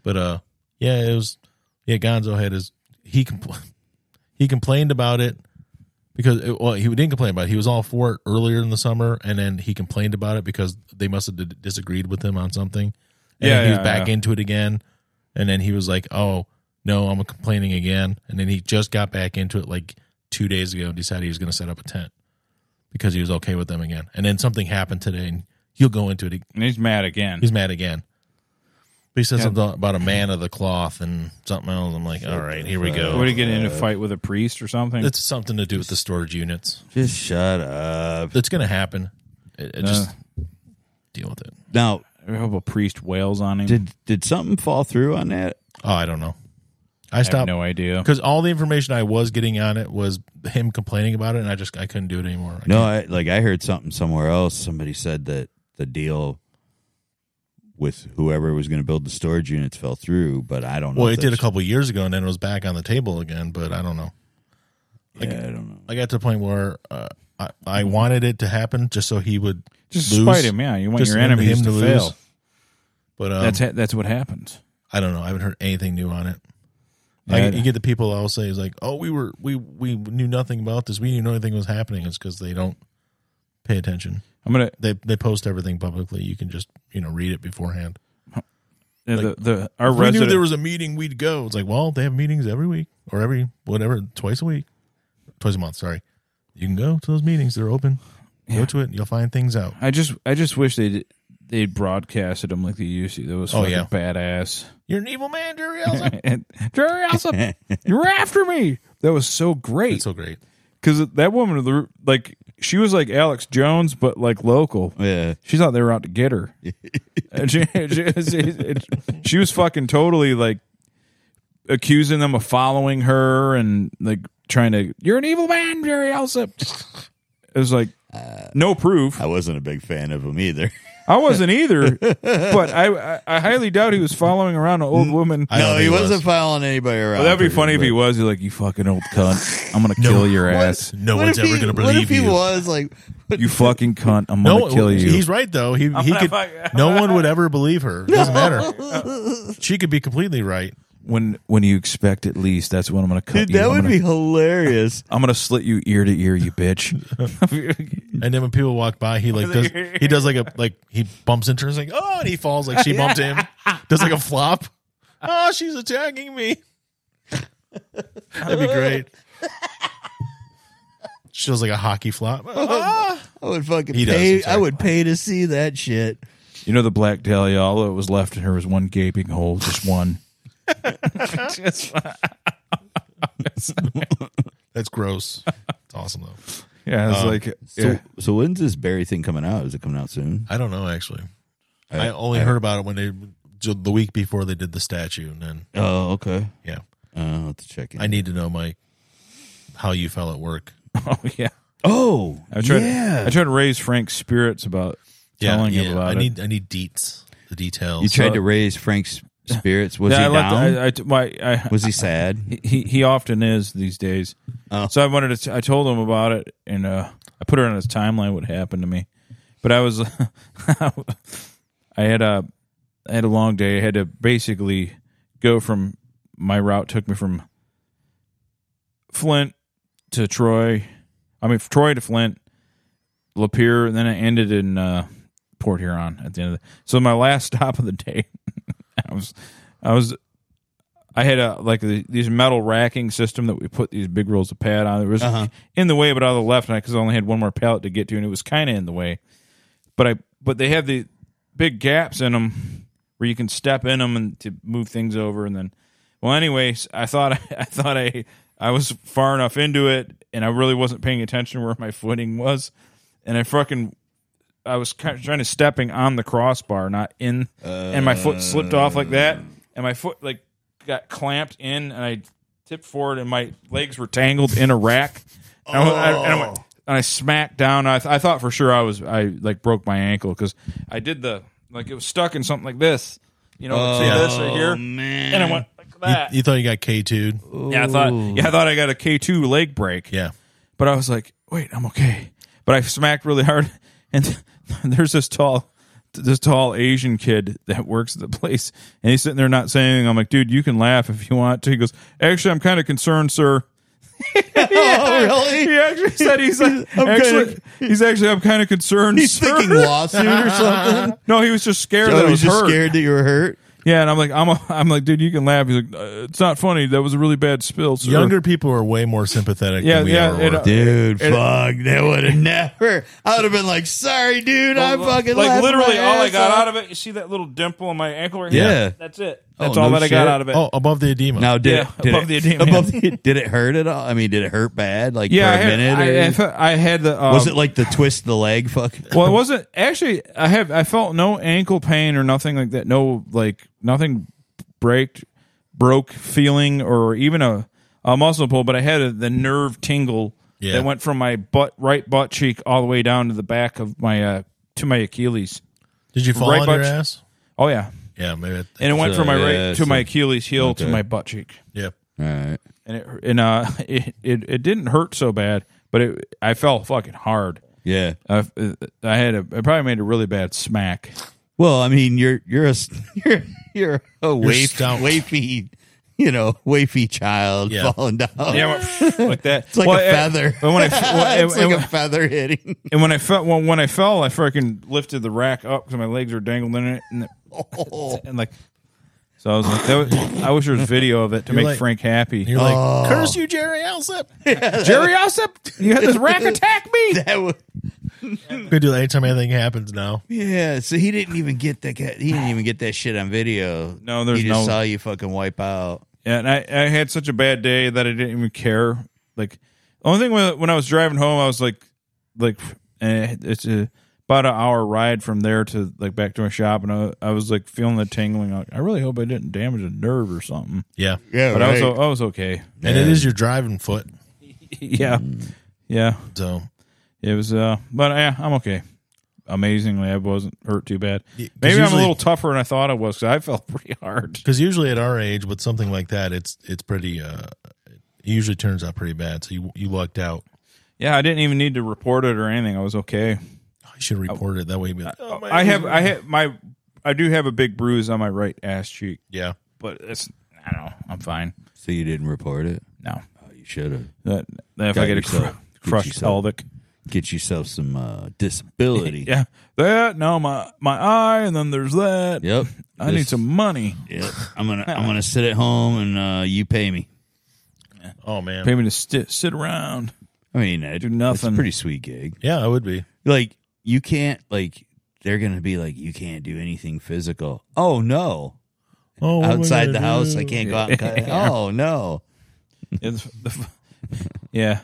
S4: But uh, yeah, it was yeah. Gonzo had his he compl- he complained about it because well he didn't complain about it. He was all for it earlier in the summer, and then he complained about it because they must have d- disagreed with him on something. And
S2: Yeah,
S4: then he was
S2: yeah,
S4: back
S2: yeah.
S4: into it again, and then he was like, "Oh no, I'm complaining again," and then he just got back into it like two days ago and decided he was going to set up a tent because he was okay with them again. And then something happened today, and he'll go into it. ag-
S2: and he's mad again.
S4: He's mad again. But he said
S2: Yeah.
S4: something about a man of the cloth and something else. I'm like, all right, here we go.
S2: what did he get into a fight with a priest or something?
S4: It's something to do with the storage units.
S3: Just shut up.
S4: It's going to happen. It, it just
S2: Uh.
S4: deal with it.
S3: Now,
S2: I hope a priest wails on him.
S3: did did something fall through on that?
S4: Oh, I don't know.
S2: I
S4: I
S2: have
S4: stopped
S2: no idea.
S4: because all the information I was getting on it was him complaining about it, and I just I couldn't do it anymore. I
S3: No,
S4: can't-
S3: I, like I heard something somewhere else. Somebody said that the deal with whoever was going to build the storage units fell through, but I don't know.
S4: well,
S3: if
S4: it did a
S3: that's-
S4: couple years ago, and then it was back on the table again. But I don't know.
S3: Yeah, I don't know.
S4: I got to the point where uh, I I wanted it to happen just so he would
S2: Just
S4: lose.
S2: spite him, yeah. You want
S4: Just
S2: your
S4: him-
S2: enemies to,
S4: him to lose.
S2: fail.
S4: But um,
S2: that's ha- that's what happens.
S4: I don't know. I haven't heard anything new on it.
S2: Yeah, I-
S4: Like, you get the people that will say is like, "Oh, we were we we knew nothing about this. We didn't know anything was happening." It's because they don't pay attention.
S2: I'm gonna uh,
S4: They they post everything publicly. You can just you know read it beforehand.
S2: uh, the, the our
S4: If we knew
S2: resident
S4: there was a meeting, we'd go. It's like, well, they have meetings every week or every whatever, twice a week, twice a month. Sorry, you can go to those meetings. They're open. Go to it. You'll find things out.
S2: I just I just wish they they broadcasted him like they used to. That was
S4: Oh,
S2: fucking
S4: yeah.
S2: badass.
S4: You're an evil man, Jerry. Elson.
S2: And, Jerry Alsop, you're after me. That was so great.
S4: it's so great.
S2: because that woman of the like she was like Alex Jones, but like local.
S3: Yeah,
S2: She thought they were out to get her. And she, she- she- she was fucking totally like accusing them of following her and like trying to. You're an evil man, Jerry Alsop. It was like no proof.
S3: I wasn't a big fan of him either.
S2: I wasn't either, but I, I I highly doubt he was following around an old woman.
S4: I don't
S3: no, he
S4: think it was.
S3: wasn't following anybody around.
S2: Well, that'd be
S3: for-
S2: funny if he
S3: but-
S2: was. He's like, you fucking old cunt. I'm gonna kill your ass.
S4: No
S3: What
S4: one's
S3: if
S4: ever
S3: he-
S4: going to
S3: What
S4: believe
S3: if he
S4: you.
S3: was like?
S2: You fucking cunt. I'm
S4: No,
S2: gonna kill you.
S4: he's right though. He he
S2: gonna
S4: could.
S2: fuck-
S4: no one would ever believe her. It doesn't matter. She could be completely right.
S2: when when you expect at least, that's when I'm gonna cut
S3: Dude,
S2: you.
S3: that
S2: I'm
S3: would
S2: gonna,
S3: be hilarious.
S2: I'm gonna slit you ear to ear, you bitch.
S4: And then when people walk by, he like does he does like a like he bumps into her, he's like oh, and he falls like she bumped him, does like a flop. Oh, she's attacking me. That'd be great. She does like a hockey flop. Ah.
S3: I would fucking
S4: He does,
S3: pay.
S4: I'm sorry.
S3: I would pay to see that shit.
S2: you know the black dahlia. All that was left in her was one gaping hole, just one. Just-
S4: That's gross. It's awesome though.
S2: yeah, Uh, it's like
S3: So,
S2: yeah.
S3: so when's this Barry thing coming out? Is it coming out soon?
S4: I don't know actually. I, only heard about it when they the week before they did the statue, and then
S3: Oh, okay.
S4: yeah.
S3: Uh, I'll have to check it.
S4: I need to know, Mike, how you fell at work.
S2: oh yeah.
S3: oh,
S2: I tried.
S3: yeah.
S2: I tried to raise Frank's spirits about telling him about
S4: I
S2: it.
S4: need I need deets, the details.
S3: you tried
S2: so-
S3: to raise Frank's spirits. Was
S2: Yeah,
S3: he
S2: I left-
S3: down?
S2: I- I t- my- I-
S3: was he sad?
S2: he he often is these days.
S3: Oh.
S2: So I wanted to. T- I told him about it, and uh, I put it on his timeline what happened to me. But I was, I had a, I had a long day. I had to basically go from my route took me from Flint to Troy. I mean, Troy to Flint, Lapeer, and then I ended in uh, Port Huron at the end of the. So my last stop of the day, I was, I was I had a like the, these metal racking system that we put these big rolls of pad on. It was in the way, but out of the left, and because I only had one more pallet to get to, and it was kind of in the way. But I but they have the big gaps in them where you can step in them and to move things over, and then well, anyways, I thought I thought I I was far enough into it, and I really wasn't paying attention where my footing was, and I fucking. I was kind of trying to stepping on the crossbar, not in, and my foot slipped off like that, and my foot like got clamped in and I tipped forward and my legs were tangled in a rack. And, I, went- I- and I went- and I smacked down. I, th- I thought for sure I was I like broke my ankle because I did the like it was stuck in something like this, you know, see this right here,
S3: Oh, man.
S2: and I went like that.
S4: You thought you got K 2
S2: Mm-hmm. yeah, I thought yeah I thought I got a K two leg break.
S4: Yeah.
S2: But I was like, wait, I'm okay. But I smacked really hard, and there's this tall this tall Asian kid that works at the place, and he's sitting there not saying anything. I'm like, dude, you can laugh if you want to. He goes, actually, I'm kind of concerned, sir.
S3: Oh,
S2: He actually said he's like,
S3: I'm
S2: actually,
S3: kinda-
S2: he's actually, I'm kind of concerned,
S3: He's
S2: sir.
S3: thinking lawsuit or something.
S2: no, he was just scared that
S3: Oh,
S2: I
S3: he's
S2: was
S3: just
S2: hurt.
S3: scared that you were hurt.
S2: Yeah, and I'm like, I'm, a, I'm like, dude, you can laugh. He's like, uh, it's not funny. That was a really bad spill. Sir.
S4: Younger people are way more sympathetic
S2: Yeah,
S4: than we
S2: yeah,
S4: are.
S2: and,
S4: were.
S2: uh,
S3: Dude,
S2: And-
S3: fuck. That would have never. I would have been like, sorry, dude. I fucking
S2: like
S3: laughed
S2: literally
S3: my
S2: all I
S3: ass
S2: got
S3: off.
S2: out of it. You see that little dimple on my ankle right
S3: Yeah.
S2: here? that's it. That's
S3: Oh,
S2: all
S3: no
S2: that I got
S3: shit.
S2: out of it.
S4: Oh, above the edema.
S3: Now did
S2: Yeah,
S3: it, did
S2: above
S3: it,
S2: the edema.
S3: above the- did it hurt at all? I mean, did it hurt bad? Like
S2: yeah, I
S3: for a
S2: had, I, I
S3: minute? Or,
S2: fe- I had the. Um,
S3: was it like the twist the leg? Fuck.
S2: well, it wasn't actually. I have. I felt no ankle pain or nothing like that. No, like nothing break, broke feeling or even a, a muscle pull. But I had a, the nerve tingle
S4: Yeah.
S2: that went from my butt, right butt cheek, all the way down to the back of my uh, to my Achilles.
S4: Did you fall
S2: right
S4: on your
S2: butt-
S4: ass?
S2: Oh yeah,
S4: Yeah, maybe. I-
S2: and it went
S3: So,
S2: from my
S3: yeah,
S2: right to
S3: so-
S2: my Achilles heel to
S3: okay.
S2: my butt cheek.
S4: yeah.
S3: All right.
S2: and it and uh it it, it didn't hurt so bad, but it I fell fucking hard.
S3: Yeah.
S2: I, I had a I probably made a really bad smack.
S3: Well, I mean, you're you're a s- you're you're a waif,
S4: stout.
S3: wafy, you know, wafy child
S4: Yeah.
S3: falling down.
S2: Yeah, I went like that.
S3: It's like a feather.
S2: And when I well,
S3: it's
S2: and,
S3: like a feather hitting.
S2: and when I fell, well, when I fell, I freaking lifted the rack up because my legs were dangled in it, and, and like. So I was like, that was, I wish there was video of it to make
S4: like-
S2: Frank happy.
S4: You're like,
S3: Oh.
S4: curse you, Jerry Alsip.
S2: Jerry Ossip, you had this rack attack me.
S3: That would,
S4: We do that anytime anything happens now.
S3: yeah. So he didn't even get that. guy- He didn't even get that shit on video.
S2: No, there's
S3: he just
S2: no-
S3: saw you fucking wipe out.
S2: and I, I had such a bad day that I didn't even care. Like, the only thing when, when I was driving home, I was like, like, eh, it's a, about an hour ride from there to like back to my shop, and I, I was like feeling the tingling. Like, I really hope I didn't damage a nerve or something.
S4: Yeah.
S3: Yeah,
S2: But I was,
S3: right.
S2: I was okay.
S4: And it is your driving foot.
S2: yeah, yeah.
S4: So
S2: It was, uh, but yeah, I'm okay. Amazingly, I wasn't hurt too bad.
S4: Yeah, 'cause
S2: Maybe I'm a
S4: usually-
S2: little tougher than I thought I was 'cause I felt pretty hard.
S4: Because usually at our age, with something like that, it's it's pretty. Uh, it usually turns out pretty bad. So you you lucked out.
S2: Yeah, I didn't even need to report it or anything. I was okay.
S4: I should report it that way. You'd be like, oh, my
S2: I have I have my I do have a big bruise on my right ass cheek,
S4: yeah.
S2: but it's I don't know. I'm fine.
S3: so you didn't report it.
S2: No,
S3: Oh, you should have.
S2: that, that if
S3: Got
S2: I get a cr-
S3: yourself. Get
S2: crushed
S3: yourself.
S2: pelvic,
S3: Get yourself some uh, disability.
S2: yeah, that no my my eye, and then there's that.
S3: Yep.
S2: I need
S3: This-
S2: some money.
S3: Yep. I'm gonna I'm gonna sit at home and uh, you pay me.
S4: Oh man.
S2: Pay me to sit sit around.
S3: I mean, I
S2: Do nothing.
S3: It's a pretty sweet gig.
S4: Yeah, I would be.
S3: Like you can't like they're gonna be like you can't do anything physical. Oh no,
S4: Oh, what am I
S3: outside the
S4: gonna
S3: house
S4: do?
S3: I can't go out. And cut. Oh no,
S2: It's- the- yeah,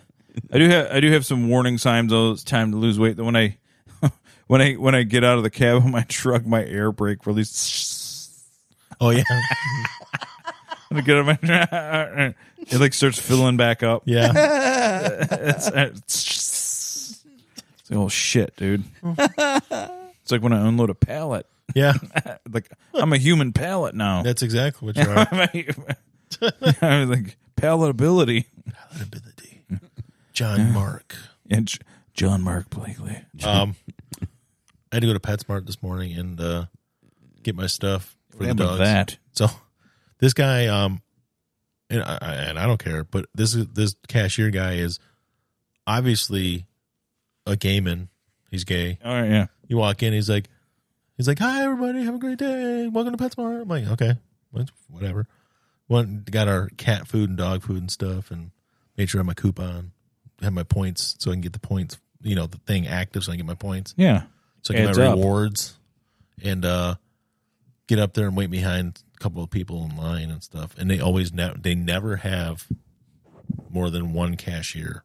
S2: I do have I do have some warning signs. though. It's time to lose weight. That when I when I when I get out of the cab of my truck, my air brake releases.
S4: Oh yeah,
S2: When I get out of my it like starts filling back up.
S4: yeah.
S2: uh, it's like, oh shit, dude. it's like when I unload a pallet.
S4: Yeah,
S2: Like I'm a human pallet now.
S4: that's exactly what you are.
S2: I'm like palatability.
S4: Ability. John Mark.
S2: And J- John Mark Blakely.
S4: Um, I had to go to PetSmart this morning and uh, get my stuff for the
S2: How about
S4: dogs.
S2: that.
S4: So this guy, um, and I, I- and I don't care, but this is this cashier guy is obviously a gay man. He's gay.
S2: All right, Oh, yeah.
S4: You walk in, he's like, he's like, "Hi everybody, have a great day. Welcome to PetSmart." I'm like, "Okay, what- whatever." Went got our cat food and dog food and stuff, and made sure I had my coupon, had my points, so I can get the points. You know, the thing active, so I can get my points
S2: Yeah.
S4: so I get
S2: Adds
S4: my
S2: up.
S4: rewards and uh, get up there and wait behind a couple of people in line and stuff. And they always ne- they never have more than one cashier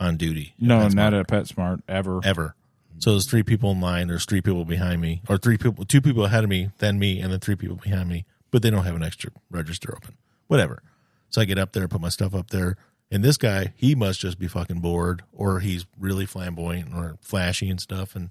S4: on duty.
S2: No,
S4: That's
S2: not at PetSmart ever.
S4: ever. So there's three people in line. There's three people behind me, or three people, two people ahead of me, then me, and then three people behind me. But they don't have an extra register open. Whatever. So I get up there, put my stuff up there, and this guy, he must just be fucking bored, or he's really flamboyant or flashy and stuff. And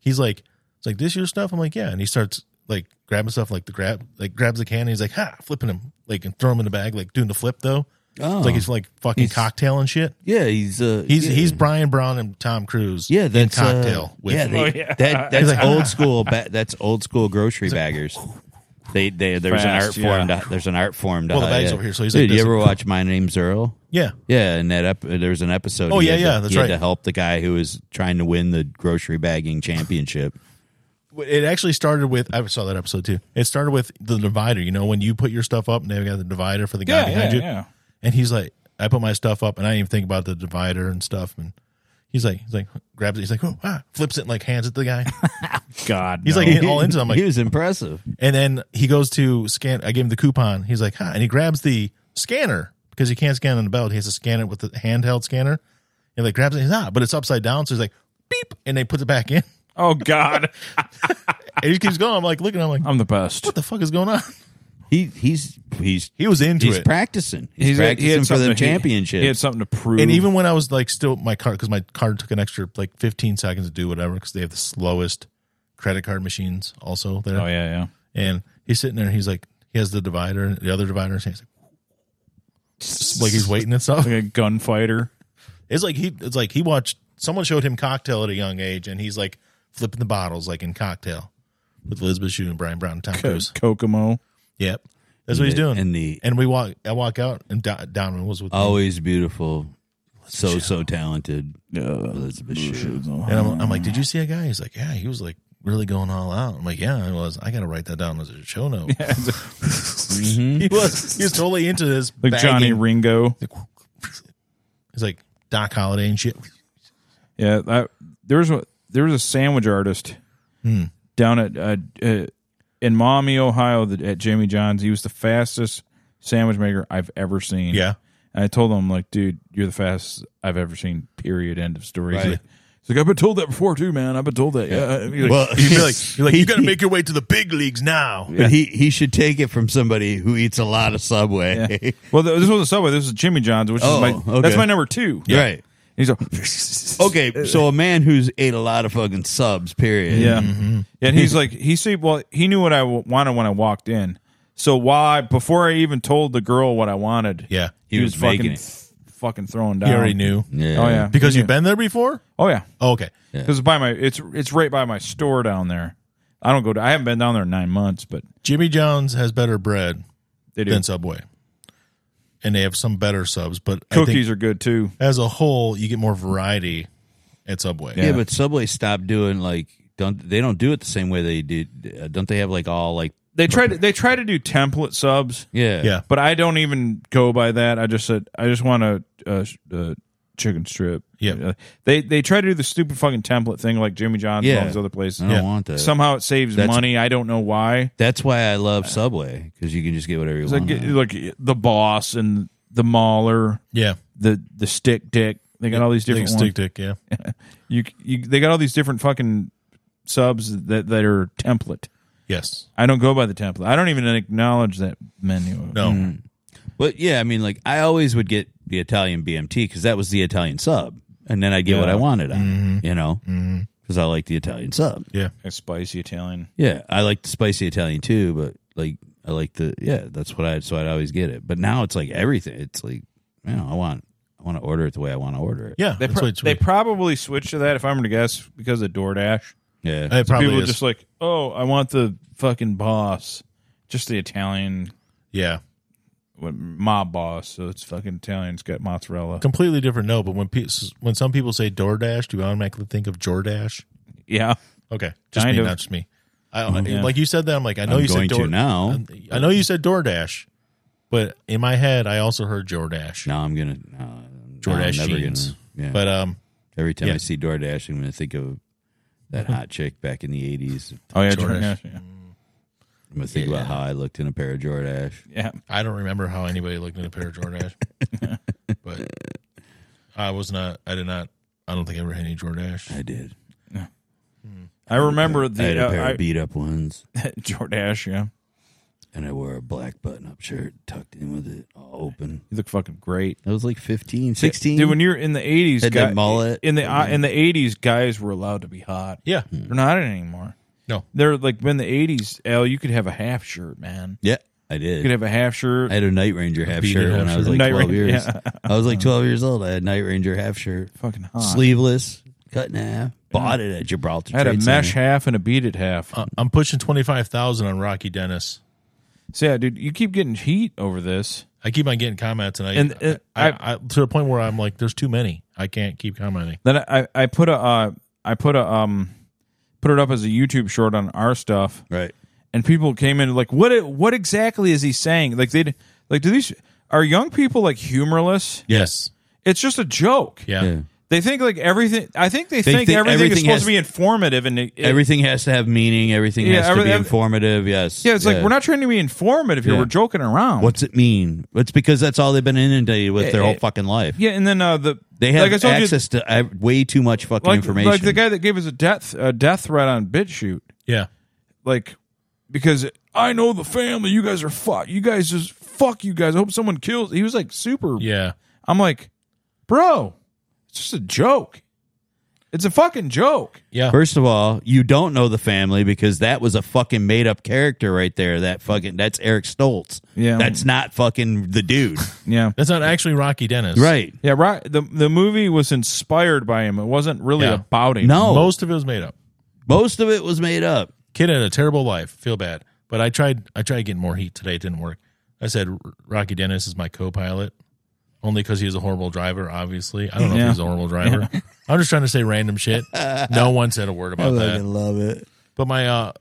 S4: he's like, "It's like this your stuff." I'm like, "Yeah." And he starts like grabbing stuff, like the grab, like grabs the can. And he's like, "Ha!" Flipping him, like and throw him in the bag, like doing the flip though.
S3: Oh.
S4: It's like he's like fucking
S3: He's-
S4: cocktail and shit.
S3: yeah, he's uh,
S4: He's
S3: yeah.
S4: he's Brian Brown and Tom Cruise.
S3: yeah,
S4: in
S3: that's uh,
S4: cocktail. with
S3: yeah, they-
S2: Oh, yeah.
S3: that that's old school. Ba- that's old school grocery baggers. They, they there's an
S2: Fast,
S3: art form.
S2: yeah.
S3: To, there's an art form. To
S4: Well, the
S3: how-
S4: bag's
S3: yeah.
S4: over here, so he's
S3: Dude,
S4: like
S3: you
S4: this.
S3: ever watch My Name's Earl?
S4: yeah.
S3: Yeah, and that up there was an episode.
S4: Oh,
S3: he
S4: yeah,
S3: had to-
S4: yeah, that's
S3: he had
S4: right.
S3: To help the guy who was trying to win the grocery bagging championship.
S4: It actually started with I saw that episode too. It started with the divider. You know when you put your stuff up and they've got the divider for the guy
S2: Yeah,
S4: behind
S2: yeah,
S4: you.
S2: yeah.
S4: And he's like, I put my stuff up and I didn't even think about the divider and stuff. And he's like, he's like grabs it. He's like, oh, ah, flips it and like hands it to the guy.
S2: God,
S4: He's
S2: no.
S4: like all into. It. I'm like,
S3: he was impressive.
S4: And then he goes to scan. I gave him the coupon. He's like, huh, and he grabs the scanner because he can't scan on the belt. He has to scan it with the handheld scanner. And like grabs it. He's ah, but it's upside down. So he's like, beep, and they puts it back in.
S2: oh God,
S4: And he keeps going. I'm like, looking. I'm like, what
S2: I'm the best.
S4: the fuck is going on?
S3: He he's he's
S4: He was into
S3: he's
S4: it.
S3: practicing. He's,
S2: He's-
S3: practicing for
S2: something
S3: the
S2: to- he-
S3: championship.
S2: He, had something to prove.
S4: and even when I was like still my card because my card took an extra like 15 seconds to do whatever because they have the slowest credit card machines also there.
S2: oh yeah, yeah.
S4: And he's sitting there. and He's like, he has the divider and the other divider. And he's like, like he's waiting and stuff.
S2: Like a gunfighter.
S4: It's like he it's like he watched someone showed him cocktail at a young age and he's like flipping the bottles like in cocktail with Elizabeth Shue and Brian Brown and Tom Cruise.
S2: Kokomo.
S4: Yep. That's what he's doing.
S3: And the Oh.
S4: And we walk I walk out and Don, Donovan was with me.
S3: always beautiful, so so talented Elizabeth Shue.
S4: And I'm, I'm like, Did you see a guy? He's like, Yeah, he was like really going all out. I'm like, Yeah, I was. I gotta write that down as a show note.
S3: Mm-hmm.
S4: he was he was totally into this.
S2: Like Johnny
S4: bagging.
S2: Ringo.
S4: He's like Doc Holiday and shit.
S2: Yeah, that, there was a, there was a sandwich artist
S3: Hmm.
S2: down at uh, uh, in Maumee, Ohio, that, at Jimmy John's. He was the fastest sandwich maker I've ever seen.
S4: Yeah.
S2: and I told him, I'm like, dude, you're the fastest I've ever seen. Period. End of story. He's
S3: Right.
S2: like- He's like, I've been told that before too, man. I've been told that. Yeah. He's like,
S3: Well,
S4: You'd be like, you're like, you gotta make your way to the big leagues now.
S3: But he he should take it from somebody who eats a lot of Subway.
S2: yeah. well, th- this wasn't Subway. This is Jimmy John's, which
S3: Oh,
S2: is my that's
S3: okay.
S2: my number two.
S3: Right.
S2: He's like,
S3: Okay, so a man who's ate a lot of fucking subs, period.
S2: Uh, Yeah.
S4: Mm-hmm.
S2: And he's like, he said, well, he knew what I w- wanted when I walked in. So why, before I even told the girl what I wanted,
S4: Yeah.
S2: he,
S3: He
S2: was,
S3: was
S2: fucking,
S3: making
S2: fucking throwing down.
S4: He already knew.
S3: Yeah.
S2: Oh yeah.
S4: Because
S2: He
S4: you've
S2: knew.
S4: been there before?
S2: Oh yeah.
S4: Oh, okay.
S3: Yeah.
S2: Because by my, it's it's right by my store down there. I don't go. To, I haven't been down there in nine months, but
S4: Jimmy Jones has better bread
S2: they do.
S4: than Subway, and they have some better subs. But
S2: Cookies
S4: I
S2: are good too.
S4: think as a whole, you get more variety at Subway.
S3: Yeah, but Subway stopped doing like don't they don't do it the same way they did. Uh, don't they have like all like
S2: They try to they try to do template subs,
S3: yeah
S4: Yeah.
S2: but I don't even go by that. I just said I just want a, a, a uh, chicken strip.
S4: Yeah.
S2: Uh, they they try to do the stupid fucking template thing like Jimmy John's and all
S3: Yeah.
S2: these other places.
S3: I don't
S4: Yeah.
S3: want that.
S2: Somehow it saves
S3: That's-
S2: money. I don't know why.
S3: That's why I love Subway because you can just get whatever you
S2: It's like
S3: want.
S4: Oh,
S2: like the boss and the mauler,
S4: yeah.
S2: the the stick dick. They got all these different
S4: Like
S2: ones.
S4: stick dick. Yeah,
S2: You, you they got all these different fucking subs that that are template.
S4: yes,
S2: I don't go by the template. I don't even acknowledge that menu.
S4: no,
S3: But yeah, I mean, like I always would get the Italian BMT because that was the Italian sub, and then I would get what
S2: Yeah.
S3: I wanted on,
S4: Mm-hmm.
S3: it, you know, because I like the Italian sub.
S4: yeah.
S2: A spicy Italian.
S3: Yeah, I like the spicy Italian too, but like I like the yeah, that's what I so I'd always get it. But now it's like everything. It's like you know, I want I want to order it the way I want to order it.
S4: Yeah,
S2: They,
S4: that's
S2: pro-
S4: what it's-
S2: they probably switched to that if I'm going to guess because of DoorDash.
S3: yeah.
S4: it probably
S2: People are
S4: is.
S2: just like, oh, I want the fucking boss, just the Italian
S4: yeah,
S2: what, mob boss. So it's fucking Italian. It's got mozzarella.
S4: completely different. No, but when pe- when some people say DoorDash, do you automatically think of Jordash?
S2: Yeah,
S4: Okay, just
S2: Kind
S4: me,
S2: of. Mm,
S4: not just me. I,
S2: Yeah.
S4: Like you said that, I'm like, I know
S3: I'm
S4: you
S3: going
S4: said Door-
S3: to now.
S4: I know you said DoorDash, but in my head, I also heard Jordash.
S3: Now I'm gonna no,
S4: DoorDash
S3: I'm never
S4: jeans.
S3: Gonna, yeah.
S4: But um,
S3: every time
S4: yeah.
S3: I see DoorDash, I'm gonna think of that hot chick back in the '80s.
S2: Oh yeah,
S4: DoorDash.
S2: DoorDash. Yeah.
S3: I'm gonna think about how I looked in a pair of DoorDash.
S2: yeah.
S4: I don't remember how anybody looked at a pair of Jordache, but I was not. I did not. I don't think I ever had any Jordache.
S3: I did.
S2: I remember
S3: I had
S2: the
S3: a
S2: uh,
S3: pair
S2: I-
S3: of beat up ones,
S2: DoorDash. Yeah,
S3: and I wore a black button up shirt tucked in with it all open.
S2: you look fucking great.
S3: I was like 15, 16.
S2: dude. When you're in the '80s,
S3: Had that mullet.
S2: in the uh, in the '80s, guys were allowed to be hot.
S4: Yeah,
S2: they're not anymore.
S4: No.
S2: they're like in the '80s. L, you could have a half shirt, man.
S3: yeah, I
S2: You
S3: did.
S2: could have a half shirt.
S3: I had a Night Ranger half
S4: beaded
S3: shirt
S4: half
S3: when I was
S4: shirt.
S3: like
S2: Night
S3: 12
S2: Ranger,
S3: years.
S2: yeah. Uh-huh.
S3: I was like 12 years old. I had a Night Ranger half shirt,
S2: fucking hot.
S3: sleeveless, cut in half. Bought it at Gibraltar.
S2: I had a
S3: Trade
S2: mesh
S3: Center.
S2: half and a beaded half.
S4: Uh, I'm pushing twenty five thousand on Rocky Dennis.
S2: so yeah, dude, you keep getting heat over this.
S4: I keep on getting comments, and I
S2: And, uh,
S4: I, I, I to the point where I'm like, there's too many. I can't keep commenting.
S2: Then I, I put a uh, I put a um put it up as a YouTube short on our stuff,
S3: Right.
S2: and people came in like, what what exactly is he saying? Like they like do these are young people like humorless?
S4: Yes,
S2: It's just a joke.
S4: yeah.
S3: Yeah.
S2: They think like everything. I think they, think,
S3: think
S2: everything, is
S3: everything
S2: supposed
S3: has-
S2: to be informative and it, it-
S3: Everything has to have meaning. Everything
S2: Yeah,
S3: has to
S2: every-
S3: be
S2: every-
S3: informative. Yes.
S2: Yeah, it's like we're not trying to be informative here.
S3: Yeah.
S2: We're joking around.
S3: What's it mean? It's because that's all they've been inundated with their
S2: Eh,
S3: whole fucking life.
S2: Yeah, and then uh, the
S3: They have
S2: like I told you,
S3: access to uh, way too much fucking
S2: like,
S3: information.
S2: Like the guy that gave us a death a death threat on BitChute,
S4: Yeah.
S2: like because I know the family. You guys are fuck. You guys just fuck you guys. I hope someone kills. He was like super.
S4: Yeah.
S2: I'm like, bro, it's just a joke. It's a fucking joke.
S4: Yeah.
S3: First of all, you don't know the family because that was a fucking made up character right there. That fucking that's Eric Stoltz.
S2: Yeah.
S3: That's not fucking the dude.
S2: Yeah.
S4: That's not actually Rocky Dennis.
S3: right.
S2: Yeah, right. The the movie was inspired by him. It wasn't really
S4: Yeah.
S2: about him.
S3: No. Most
S4: Most of it was made up.
S3: most of it was made up.
S4: Kid had a terrible life. Feel bad. But I tried I tried getting more heat today. It didn't work. I said R- Rocky Dennis is my co pilot. Only because he was a horrible driver, obviously. I don't know if
S2: Yeah.
S4: he was a horrible driver. I'm just trying to say random shit. No one said a word about that.
S3: love it.
S4: But my uh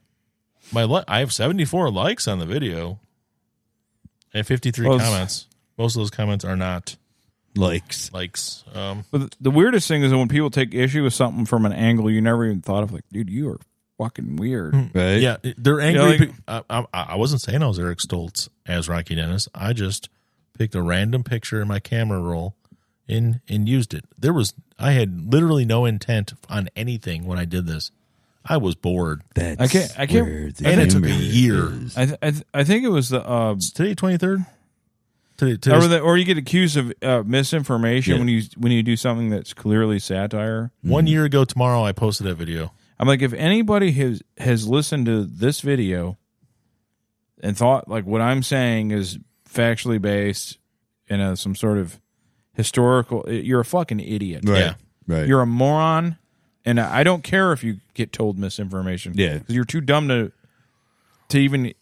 S4: my li- I have 74 likes on the video and 53
S2: Well, it's-
S4: comments. Most of those comments are not
S3: Likes.
S4: likes. Um
S2: But the- the weirdest thing is when people take issue with something from an angle you never even thought of. Like, dude, you are fucking weird.
S3: Right?
S4: Yeah, they're angry.
S2: like-
S4: pic- I, I, I wasn't saying I was Eric Stoltz as Rocky Dennis. I just picked a random picture in my camera roll and and used it. There was I had literally no intent on anything when I did this. I was bored.
S3: That's
S2: I can't- I can't-
S3: where the
S4: and it took a
S3: humor
S4: year.
S3: is.
S2: I th- I, th- I think it was the uh,
S4: It's today twenty third. Today,
S2: or,
S4: today's
S2: the, or you get accused of uh, misinformation
S3: Yeah.
S2: when you when you do something that's clearly satire.
S4: one year ago tomorrow. I posted that video.
S2: I'm like, if anybody has has listened to this video and thought like what I'm saying is factually based in a, some sort of historical, eh, you're a fucking idiot.
S3: Right.
S4: Yeah.
S3: Right.
S2: You're a moron, and I don't care if you get told misinformation.
S3: Yeah.
S2: 'Cause you're too dumb to to even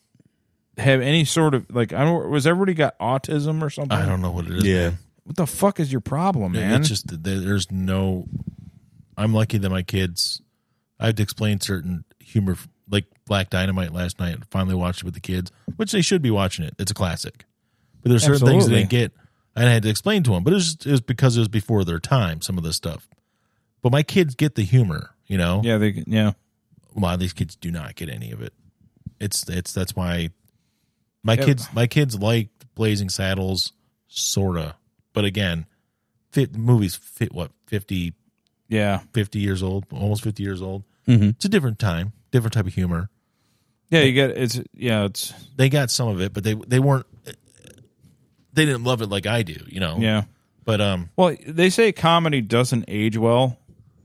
S2: have any sort of like. I don't. Was everybody got autism or something?
S4: I don't know what it is.
S3: yeah.
S2: What the fuck is your problem, man?
S4: It's just that there- there's no. I'm lucky that my kids. I had to explain certain humor, like Black Dynamite last night. Finally watched it with the kids, which they should be watching it. It's a classic. But there's certain things they didn't get, and I had to explain to them. But it was, just, it was because it was before their time. Some of this stuff. But my kids get the humor, you know.
S2: yeah, they yeah.
S4: A lot of these kids do not get any of it. It's it's that's why my kids my kids like Blazing Saddles, sorta. But again, fit movies fit what fifty
S2: Yeah.
S4: 50 years old, almost 50 years old.
S3: Mhm.
S4: It's a different time, different type of humor.
S2: Yeah, you get it's yeah, it's
S4: They got some of it, but they they weren't they didn't love it like I do, you know.
S2: yeah.
S4: But um
S2: Well, they say comedy doesn't age well.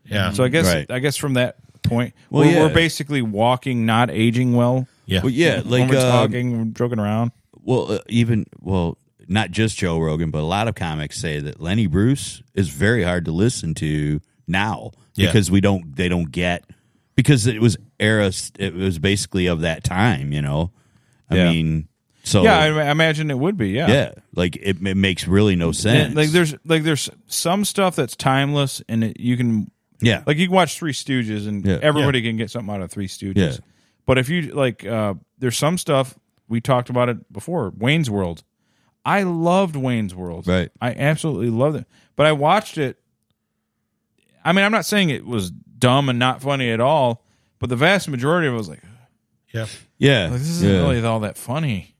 S4: yeah.
S2: So I guess
S3: Right.
S2: I guess from that point
S3: Well,
S2: we're,
S3: yeah.
S2: we're basically walking not aging well.
S4: yeah.
S3: Well, yeah,
S2: when
S3: like
S2: we're
S3: uh,
S2: talking, we're joking around.
S3: well, uh, even well, not just Joe Rogan, but a lot of comics say that Lenny Bruce is very hard to listen to now
S4: Yeah.
S3: because we don't they don't get because it was era it was basically of that time, you know. I
S2: Yeah.
S3: mean, so
S2: Yeah, I, I imagine it would be. Yeah.
S3: oh, yeah, like it, it makes really no sense.
S2: And, like there's like there's some stuff that's timeless and it, you can
S3: yeah,
S2: like you can watch Three Stooges and
S3: Yeah.
S2: everybody can get something out of Three Stooges.
S3: Yeah.
S2: But if you like uh there's some stuff we talked about it before, Wayne's World. I loved Wayne's World.
S3: Right.
S2: I absolutely loved it. But I watched it I mean, I'm not saying it was dumb and not funny at all, but the vast majority of it was like,
S4: yeah.
S3: yeah,
S2: like this isn't
S3: yeah.
S2: really all that funny.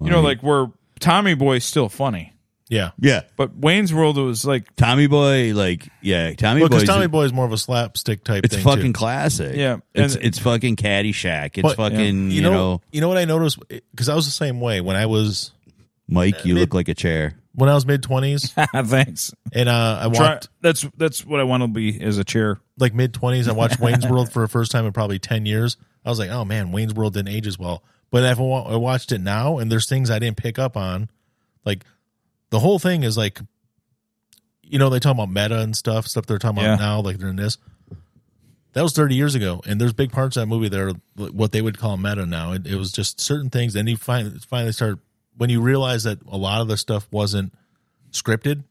S2: You know, like where Tommy Boy's still funny.
S4: Yeah.
S3: yeah.
S2: But Wayne's World it was like
S3: Tommy Boy, like yeah, Tommy
S4: Well,
S3: Boy.
S4: cuz Tommy Boy is more of a slapstick type
S3: it's
S4: thing
S3: fucking
S4: too.
S3: classic.
S2: Yeah,
S3: it's
S2: and-
S3: it's fucking Caddyshack. It's
S4: But-
S3: fucking
S4: You know, you know what I noticed cuz I was the same way when I was uh,
S3: Mike, you look like a chair.
S4: when I was mid 20s
S2: thanks.
S4: and uh I
S2: Try,
S4: walked
S2: that's that's what I want to be as a chair.
S4: like mid 20s. I watched Wayne's World for the first time in probably 10 years. I was like, oh man, Wayne's World didn't age as well. But if I wa- I watched it now, and there's things I didn't pick up on, like the whole thing is like, you know, they talk about meta and stuff, stuff they're talking
S2: Yeah.
S4: about now, like they're in this. That was 30 years ago, and there's big parts of that movie that are like, what they would call meta now. It, it was just certain things, and you find, finally start when you realize that a lot of the stuff wasn't scripted,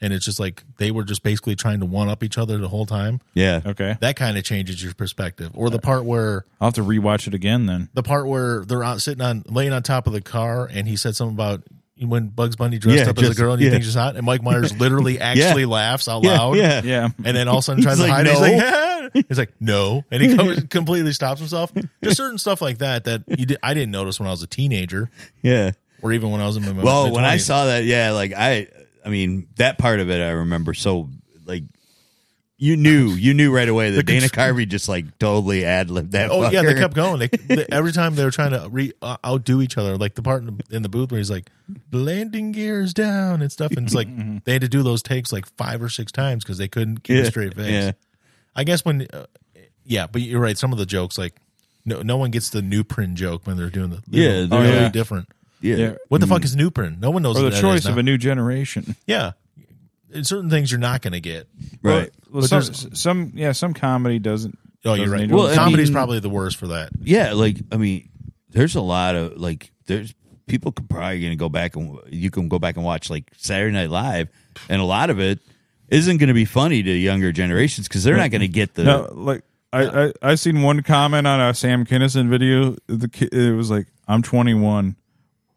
S4: and it's just like they were just basically trying to one up each other the whole time.
S3: Yeah.
S2: Okay,
S4: That kind of changes your perspective, or the part where
S2: I'll have to rewatch it again then.
S4: the part where they're out sitting on laying on top of the car, and he said something about when Bugs Bunny dressed
S3: Yeah,
S4: up as
S3: just-
S4: a girl and he
S3: yeah.
S4: thinks she's hot, and Mike Myers literally actually laughs out loud.
S3: Yeah.
S2: Yeah,
S4: And then all of a sudden tries
S3: He's
S4: to
S3: like,
S4: hide. it. He's
S3: "No."
S4: like, "Ah." he's like, no, and he comes, completely stops himself. Just certain stuff like that that you did, I didn't notice when I was a teenager,
S3: Yeah.
S4: or even when I was in my
S3: Well, when I
S4: mid-twenties.
S3: saw that, yeah, like I, I mean, that part of it I remember. So, like, you knew, you knew right away that Dana Carvey just like totally ad libbed that.
S4: Oh yeah, they
S3: fucker.
S4: kept going. They, they- every time they were trying to re, uh, outdo each other, like the part in the, in the booth where he's like, "The landing gears down" and stuff, and it's like they had to do those takes like five or six times because they couldn't keep
S3: Yeah,
S4: a straight face.
S3: yeah.
S4: I guess when, uh, yeah, but you're right. Some of the jokes, like no, no one gets the new print joke when they're doing the
S3: Yeah,
S4: they're
S3: they're-
S4: really
S2: yeah.
S4: different.
S3: Yeah.
S2: Yeah.
S4: What the fuck is new print? No one knows
S2: or the
S4: what that is
S2: choice of
S4: now.
S2: a new generation.
S4: yeah. In certain things you're not going to get.
S3: Right.
S2: Well,
S4: But
S2: some,
S4: there's-
S2: some yeah, some comedy doesn't.
S4: Oh, you're
S2: doesn't
S4: right.
S2: need to-
S3: Well, I
S4: Comedy's
S3: mean-
S4: probably the worst for that.
S3: yeah, like I mean, there's a lot of like there's people could probably gonna go back and you can go back and watch like Saturday Night Live, and a lot of it isn't gonna be funny to younger generations because they're not gonna get the
S2: No, like I, I I seen one comment on a Sam Kinison video. The ki- it was like, "I'm 21.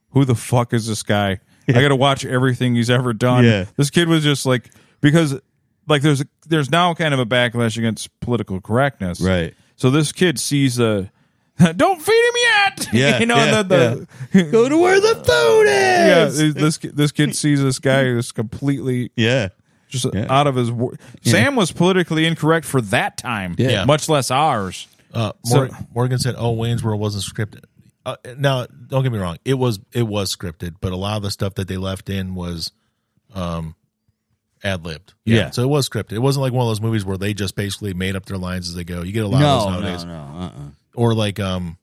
S2: Who the fuck is this guy? I got to watch everything he's ever done."
S3: Yeah.
S2: This kid was just like because like there's there's now kind of a backlash against political correctness,
S3: right.
S2: So this kid sees the don't feed him yet.
S3: Yeah,
S2: you know
S3: yeah,
S2: and the, the
S3: Go to where the food
S2: yeah.
S3: is.
S2: this kid- this kid sees this guy who's completely
S3: Yeah.
S2: just out of his wor- Sam was politically incorrect for that time,
S4: Yeah.
S2: much less ours.
S4: Uh, Mor- Morgan said, "Oh, Wayne's World wasn't scripted." Uh, now, don't get me wrong; it was it was scripted, but a lot of the stuff that they left in was um, ad libbed.
S3: Yeah.
S4: so it was scripted. It wasn't like one of those movies where they just basically made up their lines as they go. You get a lot of
S3: No,
S4: those
S3: no,
S4: nowadays,
S3: no. Uh-uh.
S4: or like um,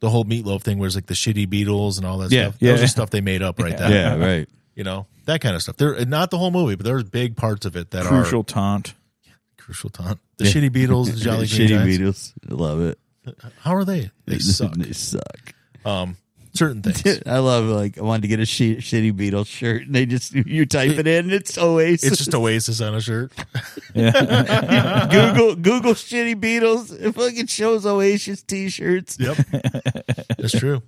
S4: the whole meatloaf thing, where it's like the shitty Beatles and all that
S3: Yeah,
S4: stuff.
S2: yeah.
S4: That was just stuff they made up right there.
S3: Yeah, right.
S4: you know that kind of stuff. There, not the whole movie, but there's big parts of it that
S2: Crucial
S4: are
S2: taunt.
S4: crucial. Time. The shitty Beatles, the Jolly
S3: Shitty
S4: Green Giants.
S3: Beatles. Love it.
S4: How are they? They suck.
S3: they suck.
S4: Um, certain things.
S3: I love like I wanted to get a shi- shitty Beatles shirt, and they just you type it in, it's Oasis.
S4: It's just Oasis on a shirt.
S2: Yeah.
S3: Google Google shitty Beatles. It fucking shows Oasis T-shirts.
S4: Yep, that's true.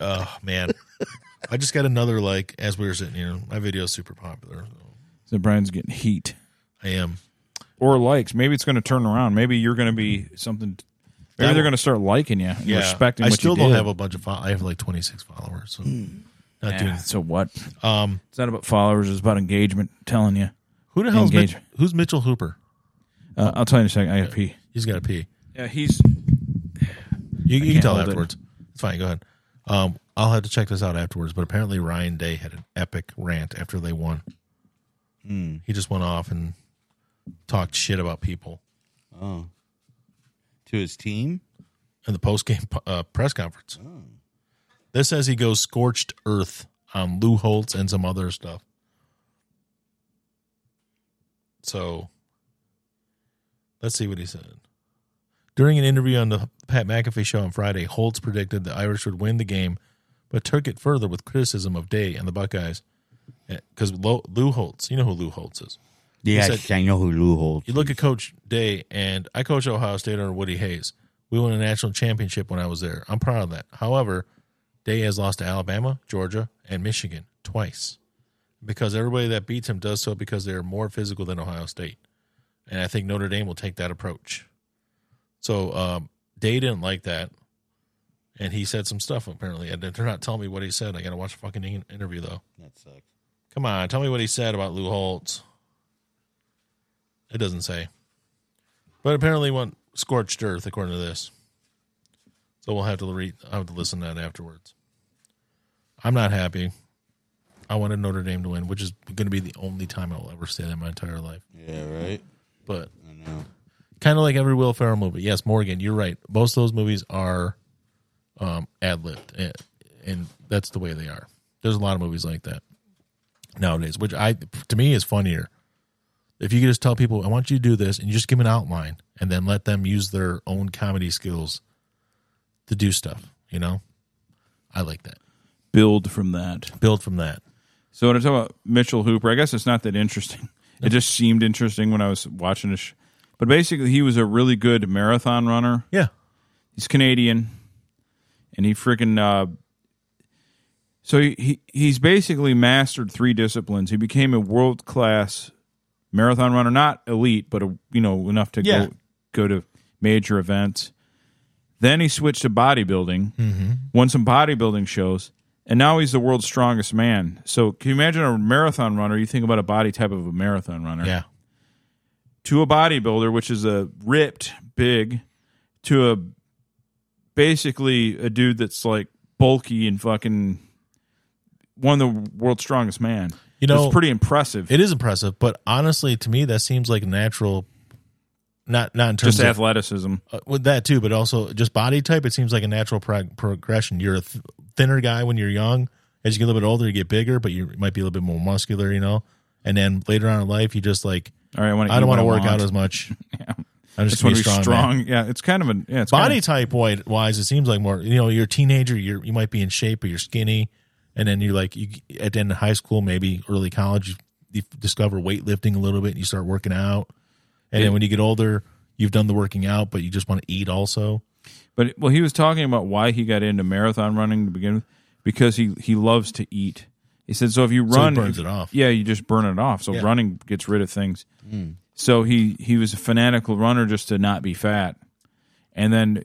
S4: Oh man, I just got another like as we were sitting here. My video's super popular.
S2: so Brian's getting heat
S4: I am.
S2: or likes. Maybe it's going to turn around. Maybe you're going to be something. Maybe
S4: That-
S2: they're going to start liking you, and respecting.
S4: I
S2: what
S4: still
S2: you
S4: don't
S2: did.
S4: have a bunch of. Fo- I have like 26 followers. So not doing.
S2: Yeah, so what?
S4: Um,
S2: It's not about followers. It's about engagement. telling you.
S4: who the hell's Mitch-
S2: Engage.
S4: who's Mitchell Hooper?
S2: Uh, I'll tell you in a second. I have pee.
S4: He's got to pee.
S2: Yeah, he's
S4: You, you can
S2: can't
S4: tell
S2: hold it.
S4: afterwards. It's fine. Go ahead. Um, I'll have to check this out afterwards. But apparently Ryan Day had an epic rant after they won. He just went off and talked shit about people.
S3: Oh, to his team.
S4: in the post game uh, press conference. This says he goes scorched earth on Lou Holtz and some other stuff. So let's see what he said. During an interview on the Pat McAfee show on Friday, Holtz predicted the Irish would win the game, but took it further with criticism of Day and the Buckeyes. Because Lou Holtz, you know who Lou Holtz is.
S3: Yeah,
S4: He said-
S3: I know who Lou holds.
S4: You look at Coach Day, and I coach Ohio State under Woody Hayes. We won a national championship when I was there. I'm proud of that. However, Day has lost to Alabama, Georgia, and Michigan twice because everybody that beats him does so because they're more physical than Ohio State. And I think Notre Dame will take that approach. So um, Day didn't like that. And he said some stuff apparently. And they're not telling me what he said. I got to watch a fucking in- interview though.
S3: That sucks.
S4: Come on, tell me what he said about Lou Holtz. It doesn't say. But apparently went scorched earth according to this. So we'll have to read I have to listen to that afterwards. I'm not happy. I wanted Notre Dame to win, which is gonna be the only time I'll ever say that in my entire life.
S3: Yeah, right.
S4: But
S3: I know.
S4: kind of like every Will Ferrell movie. Yes, Morgan, you're right. Most of those movies are um, ad libbed, and, and that's the way they are. There's a lot of movies like that nowadays, which I to me is funnier. If you could just tell people, I want you to do this, and you just give them an outline, and then let them use their own comedy skills to do stuff. You know, I like that.
S2: build from that.
S4: Build from that.
S2: So when I talk about Mitchell Hooper, I guess it's not that interesting. It just seemed interesting when I was watching this. Sh- but basically, he was a really good marathon runner.
S4: Yeah,
S2: He's Canadian, and he freaking. Uh, so he, he he's basically mastered three disciplines. He became a world class marathon runner, not elite, but a, you know enough to
S4: Yeah.
S2: go go to major events. Then he switched to bodybuilding,
S4: Mm-hmm.
S2: won some bodybuilding shows, and now he's the world's strongest man. So can you imagine a marathon runner? You think about a body type of a marathon runner
S4: yeah,
S2: to a bodybuilder, which is a ripped, big, to a basically a dude that's like bulky and fucking one of the world's strongest man.
S4: You know-
S2: it's pretty impressive.
S4: it is impressive. But honestly, to me, that seems like natural. Not not in terms
S2: just
S4: of
S2: athleticism.
S4: uh, with that too, but also just body type. It seems like a natural prog- progression. You're a th- thinner guy when you're young. As you get a little bit older, you get bigger, but you might be a little bit more muscular, you know. And then later on in life, you just like
S2: All right, I want.
S4: I don't want to work out as much. I'm
S2: Just
S4: just
S2: want to
S4: gonna be
S2: be
S4: strong.
S2: strong.
S4: man.
S2: Yeah, it's kind of an yeah. It's
S4: Body
S2: kind
S4: type wi- wise, it seems like more. You know, you're a teenager. You you might be in shape, but you're skinny. And then you're like you, at the end of high school, maybe early college, you, you discover weightlifting a little bit, and you start working out. And
S2: Yeah.
S4: then when you get older, you've done the working out, but you just want to eat also.
S2: of- but well, he was talking about why he got into marathon running to begin with because he he loves to eat. He said so if you
S4: he
S2: run,
S4: burns
S2: if-
S4: it off. Hmm.
S2: Yeah, you just burn it off. So running gets rid of things. So he he was a fanatical runner just to not be fat, and then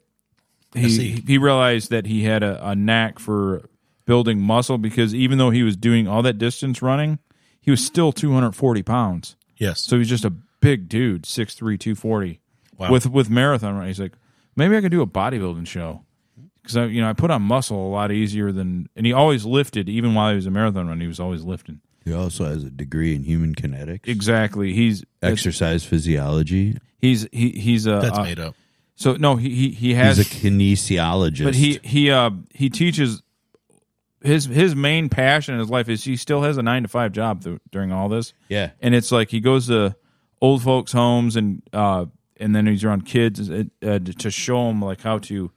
S2: he
S4: see.
S2: he realized that he had a, a knack for building muscle because even though he was doing all that distance running, he was still 240 pounds.
S4: Yes.
S2: So he's just a big dude, 6'3", 240.
S4: Wow.
S2: With with marathon run, he's like, maybe I could do a bodybuilding show because I you know I put on muscle a lot easier than and he always lifted even while he was a marathon runner. He was always lifting.
S3: He also has a degree in human kinetics,
S2: Exactly. He's
S3: exercise physiology.
S2: he's he he's a
S4: That's
S2: uh,
S4: made up.
S2: so no he he, he has
S3: He's a kinesiologist.
S2: but he he uh he teaches his his main passion in his life is he still has a nine to five job th- during all this
S3: yeah,
S2: and it's like he goes to old folks homes and uh and then he's around kids uh, uh, to show them like how to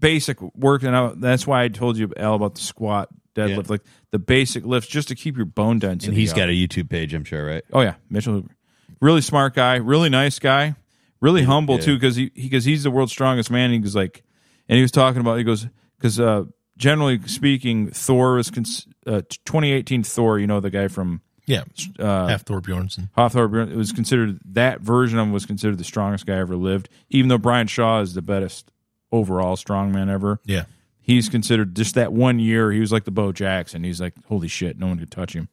S2: basic work and I, that's why I told you Al about the squat deadlift like the basic lifts just to keep your bone density
S3: and he's
S2: up.
S3: got a YouTube page, I'm sure, right?
S2: Oh yeah, Mitchell Hooper, really smart guy, really nice guy, really humble
S3: yeah.
S2: too, because he because he's the world's strongest man. He's like, and he was talking about he goes because uh, generally speaking, Thor is cons- uh, 2018 Thor. You know the guy from
S4: Yeah.
S2: uh,
S4: Half Thor Bjornson.
S2: Hawthor It was considered that version of him was considered the strongest guy ever lived. Even though Brian Shaw is the best overall strongman ever,
S4: Yeah.
S2: he's considered just that one year he was like the Bo Jackson. He's like, holy shit, no one could touch him.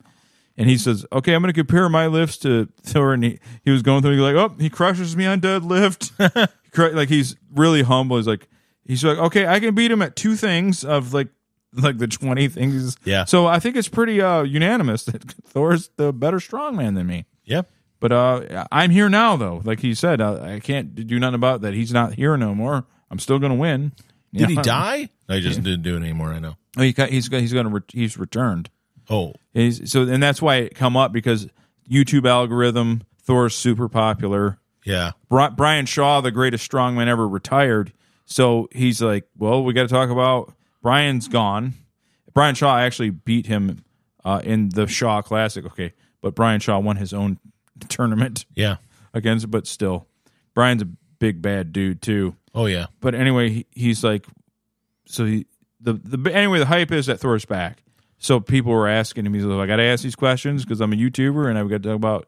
S2: And he says, okay, I'm going to compare my lifts to Thor. And he, he was going through, he's like, oh, he crushes me on deadlift. He cru- like he's really humble. He's like, he's like, okay, I can beat him at two things of like, like the 20 things.
S4: Yeah.
S2: So I think it's pretty uh, unanimous that Thor's the better strongman than me.
S4: Yeah.
S2: But uh, I'm here now, though. Like he said, uh, I, I can't do nothing about that. He's not here no more. I'm still going to win. You
S4: Did he
S2: know?
S4: die? I just didn't do it anymore. I know.
S2: Oh, he got, he's got, he's going to re- he's returned.
S4: Oh,
S2: He's, so and that's why it come up because YouTube algorithm. Thor's super popular.
S4: yeah.
S2: Bri- Brian Shaw, the greatest strongman ever, retired. So he's like, well, we got to talk about Brian's gone. Brian Shaw actually beat him uh, in the Shaw Classic. Okay, but Brian Shaw won his own tournament
S4: Yeah.
S2: against, but still, Brian's a big bad dude too
S4: Oh, yeah.
S2: but anyway, he, he's like, so he the the anyway the hype is that Thor's back. So people were asking him. He's like, I got to ask these questions because I'm a YouTuber and I've got to talk about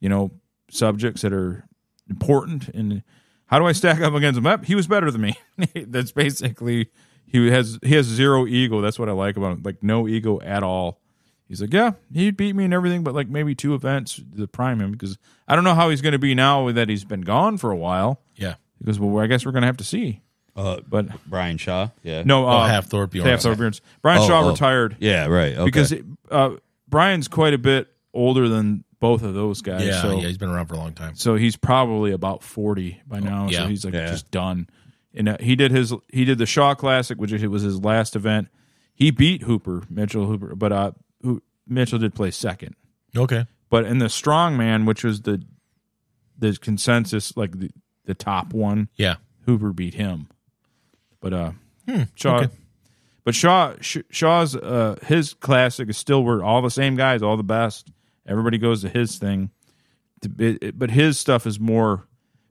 S2: you know subjects that are important and how do I stack up against him? Up, he was better than me. That's basically he has he has zero ego. That's what I like about him. Like no ego at all. He's like, yeah, he beat me and everything, but like maybe two events to prime him because I don't know how he's going to be now that he's been gone for a while.
S4: Yeah.
S2: He goes, well, I guess we're going to have to see.
S3: Uh,
S2: But
S3: Brian Shaw. Yeah.
S2: no,
S4: Oh,
S2: uh,
S4: half Thor Bjornson.
S2: half Thor Bjornsson. Brian
S3: Oh,
S2: Shaw
S3: oh.
S2: retired
S3: Yeah. Right. Okay.
S2: because uh, Brian's quite a bit older than both of those guys.
S4: Yeah.
S2: so,
S4: yeah. He's been around for a long time.
S2: so he's probably about forty by now.
S4: yeah.
S2: So he's like
S3: Yeah.
S2: just done. and uh, he did his he did the Shaw Classic, which was his last event. He beat Hooper Mitchell Hooper, but uh, who, Mitchell did play second.
S4: Okay.
S2: But in the strongman, which was the the consensus, like the, the top one,
S4: Yeah.
S2: Hooper beat him. But uh, Shaw, but Shaw Sh- Shaw's uh his classic is still where all the same guys, all the best. Everybody goes to his thing, It- it- but his stuff is more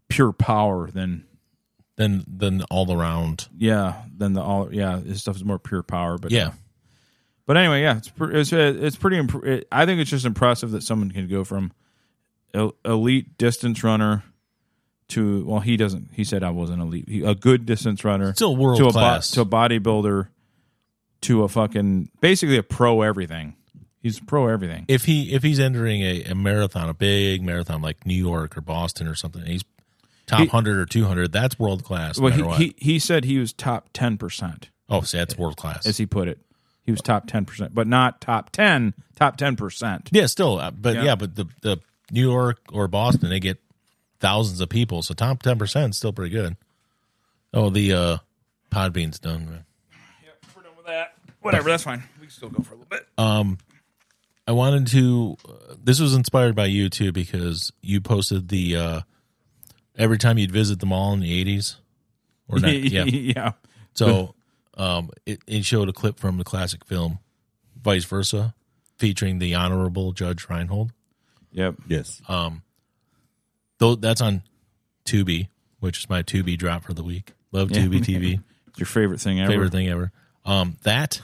S2: pure power than
S4: Then then all around.
S2: yeah than the all yeah his stuff is more pure power. But
S4: Yeah.
S2: But anyway, yeah, it's pre- it's uh, it's pretty. Imp- it, I think it's just impressive that someone can go from el- elite distance runner to well, he doesn't. He said I was an elite, he, a good distance runner
S4: Still world
S2: to a bo-
S4: class.
S2: to a bodybuilder to a fucking basically a pro everything. He's pro everything.
S4: if he if he's entering a, a marathon, a big marathon like New York or Boston or something, and he's top
S2: He-
S4: hundred or two hundred, that's world class. no
S2: well,
S4: matter
S2: he,
S4: what.
S2: he he said he was top ten percent,
S4: oh, see, that's world class.
S2: as he put it. He was top ten percent, but not top ten, top ten percent.
S4: yeah, still, uh, but
S2: Yeah.
S4: yeah, but the the New York or Boston, they get thousands of people, so top ten percent is still pretty good. Oh, the uh, Podbean's done. man.
S2: We're done with that. Whatever, that's fine. We can still go for a little bit.
S4: I wanted to. Uh, this was inspired by you too because you posted the uh, every time you'd visit the mall in the eighties, or not, yeah,
S2: yeah.
S4: So um, it, it showed a clip from the classic film Vice Versa featuring the Honorable Judge Reinhold.
S2: Yep.
S3: Yes.
S4: Though that's on Tubi, which is my Tubi drop for the week. Love
S2: Yeah.
S4: Tubi TV.
S2: It's your favorite thing ever.
S4: Favorite thing ever. Um, that,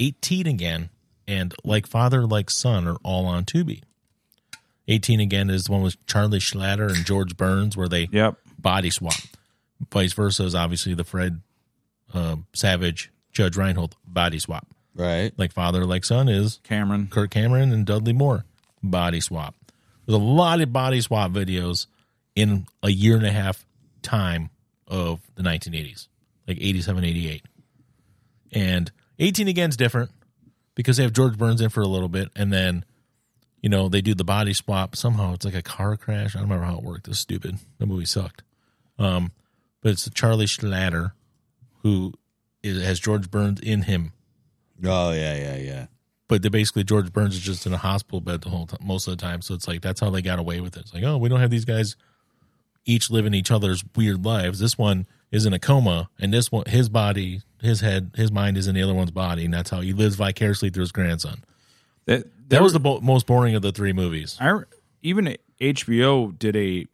S4: 18 Again, and Like Father, Like Son are all on Tubi. 18 Again is the one with Charlie Schlatter and George Burns where they
S2: Yep.
S4: body swap. Vice Versa is obviously the Fred uh, Savage, Judge Reinhold body swap.
S3: Right.
S4: like father like son is
S2: Cameron.
S4: Kirk Cameron and Dudley Moore body swap. There's a lot of body swap videos in a year and a half time of the 1980s, like 87, 88. And 18 again's different because they have George Burns in for a little bit and then you know, they do the body swap. Somehow it's like a car crash. I don't remember how it worked. It was stupid. The movie sucked. Um, but it's Charlie Schlatter who is, has George Burns in him
S3: Oh yeah, yeah, yeah.
S4: but they basically George Burns is just in a hospital bed the whole time, most of the time. So it's like that's how they got away with it. It's like, oh, we don't have these guys each living each other's weird lives. This one is in a coma, and this one, his body, his head, his mind is in the other one's body, and that's how he lives vicariously through his grandson.
S2: That,
S4: That was the bo- most boring of the three movies.
S2: I, even HBO did a,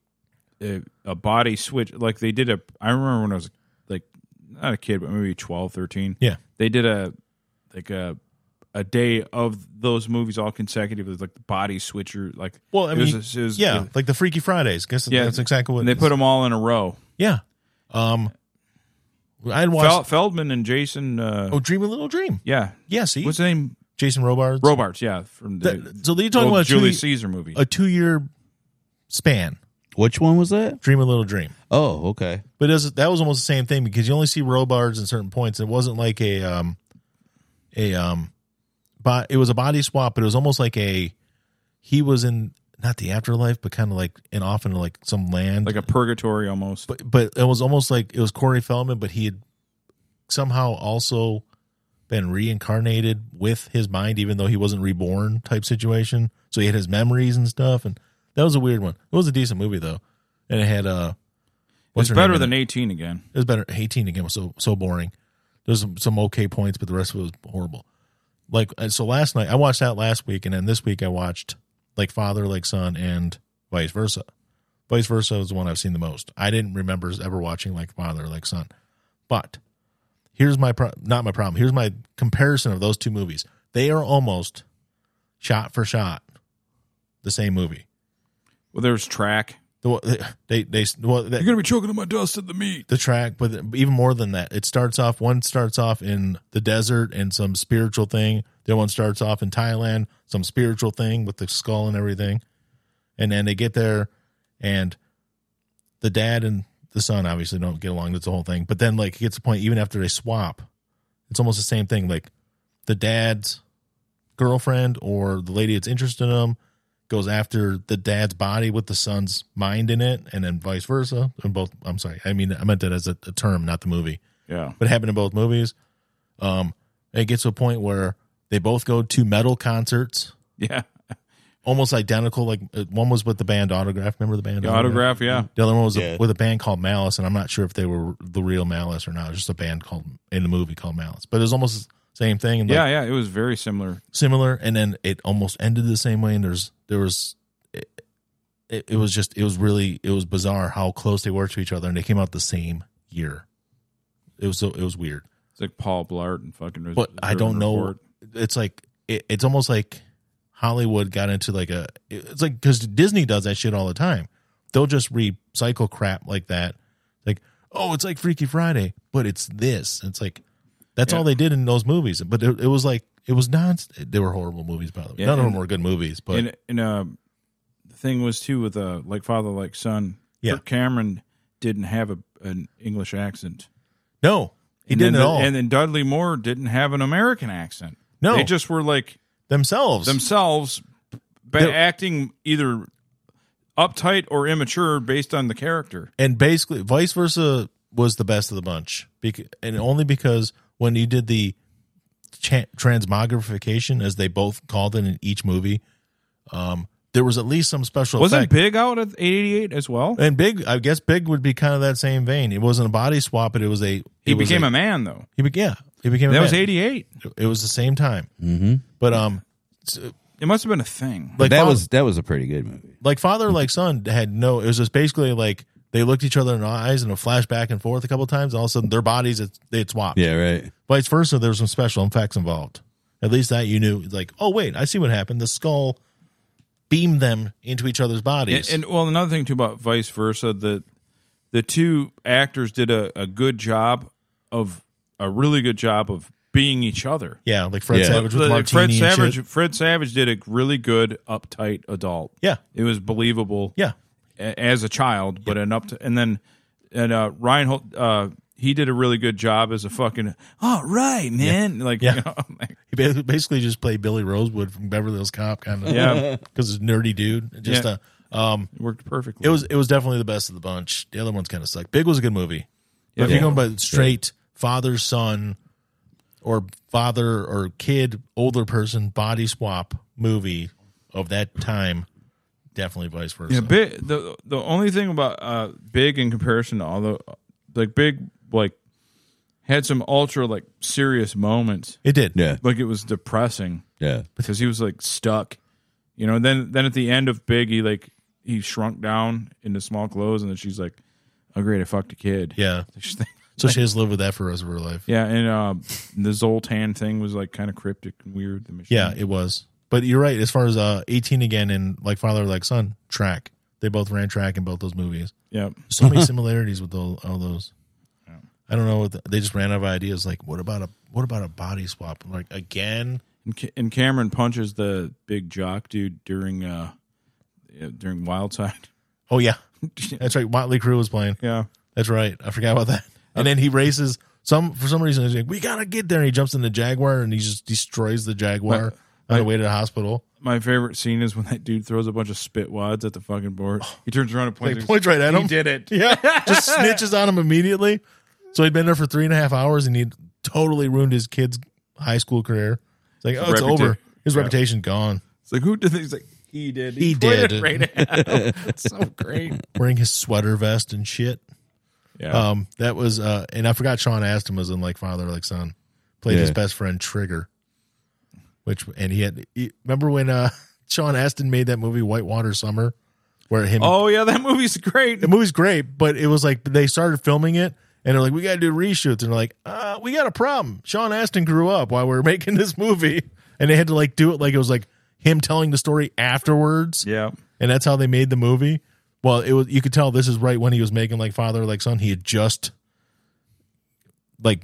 S2: a a body switch. Like they did a. I remember when I was like not a kid, but maybe 12, 13.
S4: Yeah,
S2: They did a like a a day of those movies all consecutive with like the body switcher. Like
S4: well, I
S2: it
S4: mean,
S2: was a- it was-
S4: yeah,
S2: it-
S4: like the Freaky Fridays. Guess
S2: Yeah,
S4: that's exactly what
S2: and they
S4: it
S2: put
S4: is.
S2: them all in a row.
S4: Yeah, um, I'd watched
S2: Fel- Feldman and Jason. Uh,
S4: Oh Dream a Little Dream.
S2: yeah.
S4: Yeah, see,
S2: What's the name?
S4: Jason Robards.
S2: Robarts. Yeah, from the
S4: That- so you're talking
S2: old
S4: about
S2: Julius
S4: two-
S2: Caesar movie.
S4: a two year span.
S3: Which one was that?
S4: Dream a little dream.
S3: Oh, okay.
S4: But it was, that was almost the same thing because you only see robards in certain points. It wasn't like a um a um but it was a body swap, but it was almost like a he was in not the afterlife, but kind of like and off into like some land.
S2: like a purgatory almost.
S4: but but it was almost like it was Corey Feldman, but he had somehow also been reincarnated with his mind, even though he wasn't reborn type situation. So he had his memories and stuff, and that was a weird one. It was a decent movie though, and it had uh,
S2: it's
S4: her
S2: better
S4: name in
S2: than
S4: it?
S2: 18 again.
S4: It was better. Eighteen again was so so boring. There's some, some okay points, but the rest of it was horrible. Like uh, so, last night I watched that last week, and then this week I watched like Father, like Son, and vice versa. Vice versa is the one I've seen the most. I didn't remember ever watching like Father, like Son. But here's my pro- not my problem. Here's my comparison of those two movies. They are almost shot for shot the same movie.
S2: Well, there's track.
S4: The one- they they, they well, that,
S2: gonna be choking on my dust at the meat.
S4: the track, but even more than that, it starts off. One starts off in the desert and some spiritual thing. The other one starts off in Thailand, some spiritual thing with the skull and everything. And then they get there, and the dad and the son obviously don't get along. That's the whole thing. But then, like, it gets to the point even after they swap, it's almost the same thing. Like, the dad's girlfriend or the lady that's interested in him goes after the dad's body with the son's mind in it, and then vice versa. And both, I'm sorry, I mean, I meant that as a, a term, not the movie,
S2: Yeah.
S4: but it happened in both movies. Um, it gets to a point where they both go to metal concerts,
S2: Yeah.
S4: almost identical. Like uh, one was with the band Autograph. Remember the band
S2: The autograph. Yeah.
S4: The other one was
S3: Yeah.
S4: a, with a band called Malice, and I'm not sure if they were the real Malice or not. It was just a band called in the movie called Malice, but it was almost the same thing. And like,
S2: Yeah. Yeah. It was very similar.
S4: similar and then it almost ended the same way and there's there was it, it, it was just it was really it was bizarre how close they were to each other and they came out the same year it was so it was weird
S2: It's like Paul Blart and fucking.
S4: but i don't know
S2: Report.
S4: it's like it, it's almost like hollywood got into like a it's like because disney does that shit all the time they'll just recycle crap like that like oh it's like freaky friday but it's this it's like that's
S2: Yeah.
S4: all they did in those movies but it, it was like it was non they were horrible movies by the way
S2: Yeah,
S4: none of
S2: and-
S4: them were good movies but
S2: and and uh, the thing was too with uh, like father like son.
S4: Yeah.
S2: Kirk Cameron didn't have a, an English accent.
S4: no he
S2: And
S4: didn't
S2: then
S4: at
S2: the-
S4: all
S2: And then Dudley Moore didn't have an American accent.
S4: No.
S2: They just were like
S4: themselves
S2: themselves, but
S4: They're-
S2: acting either uptight or immature based on the character.
S4: and basically vice versa was the best of the bunch Bec- and only because when you did the cha- transmogrification as they both called it in each movie um there was at least some special
S2: Wasn't
S4: effect.
S2: Big out at 88 as well?
S4: and big i guess big would be kind of that same vein it wasn't a body swap but it was a
S2: He
S4: it was
S2: became
S4: a,
S2: a man though.
S4: he be- yeah he became
S2: That
S4: a
S2: was
S4: man.
S2: 88.
S4: it was the same time but um
S2: It must have been a thing.
S4: like
S3: that
S4: Father-
S3: was that was a pretty good movie.
S4: like father like son had no it was just basically like they looked each other in the eyes and it flashed back and forth a couple times and all of a sudden their bodies it, it swapped
S3: Yeah, right.
S4: vice versa there was some special effects involved at least that you knew like oh wait i see what happened the skull beamed them into each other's
S2: And,
S4: bodies
S2: and well, another thing too about vice versa, the the two actors did a, a good job of a really good job of being each other.
S4: yeah like fred
S3: Yeah.
S4: savage with
S2: Like, uh,
S4: martini
S2: Fred
S4: and shit.
S2: Savage, Fred Savage did a really good uptight adult.
S4: yeah
S2: It was believable.
S4: yeah
S2: a- as a child, but an up to, and then and uh Reinhold uh he did a really good job as a fucking all right man like
S4: Yeah.
S2: you know, like,
S4: he ba- basically just played billy rosewood from beverly hills cop kind of
S2: Yeah.
S4: because he's a nerdy dude just
S2: Yeah.
S4: a um
S2: it worked perfectly.
S4: it was it was definitely the best of the bunch the other ones kind of sucked big was a good movie But if
S2: Yeah.
S4: you're going by straight father son or father or kid older person body swap movie of that time, definitely vice versa.
S2: yeah, big, the the only thing about uh big in comparison to all the like big like had some ultra like serious moments
S4: it did.
S3: Yeah,
S2: like it was depressing
S3: yeah,
S2: because he was like stuck you know and then then at the end of big he like he shrunk down into small clothes and then she's like oh great i fucked a kid
S4: Yeah. So she has to live with that for the rest of her life.
S2: Yeah, and uh, the Zoltan thing was like kind of cryptic and weird. The machine.
S4: Yeah, it was. But you're right. As far as uh, 18 again and like father like son track, they both ran track in both those movies.
S2: yeah.
S4: So many similarities with all, all those. I don't know. what the- They just ran out of ideas. Like, what about a what about a body swap? Like again,
S2: And, Ca- and Cameron punches the big jock dude during uh yeah, during Wildside.
S4: oh yeah, that's right. Motley Crue was playing.
S2: yeah,
S4: That's right. I forgot about that. And then he races some for some reason. He's like, "We gotta get there." And he jumps in the Jaguar and he just destroys the Jaguar on the way to the hospital.
S2: my favorite scene is when that dude throws a bunch of spit wads at the fucking board.
S4: Oh.
S2: He turns around and
S4: Like
S2: points.
S4: points right at
S2: he
S4: him.
S2: did it.
S4: Yeah, just snitches on him immediately. So he'd been there for three and a half hours and he totally ruined his kid's high school career. It's like, oh, it's
S2: reputa-
S4: over. His
S2: Yeah.
S4: reputation gone.
S2: It's like who did this? He's like he did.
S4: He
S2: pointed
S4: did.
S2: Right at him. It's so great.
S4: Wearing his sweater vest and shit.
S2: Yeah.
S4: Um, that was uh, and I forgot Sean Astin was in like Father like Son, played his
S3: Yeah.
S4: best friend Trigger, which and he had he- remember when uh Sean Astin made that movie Whitewater Summer, where him
S2: oh yeah, that movie's great.
S4: the movie's great, but it was like they started filming it and they're like we got to do reshoots and they're like uh we got a problem. Sean Astin grew up while we were making this movie, and they had to like do it like it was like him telling the story afterwards
S2: Yeah.
S4: and that's how they made the movie. Well, it was you could tell this is right when he was making like Father like Son. He had just like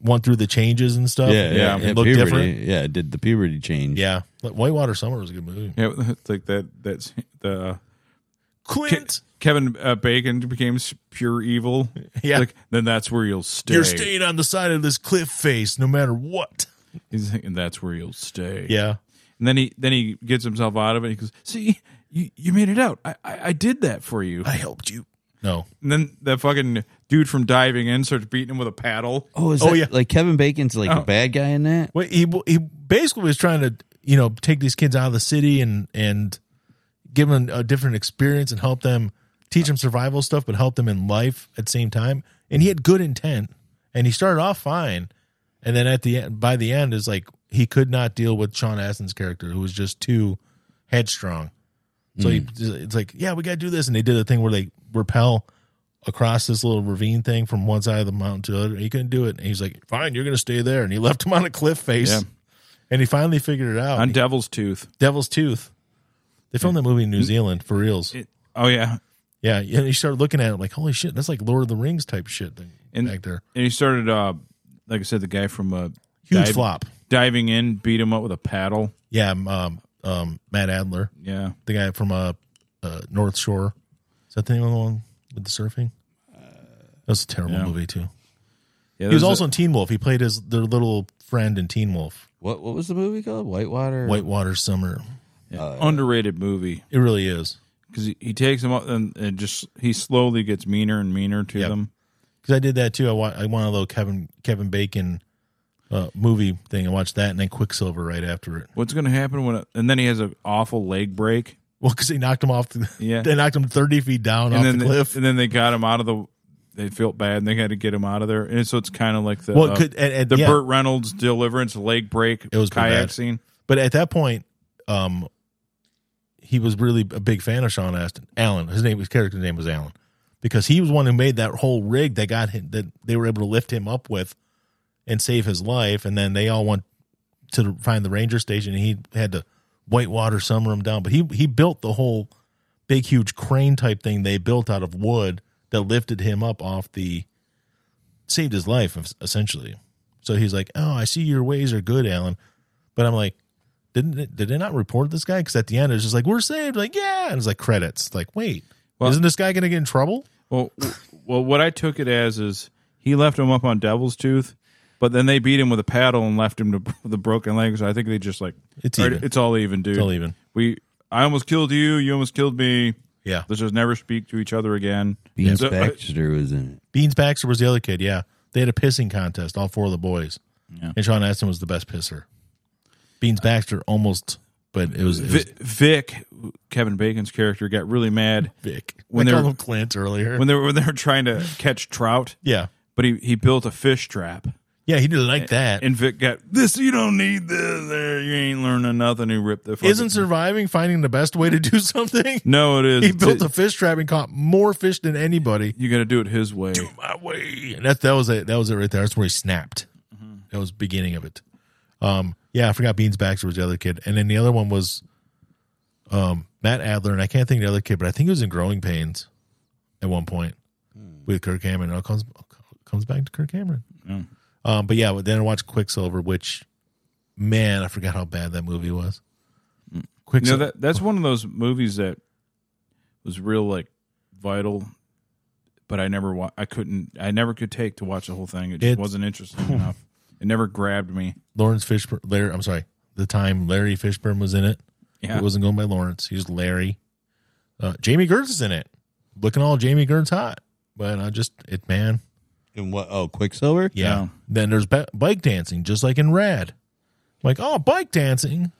S4: went through the changes and stuff.
S3: yeah, yeah.
S4: Oh, It
S3: yeah,
S4: looked
S3: puberty.
S4: different.
S3: Yeah, did the puberty change?
S4: Yeah, like Whitewater Summer was a good movie.
S2: Yeah, it's like that. That's the.
S4: Clint,
S2: Kevin uh, Bacon became s- pure evil.
S4: Yeah.
S2: Like, then that's where you'll stay.
S4: you're staying on the side of this cliff face no matter what.
S2: He's like, and that's where you'll stay.
S4: Yeah,
S2: And And then he then he gets himself out of it. He goes, "See, you, you made it out. I, I I did that for you."
S4: I helped you. No,
S2: And then that fucking dude from diving in starts beating him with a paddle.
S3: Oh, is
S4: Oh,
S3: that,
S4: yeah.
S3: like Kevin Bacon's like
S2: Oh.
S3: the bad guy in that?
S4: well, he he basically was trying to you know take these kids out of the city and and give them a different experience and help them teach them survival stuff, but help them in life at the same time. And he had good intent, and he started off fine, and then at the end, by the end, is like he could not deal with Sean Astin's character, who was just too headstrong. So
S2: Hmm.
S4: he, it's like, yeah, we got to do this, and they did a thing where they repel across this little ravine thing from one side of the mountain to the other. He couldn't do it, and he's like, "Fine, you're going to stay there." And he left him on a cliff face,
S2: Yeah.
S4: and he finally figured it out.
S2: on Devil's Tooth.
S4: Devil's Tooth. They filmed that movie in New Zealand for reals.
S2: Mm-hmm. It- oh yeah,
S4: yeah, and you start looking at it like, holy shit, that's like Lord of the Rings type shit thing
S2: And-
S4: back there.
S2: and he started uh like I said, the guy from uh
S4: Huge
S2: dive-
S4: flop.
S2: diving in beat him up with a paddle.
S4: Yeah, um, um, Matt Adler,
S2: Yeah,
S4: the guy from uh, uh, North Shore. Is that the name of the one with the surfing? That was a terrible
S2: yeah.
S4: movie too.
S2: yeah.
S4: He was
S2: those are-
S4: also in Teen Wolf. He played his their little friend in Teen Wolf.
S3: What what was the movie called? Whitewater.
S4: Whitewater Summer. Uh,
S2: yeah, underrated movie
S4: It really is
S2: because he, he takes him up and, and just he slowly gets meaner and meaner to
S4: Yep.
S2: them.
S4: because I did that too. I wa- I won a little Kevin Kevin Bacon uh, movie thing. I watched that and then Quicksilver right after it.
S2: What's going to happen when? and then he has an awful leg break.
S4: Well, because they knocked him off. The,
S2: Yeah.
S4: they knocked him thirty feet down off
S2: and then
S4: the
S2: they,
S4: cliff.
S2: and then they got him out of the. They felt bad and they had to get him out of there. And so it's kind of like the
S4: well,
S2: uh,
S4: it could and, and,
S2: the
S4: yeah.
S2: Burt Reynolds deliverance leg break.
S4: It was pretty
S2: kayak
S4: bad.
S2: scene.
S4: but at that point, um, he was really a big fan of Sean Astin. Alan, his name, his character's name was Alan, because he was one who made that whole rig that got him that they were able to lift him up with and save his life. And then they all went to find the ranger station, and he had to whitewater some of them down. But he he built the whole big, huge crane type thing they built out of wood that lifted him up off the saved his life essentially. So he's like, "Oh, I see your ways are good, Alan," but I'm like didn't it, did they not report this guy? Because at the end it's just like we're saved, like yeah, and it's like credits. Like wait,
S2: Well-
S4: isn't this guy gonna get in trouble?
S2: Well, w- well, what I took it as is he left him up on Devil's Tooth, but then they beat him with a paddle and left him to the broken leg. So I think they just like
S4: It's
S2: all right,
S4: even.
S2: it's all even, dude.
S4: It's all even.
S2: We I almost killed you. You almost killed me.
S4: Yeah,
S2: Let's just never speak to each other again.
S3: Beans
S2: So, uh,
S3: Baxter was in it.
S4: Beans Baxter was the other kid. Yeah, they had a pissing contest, all four of the boys,
S2: Yeah.
S4: and Sean Astin was the best pisser. Beans Baxter almost, but it was, it was
S2: Vi- Vic, Kevin Bacon's character, got really mad
S4: Vic.
S2: when
S4: I
S2: they
S4: called
S2: were-
S4: him Clint earlier.
S2: when they were when they were trying to catch trout,
S4: yeah,
S2: but he he built a fish trap.
S4: yeah, he didn't like that.
S2: And Vic got this. You don't need this. There, you ain't learning nothing. He ripped the. fucking-
S4: Isn't surviving finding the best way to do something?
S2: No, it is.
S4: He built a fish trap and caught more fish than anybody.
S2: You got to do it his way.
S4: my way. And that that was it. That was it right there. That's where he snapped.
S2: Mm-hmm.
S4: That was the beginning of it. Um, yeah, I forgot Beans Baxter was the other kid, and then the other one was um, Matt Adler, and I can't think of the other kid, but I think he was in Growing Pains at one point
S2: Hmm.
S4: with Kirk Cameron. It all comes comes back to Kirk Cameron. Um, but yeah, then I watched Quicksilver, which man, I forgot how bad that movie was.
S2: Mm. You know
S4: Quicksilver,
S2: that that's one of those movies that was real like vital, but I never wa- I couldn't I never could take to watch the whole thing. It just
S4: It's-
S2: wasn't interesting enough. It never grabbed me.
S4: Lawrence Fishburne, Larry, I'm sorry, the time Larry Fishburne was in it.
S2: Yeah,
S4: It wasn't going by Lawrence. He was Larry. Uh, Jamie Gertz is in it, looking all Jamie Gertz hot. But I just it man,
S3: And what? Oh, Quicksilver.
S4: yeah.
S2: Yeah.
S4: Then there's ba- bike dancing, just like in Rad. Like oh, bike dancing.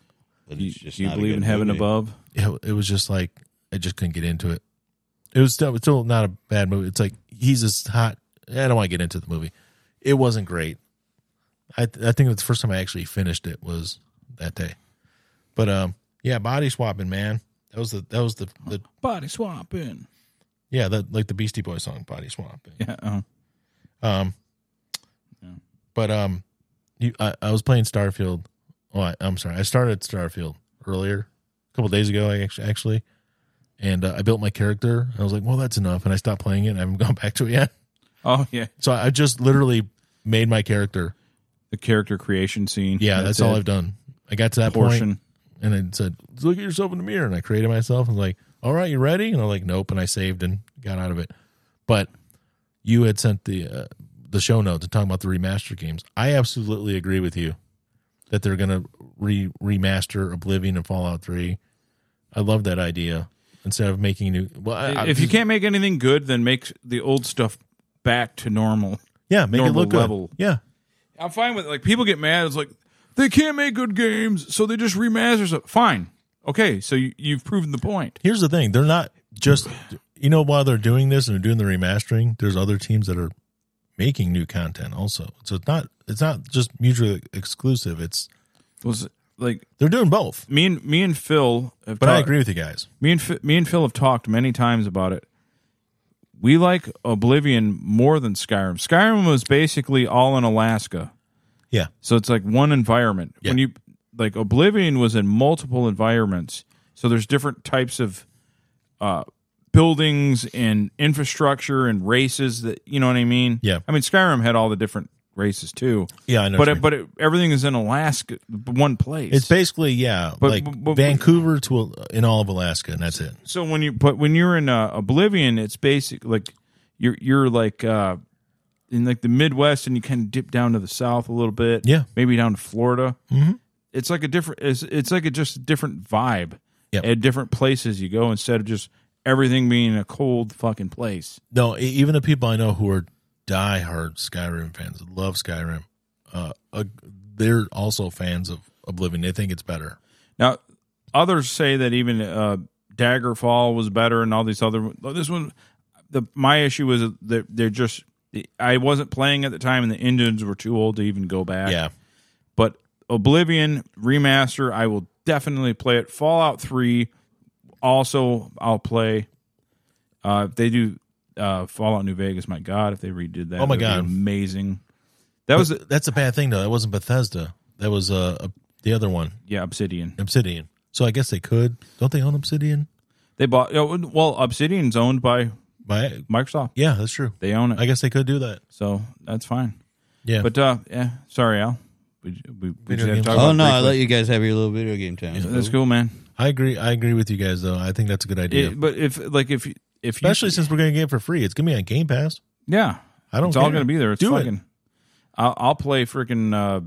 S3: But
S2: you,
S3: it's just
S2: do you
S3: not a
S2: believe
S3: good
S2: in heaven
S3: movie.
S2: above?
S4: It, it was just like I just couldn't get into it. It was still, it's still not a bad movie. It's like he's just hot. I don't want to get into the movie. It wasn't great. I I think the first time I actually finished it was that day. But um, yeah, body swapping, man. That was the that was the the
S2: Body swapping.
S4: Yeah, that like the Beastie Boys song "Body Swap."
S2: Yeah, uh,
S4: Um,
S2: Yeah.
S4: but um, you, I, I was playing Starfield. Oh, I, I'm sorry, I started Starfield earlier, a couple days ago. I actually, actually and uh, I built my character. I was like, well, that's enough, and I stopped playing it. and I haven't gone back to it yet.
S2: oh yeah,
S4: So I, I just literally made my character.
S2: the character creation scene.
S4: Yeah, that's, all
S2: it.
S4: I've done. I got to that point,
S2: portion.
S4: and I said, "Look at yourself in the mirror." And I created myself and was like, "All right, you ready?" And I'm like, "Nope." And I saved and got out of it. But you had sent the uh, the show notes and talking about the remastered games. I absolutely agree with you that they're gonna re remaster Oblivion and Fallout Three. I love that idea. Instead of making new, well, I, I-
S2: if you can't make anything good, then make the old stuff back to normal.
S4: yeah, make it
S2: normal
S4: look good.
S2: level.
S4: Yeah,
S2: I'm fine with it. like people get mad. It's like they can't make good games, so they just remaster stuff. Fine, okay. So you, you've proven the point.
S4: here's the thing: they're not just you know while they're doing this and they're doing the remastering. There's other teams that are making new content also. So it's not it's not just mutually exclusive. It's
S2: Was like
S4: they're doing both.
S2: me and me and Phil. Have
S4: But I
S2: talked-
S4: agree with you guys.
S2: Me and Phi- me and Phil have talked many times about it. We like Oblivion more than Skyrim. Skyrim was basically all in Alaska.
S4: Yeah.
S2: So it's like one environment.
S4: Yeah.
S2: When you like Oblivion was in multiple environments. So there's different types of uh, buildings and infrastructure and races that you know what I mean.
S4: Yeah.
S2: I mean Skyrim had all the different races too.
S4: Yeah, I know.
S2: but
S4: what you
S2: it, but it, everything is in Alaska, one place.
S4: It's basically yeah,
S2: But-
S4: like
S2: but- but-
S4: Vancouver to in all of Alaska, and that's it.
S2: So when you but when you're in uh, Oblivion, it's basic like you're you're like uh, in like the Midwest, and you kind of dip down to the South a little bit.
S4: Yeah.
S2: maybe down to Florida.
S4: Mhm.
S2: It's like a different. It's, it's like a just a different vibe
S4: Yep.
S2: at different places you go instead of just everything being a cold fucking place.
S4: No, e- even the people I know who are diehard Skyrim fans love Skyrim. Uh, uh, they're also fans of Oblivion. They think it's better.
S2: Now others say that even uh, Daggerfall was better, and all these other this one. The my issue was that they're just. I wasn't playing at the time, and the Indians were too old to even go back.
S4: Yeah,
S2: but Oblivion remaster, I will definitely play it. Fallout Three, also I'll play. Uh, if they do uh, Fallout New Vegas, my God, if they redid that,
S4: Oh my
S2: it would be
S4: God.
S2: amazing! That was
S4: was that's a bad thing though. That wasn't Bethesda. That was uh, uh, the other one,
S2: yeah, Obsidian.
S4: Obsidian. So I guess they could. Don't they own Obsidian?
S2: They bought oh, well, Obsidian's owned by
S4: By
S2: Microsoft.
S4: yeah, that's true.
S2: They own
S4: I
S2: it,
S4: guess they could do that.
S2: so that's fine.
S4: Yeah,
S2: But uh, yeah, sorry, Al. We we, we
S4: Video
S2: just had to
S4: games.
S2: talk about
S3: Oh
S2: it
S3: no, I
S2: briefly.
S3: let you guys have your little video game time.
S2: that's cool, man.
S4: I agree. I agree with you guys though. I think that's a good idea,
S2: It- but if like if if you-
S4: especially since we're going to get it for free. It's gonna be on Game Pass.
S2: Yeah,
S4: I don't
S2: It's all
S4: care.
S2: going to be there. It's
S4: Do it.
S2: fucking. I'll, I'll play freaking uh,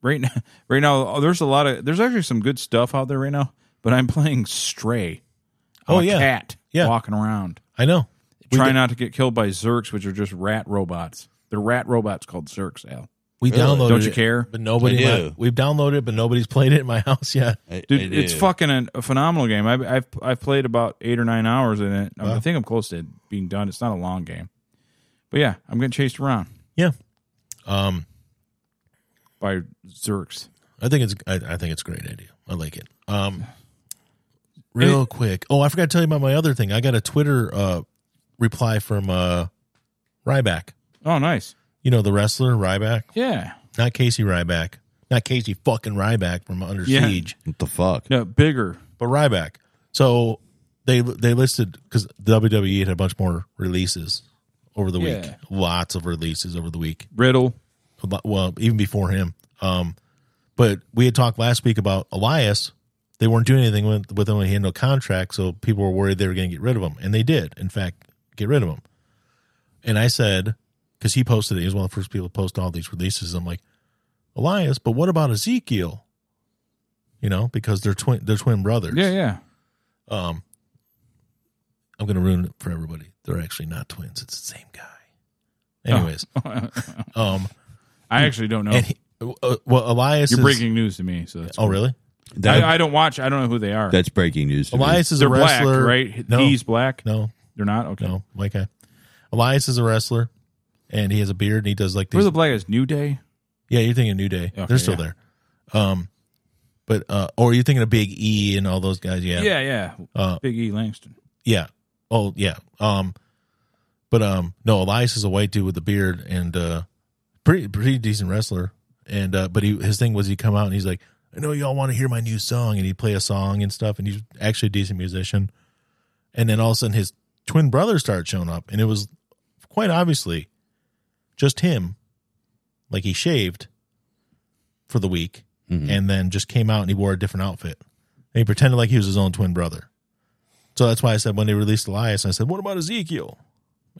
S2: right now. Right now, oh, there's a lot of there's actually some good stuff out there right now. But I'm playing Stray. I'm
S4: Oh,
S2: a
S4: yeah.
S2: cat
S4: Yeah.
S2: walking around,
S4: I know. We
S2: trying
S4: did-
S2: not to get killed by Zerks, which are just rat robots. They're rat robots called Zerks. Al,
S4: We
S3: Really?
S4: downloaded.
S2: don't you
S4: it,
S2: care?
S4: But nobody.
S3: I do.
S4: my- we've downloaded it, but nobody's played it in my house yet.
S3: I- I
S2: Dude, it's
S3: do.
S2: fucking an, a phenomenal game. I've, I've I've played about eight or nine hours in it. I mean, I
S4: Wow.
S2: think I'm close to being done. It's not a long game, but yeah, I'm getting chased around
S4: Yeah. Um,
S2: by Zerks.
S4: I think it's. I, I think it's a great idea. I like it. Um, real quick. Oh, I forgot to tell you about my other thing. I got a Twitter uh reply from uh Ryback.
S2: Oh, nice.
S4: You know the wrestler Ryback,
S2: Yeah.
S4: not Casey Ryback, not Casey fucking Ryback from Under
S2: Yeah.
S4: Siege,
S3: What the fuck?
S2: No, bigger.
S4: but Ryback. So they they listed because WWE E had a bunch more releases over the week.
S2: Yeah.
S4: Lots of releases over the week.
S2: Riddle.
S4: a lot- well, even before him. Um, but we had talked last week about Elias. They weren't doing anything with, with him. He had no contract, so people were worried they were going to get rid of him, and they did, in fact, get rid of him. And I said, because he posted it, he was one of the first people to post all these releases. I'm like, Elias, but what about Ezekiel? You know, because they're twin, they're twin brothers.
S2: Yeah, yeah.
S4: Um, I'm going to ruin it for everybody. They're actually not twins. It's the same guy.
S2: Oh.
S4: Anyways, um,
S2: I actually don't know.
S4: and he, uh, well, Elias.
S2: Oh. You're
S4: is-
S2: breaking news to me, so that's
S4: Oh, really?
S3: That-
S2: I, I don't watch. I don't know who they are.
S3: that's breaking news. To me.
S4: Elias is
S2: They're
S4: a
S2: black,
S4: wrestler,
S2: right?
S4: No,
S2: He's black.
S4: no,
S2: They're not. Okay.
S4: no, white guy. Elias is a wrestler, and he has a beard, and he does like
S2: Who's
S4: these.
S2: the black? Is New Day?
S4: yeah, you're thinking New Day.
S2: Okay,
S4: They're still
S2: yeah.
S4: there. Um, but uh, or you're thinking of Big E and all those guys. Yeah,
S2: Yeah, yeah.
S4: Uh,
S2: Big E Langston.
S4: yeah. Oh, yeah. Um, but um, no, Elias is a white dude with a beard and uh, pretty pretty decent wrestler. And uh, but he his thing was he come out and he's like, I know y'all want to hear my new song, and he'd play a song and stuff, and he's actually a decent musician. And then all of a sudden, his twin brother started showing up, and it was quite obviously just him, like he shaved for the week,
S3: Mhm.
S4: and then just came out and he wore a different outfit, and he pretended like he was his own twin brother. So that's why I said when they released Elias, I said, "What about Ezekiel?"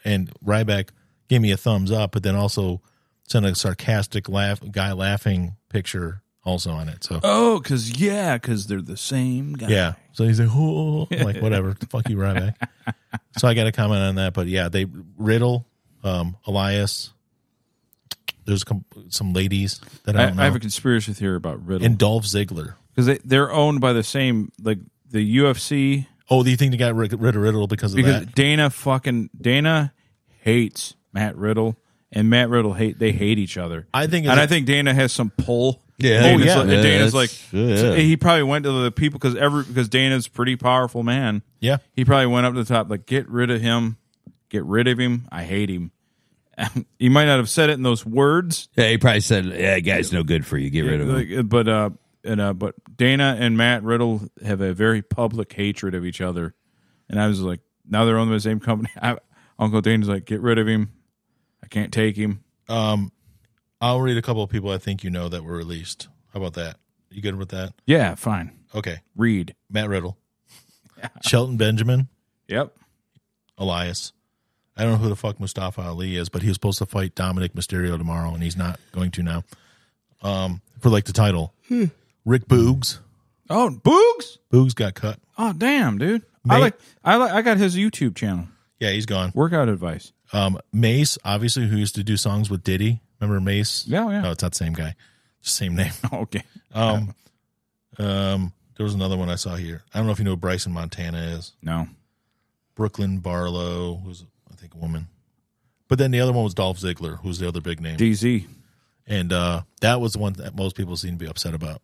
S4: And Ryback gave me a thumbs up, but then also sent a sarcastic laugh, guy laughing picture also on it. So
S2: Oh, because yeah, because they're the same guy.
S4: yeah, so he's like, oh, I'm like whatever, fuck you, Ryback. so I got a comment on that, but yeah, they Riddle, um, Elias. There's com- some ladies that I
S2: I,
S4: don't
S2: I have
S4: know,
S2: a conspiracy theory about Riddle
S4: and Dolph Ziggler.
S2: because they, they're owned by the same like the UFC
S4: Oh, do you think they got rid rid of Riddle because of
S2: because
S4: that?
S2: Dana fucking Dana hates Matt Riddle and Matt Riddle hate they hate each other.
S4: I think
S2: and
S4: it's-
S2: I think Dana has some pull.
S3: Yeah.
S2: Dana's
S4: Oh, yeah.
S2: Like, and Dana's
S3: That's-
S2: like
S3: yeah.
S2: he probably went to the people because every because Dana's a pretty powerful man.
S4: Yeah,
S2: He probably went up to the top like get rid of him, get rid of him. I hate him. he might not have said it in those words,
S3: Yeah, he probably said, "Yeah, guy's no good for you. Get rid of him."
S2: like, but uh, and uh, but Dana and Matt Riddle have a very public hatred of each other, and I was like, now they're owned by the same company. I, Uncle Dana's like, get rid of him. I can't take him.
S4: Um, I'll read a couple of people I think you know that were released. How about that? You good with that?
S2: Yeah, fine.
S4: Okay.
S2: Read.
S4: Matt Riddle, Shelton Benjamin,
S2: Yep.
S4: Elias. I don't know who the fuck Mustafa Ali is, but he was supposed to fight Dominic Mysterio tomorrow, and he's not going to now. Um, for like the title, Rick Boogs.
S2: Oh, Boogs.
S4: Boogs got cut.
S2: Oh, damn, dude. I
S4: Mate.
S2: like. I like. I got his YouTube channel.
S4: Yeah, he's gone.
S2: Workout advice.
S4: Um, Mace, obviously, who used to do songs with Diddy. Remember Mace?
S2: Yeah, yeah.
S4: No, it's not the same guy. Same name.
S2: Okay.
S4: Um, um, there was another one I saw here. I don't know if you know who Bryson Montana is.
S2: No.
S4: Brooklyn Barlow was, I think, a woman. But then the other one was Dolph Ziggler, who's the other big name.
S2: DZ.
S4: and uh, that was the one that most people seem to be upset about.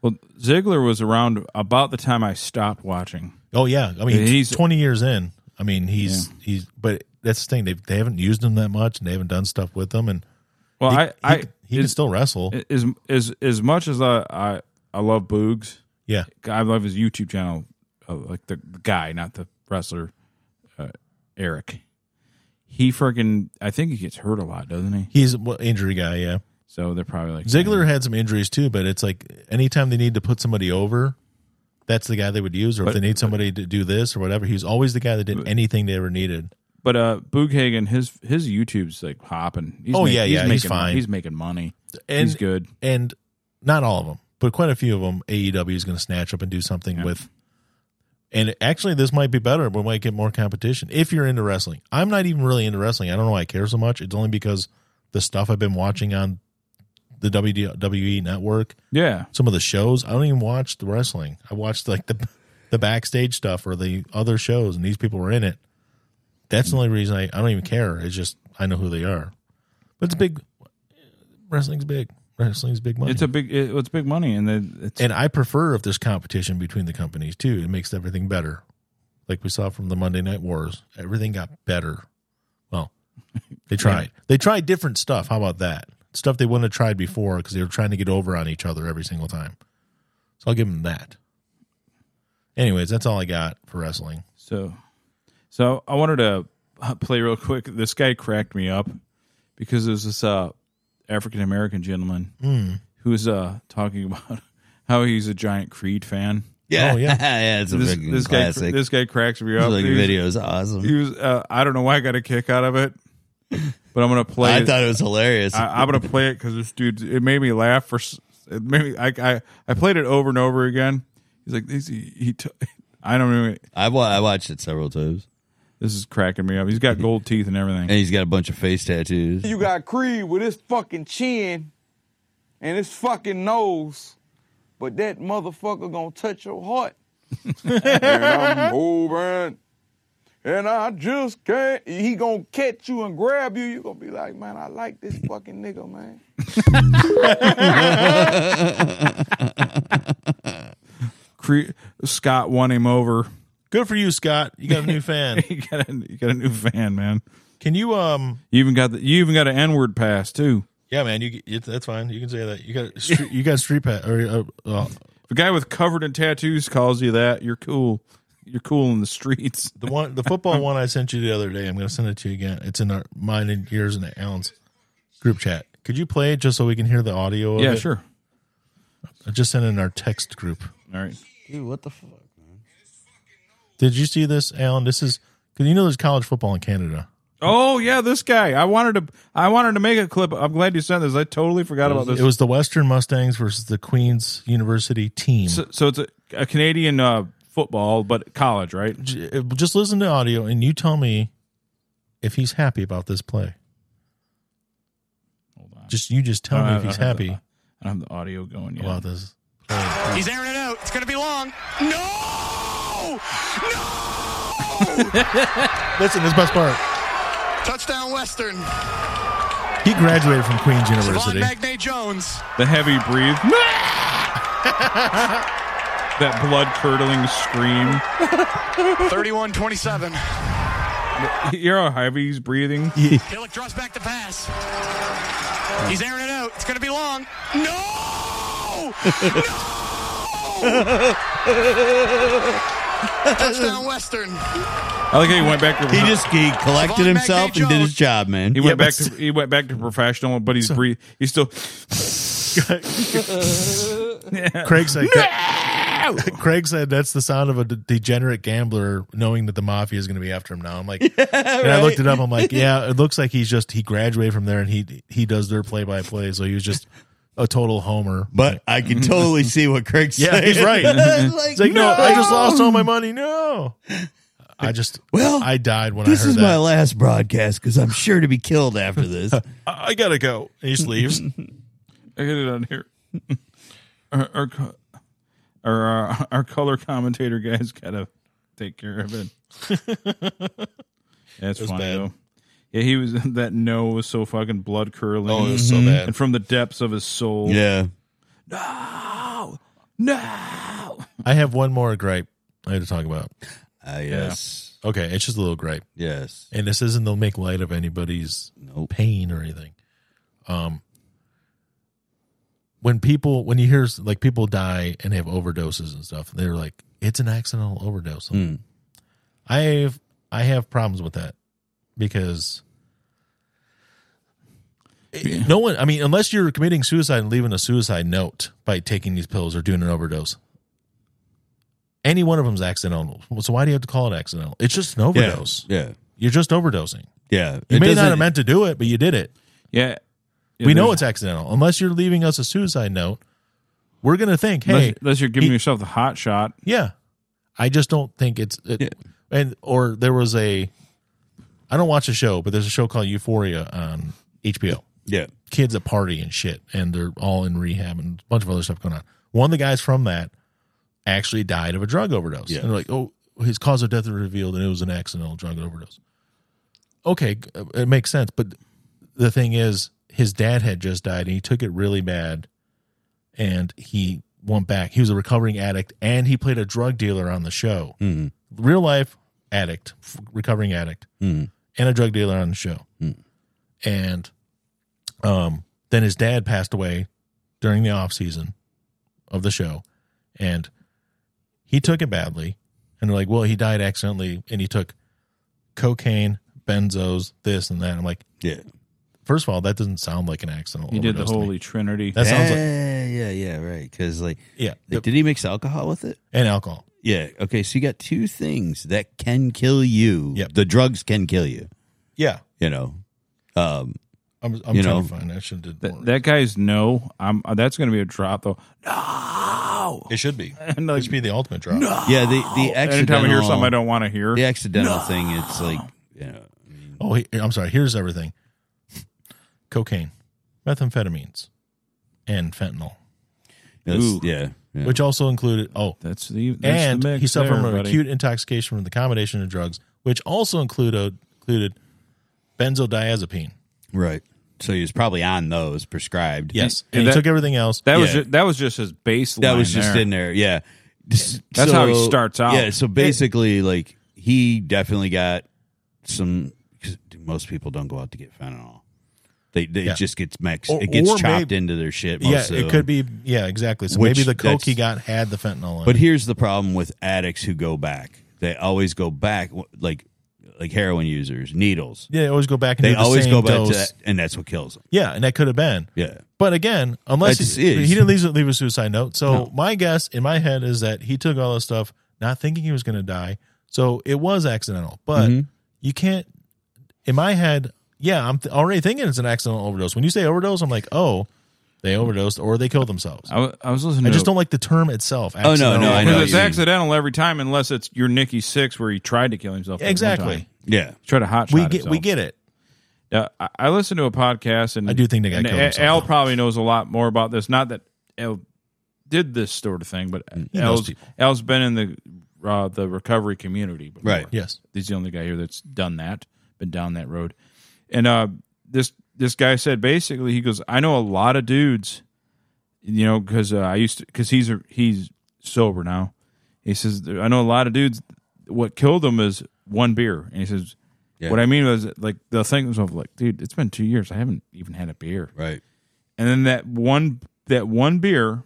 S2: Well, Ziggler was around about the time I stopped watching.
S4: Oh yeah, I mean,
S2: He's-
S4: he's twenty years in. I mean, he's he's. But that's the thing; they they haven't used him that much, and they haven't done stuff with him. And
S2: Well,
S4: he,
S2: I, I
S4: he, he can
S2: is-
S4: still wrestle.
S2: as as as much as I I, I love Boogs,
S4: yeah,
S2: I love his YouTube channel, uh, like the, the guy, not the wrestler, uh, Eric. He freaking, I think he gets hurt a lot, doesn't he?
S4: he's an injury guy. Yeah,
S2: So they're probably like
S4: Ziggler had some injuries too, but it's like anytime they need to put somebody over, that's the guy they would use. Or
S2: But-
S4: if they need somebody to do this or whatever, he's always the guy that did anything they ever needed.
S2: But uh, Booghagen, his his YouTube's like hopping. He's
S4: Oh,
S2: making-
S4: yeah, yeah,
S2: he's,
S4: he's
S2: making,
S4: fine.
S2: He's making money.
S4: And
S2: he's good.
S4: and not all of them, but quite a few of them, AEW is going to snatch up and do something with. And actually, this might be better. We might get more competition if you're into wrestling. I'm not even really into wrestling. I don't know why I care so much. It's only because the stuff I've been watching on the WWE E network,
S2: Yeah,
S4: some of the shows. I don't even watch the wrestling. I watched like the the backstage stuff or the other shows, and these people were in it. That's the only reason I, I don't even care. It's just I know who they are. But it's big. Wrestling's big. Wrestling's big money.
S2: it's a big it, it's big money, and then it's
S4: And I prefer if there's competition between the companies too. It makes everything better. Like we saw from the Monday Night Wars, everything got better. Well, they tried. They tried different stuff. How about that? Stuff they wouldn't have tried before because they were trying to get over on each other every single time. So I'll give them that. Anyways, that's all I got for wrestling.
S2: So, so I wanted to uh, play real quick. This guy cracked me up because there's this uh, African American gentleman
S3: Hmm.
S2: who's uh, talking about how he's a giant Creed fan.
S3: Yeah,
S4: Oh, yeah.
S3: yeah, it's a
S2: This,
S3: fucking
S2: this guy,
S3: classic.
S2: this guy cracks me
S3: This
S2: up.
S3: fucking
S2: He was-
S3: video is awesome.
S2: He was. Uh, I don't know why I got a kick out of it, but I'm gonna play.
S3: I
S2: it.
S3: thought it was hilarious.
S2: I, I'm gonna play it because this dude. It made me laugh for. s- It made me. I. I, I played it over and over again. He's like, he's- he. he t- I don't know.
S3: I, wa- I watched it several times,
S2: This is cracking me up. He's got gold teeth and everything.
S3: and he's got a bunch of face tattoos.
S5: You got Creed with his fucking chin and his fucking nose, but that motherfucker gonna touch your heart. and I'm moving, and I just can't. He gonna catch you and grab you. You gonna be like, man, I like this fucking nigga, man.
S2: Cre- Scott won him over.
S4: Good for you, Scott. You got a new fan.
S2: You got a you got a new fan, man.
S4: Can you um
S2: You even got the, you even got an N word pass too.
S4: yeah, man, you it, that's fine. You can say that. You got street, you got street pat or uh, uh,
S2: If a guy with covered in tattoos calls you that, you're cool. You're cool in the streets.
S4: The one, the football one I sent you the other day. I'm going to send it to you again. It's in our mine and yours and Alan's group chat. Could you play it just so we can hear the audio? Of
S2: yeah,
S4: it?
S2: sure.
S4: I just sent it in our text group.
S2: All right.
S3: Dude, what the fuck?
S4: Did you see this, Alan? This is because you know there's college football in Canada.
S2: Oh yeah, this guy. I wanted to. I wanted to make a clip. I'm glad you sent this. I totally forgot about this.
S4: It was the Western Mustangs versus the Queens University team.
S2: so, so it's a, a Canadian uh, football, but college, right?
S4: J- uh, Just listen to audio and you tell me if he's happy about this play.
S2: Hold on. Uh,
S4: Just you just tell
S2: I
S4: me
S2: don't
S4: if he's
S2: have the-
S4: happy
S2: I don't have the audio going yet.
S4: about this.
S6: He's airing it out. It's going to be long. No!
S4: Listen, this best part.
S6: Touchdown Western.
S4: He graduated from Queens
S6: Devon
S4: University.
S6: Magne Jones.
S2: The heavy breathe. that blood curdling scream.
S6: 31 27.
S2: You're how heavy he's breathing.
S6: Hillick draws back the pass. He's airing it out. It's going to be long. No! No! Touchdown Western.
S2: I like how he went back to.
S3: He just he collected
S6: Devon
S3: himself
S6: Magne
S3: and did his
S6: Jones.
S3: job, man.
S2: He went
S4: Yeah,
S2: back
S4: but-
S2: to he went back to professional, but he's breathe. He's still
S4: Craig said. Craig said that's the sound of a de- degenerate gambler knowing that the mafia is going to be after him now. I'm like, and I looked it up. I'm like, yeah, it looks like he's just he graduated from there and he he does their play by play. So he was just a total homer.
S3: But I can totally see what Craig's
S4: Yeah,
S3: saying.
S4: he's right.
S3: Like,
S4: It's like, no, I just lost all my money. No, I just
S3: Well,
S4: I died when I
S3: This
S4: heard
S3: is
S4: that.
S3: my last broadcast because I'm sure to be killed after this.
S4: I I gotta go. And he just leaves.
S2: I hit it on here. our our, co- our, uh, our color commentator guy's got to take care of it. That's
S4: was
S2: funny
S4: bad.
S2: though. Yeah, he was that no was so fucking blood curdling.
S4: Oh, it was so bad.
S2: And from the depths of his soul.
S3: yeah.
S2: No. No.
S4: I have one more gripe I had to talk about.
S3: Ah, yes.
S4: Okay, it's just a little gripe.
S3: Yes.
S4: and this isn't to make light of anybody's
S3: Nope.
S4: pain or anything. Um, when people, when you hear like people die and they have overdoses and stuff, they're like, it's an accidental overdose.
S3: Hmm.
S4: I have, I have problems with that because no one, I mean, unless you're committing suicide and leaving a suicide note by taking these pills or doing an overdose. Any one of them's accidental. So why do you have to call it accidental? It's just an
S3: Yeah.
S4: overdose.
S3: Yeah.
S4: You're just overdosing.
S3: Yeah.
S4: You
S3: It
S4: may not
S3: doesn't-
S4: have meant to do it, but you did it.
S2: Yeah. Yeah,
S4: we know
S2: there's-
S4: it's accidental. Unless you're leaving us a suicide note, we're going to think, hey,
S2: unless, unless you're giving
S4: he-
S2: yourself the hot shot.
S4: yeah, I just don't think it's. It,
S3: Yeah.
S4: And or there was a, I don't watch a show, but there's a show called Euphoria on HBO.
S3: Yeah.
S4: Kids at party and shit, and they're all in rehab and a bunch of other stuff going on. One of the guys from that actually died of a drug overdose.
S3: Yeah.
S4: And they're like, oh, his cause of death was revealed, and it was an accidental drug overdose. Okay, g- uh, it makes sense. But the thing is, his dad had just died, and he took it really bad, and he went back. He was a recovering addict, and he played a drug dealer on the show.
S3: Mhm.
S4: Real life addict, f- recovering addict,
S3: Mhm.
S4: and a drug dealer on the show. And um, then his dad passed away during the off season of the show, and he took it badly. And they're like, "Well, he died accidentally, and he took cocaine, benzos, this and that." I'm like,
S3: Yeah.
S4: first of all, that doesn't sound like an accidental.
S2: You did the
S4: overdose to me.
S2: Holy Trinity.
S4: That sounds like
S3: yeah, yeah, yeah, right. Because like,
S4: yeah,
S3: like, did he mix alcohol with it?
S4: and alcohol.
S3: Yeah. Okay. So you got two things that can kill you.
S4: Yep.
S3: The drugs can kill you.
S4: Yeah,
S3: You know. Um.
S4: I'm, I'm
S3: You
S4: trying
S3: know,
S4: to find. I should have did
S2: Th-
S4: more.
S2: that guy's no. I'm. uh, That's going to be a drop though. No.
S4: it should be.
S2: And like,
S4: it should be the ultimate drop.
S3: Yeah. The the accidental.
S2: Oh, Anytime I hear something I don't want to hear,
S3: The accidental thing. It's like you know.
S4: Oh, he, I'm sorry. Here's everything: cocaine, methamphetamines, and fentanyl,
S3: it's-
S2: Ooh.
S3: yeah. yeah.
S4: which also included. Oh,
S2: that's the that's
S4: and
S2: the mix
S4: he suffered
S2: there,
S4: from an
S2: buddy.
S4: acute intoxication from the combination of drugs, which also included included benzodiazepine.
S3: right. So he was probably on those prescribed.
S4: Yes,
S2: And
S4: and,
S2: that-
S4: he took everything else.
S2: That was
S3: Yeah.
S2: just, that was just his baseline.
S3: that was just
S2: there.
S3: in there. Yeah, that's
S2: how he starts out.
S3: Yeah, so basically, like he definitely got some. 'cause most people don't go out to get fentanyl. They, they
S4: Yeah.
S3: it just gets mixed.
S4: Or-
S3: it gets
S4: or
S3: chopped
S4: maybe-
S3: into their shit. Most
S4: yeah,
S3: of
S4: it
S3: them.
S4: could be. Yeah, exactly. So
S3: Which
S4: maybe the coke
S3: that's-
S4: he got had the fentanyl. In
S3: But
S4: it.
S3: here's the problem with addicts who go back. They always go back, like like heroin users, needles.
S4: yeah, they always go back and
S3: They
S4: do the
S3: always
S4: same
S3: go back
S4: dose.
S3: to that, and that's what kills them.
S4: Yeah, and that could have been.
S3: Yeah,
S4: But again, unless
S3: That's-
S4: he,
S3: is-
S4: he didn't leave, leave a suicide note. So my guess in my head is that he took all this
S3: Mm-hmm.
S4: stuff not thinking he was going to die. So it was accidental. But you can't in my head, yeah, I'm th- already thinking it's an accidental overdose. When you say overdose, I'm like, oh, they overdosed or they killed themselves.
S2: I, wa- I was listening.
S4: I
S2: to
S4: just don't like the term itself.
S3: Oh, no, no, I know
S2: Because
S3: what
S2: it's
S3: you mean.
S2: accidental every time, unless it's your Nikki Six, where he tried to kill himself. that one
S4: Exactly.
S2: time.
S3: Yeah.
S2: Try to hot.
S4: We get we get it.
S2: Yeah, I, I listened to a podcast, and
S4: I do think they got
S2: and
S4: killed
S2: Al-
S4: himself,
S2: Al
S4: though.
S2: probably knows a lot more about this. Not that Al did this sort of thing, but
S4: He knows
S2: Al's,
S4: people.
S2: Al's been in the uh, the recovery community, before.
S3: Right.
S4: Yes.
S2: He's the only guy here that's done that, been down that road. And uh, this this guy said basically, he goes, I know a lot of dudes, you know, because uh, I used to, because he's he's sober now. He says, I know a lot of dudes. What killed them is one beer. And he says,
S3: Yeah.
S2: what I mean was like the thing was of like, dude, it's been two years. I haven't even had a beer.
S3: Right.
S2: And then that one that one beer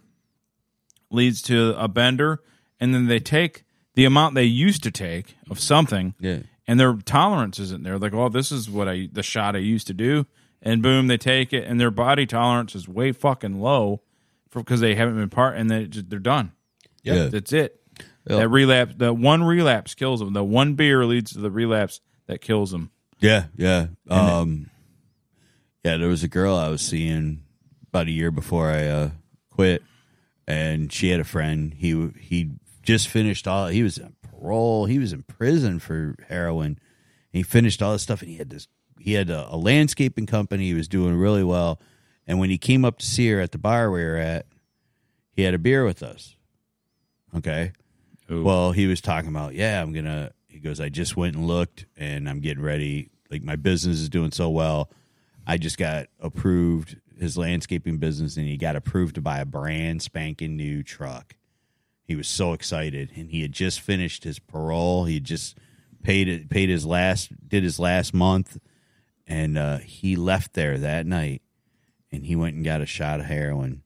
S2: leads to a bender, and then they take the amount they used to take of something
S3: Yeah.
S2: and their tolerance isn't there. Like, oh, this is what I the shot I used to do, and boom, they take it, and their body tolerance is way fucking low, because they haven't been part, and they just, they're done.
S3: Yeah.
S2: That's it.
S3: Yeah.
S2: That relapse, that one relapse kills them. The one beer leads to the relapse that kills them.
S3: Yeah, yeah. Um Yeah, there was a girl I was seeing about a year before I uh quit and she had a friend. He he just finished all he was on parole. He was in prison for heroin. He finished all this stuff and he had this he had a, a landscaping company, he was doing really well. And when he came up to see her at the bar we were at, he had a beer with us. Okay. Well, he was talking about, yeah, I'm gonna. He goes, I just went and looked, and I'm getting ready. Like my business is doing so well, I just got approved his landscaping business, and he got approved to buy a brand spanking new truck. He was so excited, and he had just finished his parole. He had just paid it, paid his last, did his last month, and uh, he left there that night, and he went and got a shot of heroin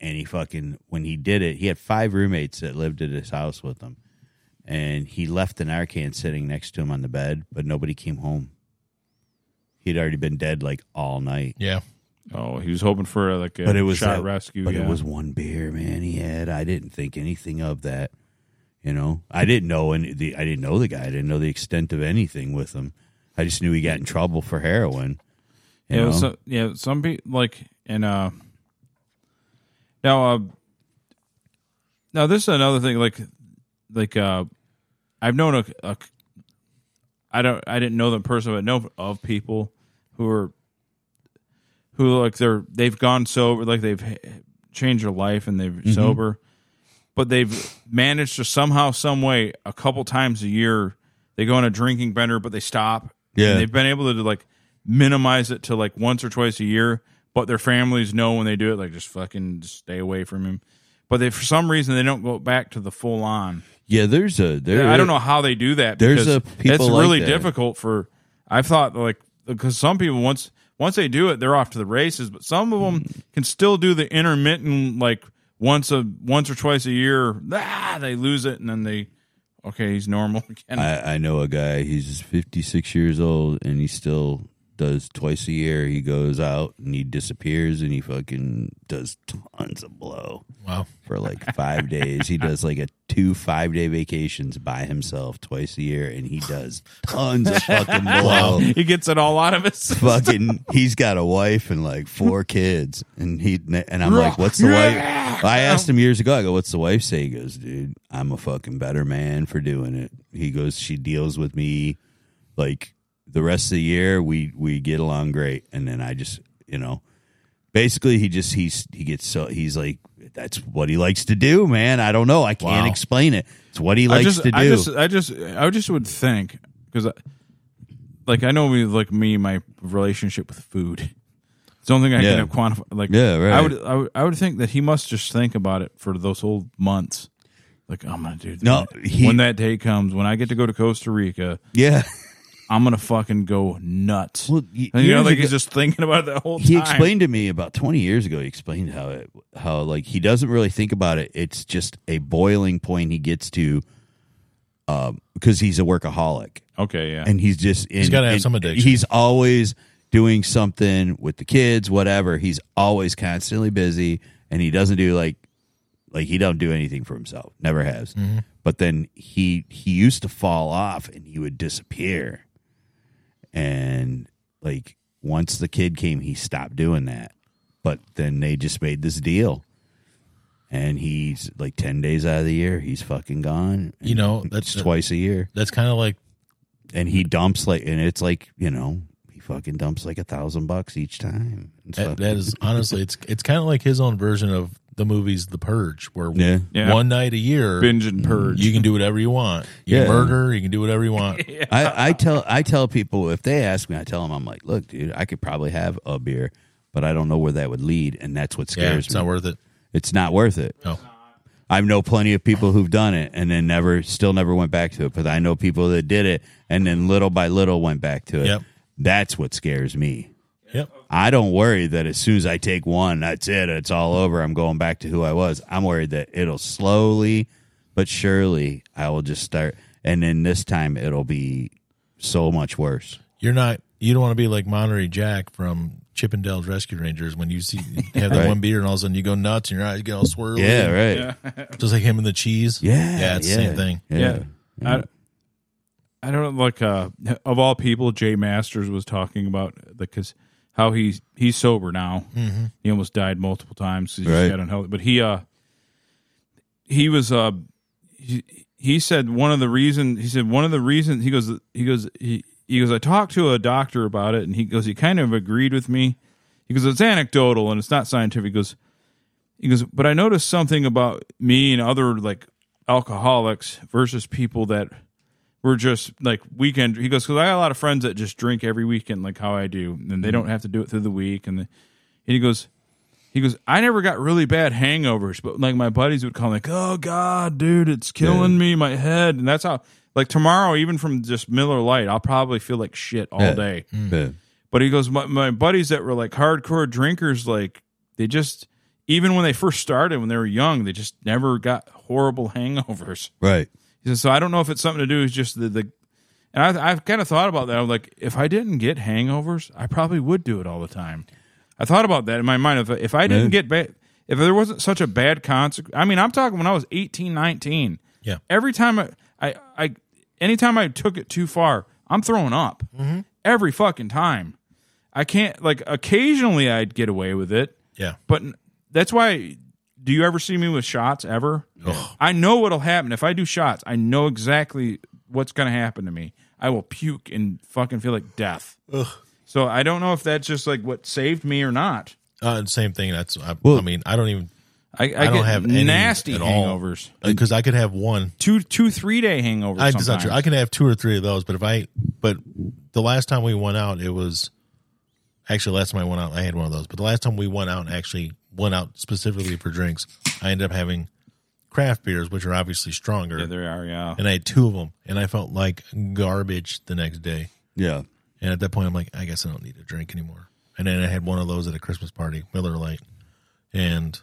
S3: and he fucking when he did it, he had five roommates that lived at his house with him, and he left an Narcan sitting next to him on the bed, but nobody came home. He'd already been dead like all night,
S4: Yeah.
S2: Oh, he was hoping for like a
S3: but it was
S2: shot
S3: that-
S2: rescue.
S3: But
S2: yeah.
S3: it was one beer, man. He had. I didn't think anything of that. You know, I didn't know, and the I didn't know the guy. I didn't know the extent of anything with him. I just knew he got in trouble for heroin. You
S2: yeah,
S3: know?
S2: so, yeah. Some people like and uh now uh now this is another thing like like uh I've known a, a I don't I didn't know them personally, but know of people who are who like they're they've gone sober, like they've h- changed their life and they've sober, but they've managed to somehow, some way, a couple times a year, they go on a drinking bender, but they stop.
S3: Yeah.
S2: and they've been able to like minimize it to like once or twice a year, but their families know when they do it, like just fucking just stay away from him. But they, for some reason, they don't go back to the full on.
S3: yeah, there's a there.
S2: I don't know how they do that.
S3: There's
S2: because
S3: a- people
S2: it's
S3: like
S2: really
S3: that.
S2: difficult for. I've thought like because some people once once they do it, they're off to the races. But some of them
S3: Mm.
S2: can still do the intermittent like once a once or twice a year. Ah, they lose it and then they okay, he's normal again.
S3: I, I know a guy. He's 56 years old, and he still does twice a year. He goes out and he disappears, and he fucking does tons of blow
S4: Wow.
S3: for like five days. He does like a two five day vacations by himself twice a year, and he does tons of fucking blow.
S2: he gets it all out of us.
S3: Fucking, he's got a wife and like four kids, and he and I'm like, "What's the wife?" I asked him years ago. I go, "What's the wife say?" He goes, "Dude, I'm a fucking better man for doing it." He goes, "She deals with me like the rest of the year. We we get along great, and then I just you know, basically he just he's he gets so he's like." That's what he likes to do, man. I don't know. I can't
S4: Wow.
S3: explain it. It's what he
S2: I
S3: likes
S2: just,
S3: to do.
S2: I just, I just, I just would think because, like, I know me, like me, my relationship with food. It's the only thing I
S3: Yeah.
S2: can quantify. Like,
S3: Yeah, right.
S2: I would, I would, I would think that he must just think about it for those whole months. Like, I'm gonna do
S3: No,
S2: that.
S3: he-
S2: when that day comes, when I get to go to Costa Rica,
S3: yeah.
S2: I'm gonna fucking go nuts.
S3: Well, y-
S2: And, you know,
S3: years
S2: like
S3: ago-
S2: he's just thinking about it the whole time.
S3: he explained to me about 20 years ago he explained how it how like he doesn't really think about it it's just a boiling point he gets to um because he's a workaholic
S2: Okay, yeah.
S3: and he's just in, he's
S4: gotta have some addiction.
S3: he's always doing something with the kids whatever he's always constantly busy and he doesn't do like like he don't do anything for himself never has
S4: Mm-hmm.
S3: but then he he used to fall off and he would disappear And like once the kid came, he stopped doing that. But then they just made this deal. And he's like 10 days out of the year, he's fucking gone.
S4: You know,
S3: And
S4: that's-
S3: it's twice a year.
S4: That's kind of like
S3: And he dumps like, and it's like, you know, he fucking dumps like a thousand bucks each time. It's
S4: that,
S3: fucking-
S4: that is honestly, it's it's kind of like his own version of the movies The Purge, where
S3: Yeah.
S2: Yeah.
S4: one night a year
S2: binge and purge.
S4: you can do whatever you want. You
S3: Yeah.
S4: can murder, you can do whatever you want.
S3: I, I tell I tell people if they ask me, I tell them I'm like, look, dude, I could probably have a beer, but I don't know where that would lead, and that's what
S4: yeah,
S3: scares
S4: it's
S3: me.
S4: not worth it.
S3: it's not worth it.
S4: No.
S3: I know plenty of people who've done it and then never, still never went back to it, but I know people that did it and then little by little went back to it.
S4: Yep.
S3: That's what scares me.
S4: Yep.
S3: I don't worry that as soon as I take one, that's it, it's all over. I'm going back to who I was. I'm worried that it'll slowly but surely I will just start, and then this time it'll be so much worse.
S4: You're not. You don't want to be like Monterey Jack from Chippendales Rescue Rangers when you see have that
S3: Right.
S4: one beer and all of a sudden you go nuts and your eyes get all
S2: Oh,
S4: swirly.
S3: Yeah, right. Yeah,
S4: Just like him and the cheese.
S3: yeah,
S4: Yeah, it's the same thing.
S2: yeah. I, I don't know, like uh, of all people, Jay Masters was talking about because how he's he's sober now. Mm-hmm. He almost died multiple times. 'cause He
S3: Right.
S2: just got unhealthy, but he uh he was uh he, he said one of the reason he said one of the reasons he goes he goes he, he goes I talked to a doctor about it and he goes he kind of agreed with me. He goes it's anecdotal and it's not scientific. He goes he goes, but I noticed something about me and other like alcoholics versus people that were just like weekend. He goes, because I got a lot of friends that just drink every weekend, like how I do, and they don't have to do it through the week. And, the, and he goes, he goes, I never got really bad hangovers, but like my buddies would call me, like, oh god, dude, it's killing me, my head, and that's how. Like tomorrow, even from just Miller Lite, I'll probably feel like shit all
S3: Yeah.
S2: day.
S3: Yeah.
S2: But he goes, my, my buddies that were like hardcore drinkers, like they just, even when they first started, when they were young, they just never got horrible hangovers.
S3: right.
S2: He says, so I don't know if it's something to do with just the, the and I, I've kind of thought about that. I'm like, if I didn't get hangovers, I probably would do it all the time. I thought about that in my mind. If, if I didn't
S3: Yeah.
S2: get bad, if there wasn't such a bad consequence, I mean, I'm talking when I was 18, 19.
S4: Yeah.
S2: Every time I, I, I anytime I took it too far, I'm throwing up every fucking time. I can't like occasionally I'd get away with it,
S4: Yeah.
S2: but n- that's why. Do you ever see me with shots ever? I know what'll happen if I do shots. I know exactly what's going to happen to me. I will puke and fucking feel like death. So I don't know if that's just like what saved me or not.
S4: Uh, same thing. That's. I, I
S3: Well-
S4: mean, I don't even
S2: I, I,
S4: I don't
S2: get
S4: have any
S2: nasty
S4: at all.
S2: hangovers,
S4: because I could have one.
S2: two two three day hangovers.
S4: I, that's
S2: sometimes.
S4: not true. I can have two or three of those, but if I, but the last time we went out, it was actually last time I went out, I had one of those. But the last time we went out and actually went out specifically for drinks, I ended up having craft beers, which are obviously stronger.
S2: yeah, there are yeah.
S4: and I had two of them, and I felt like garbage the next day.
S3: Yeah.
S4: And at that point, I'm like, I guess I don't need to drink anymore. And then I had one of those at a Christmas party, Miller Lite, and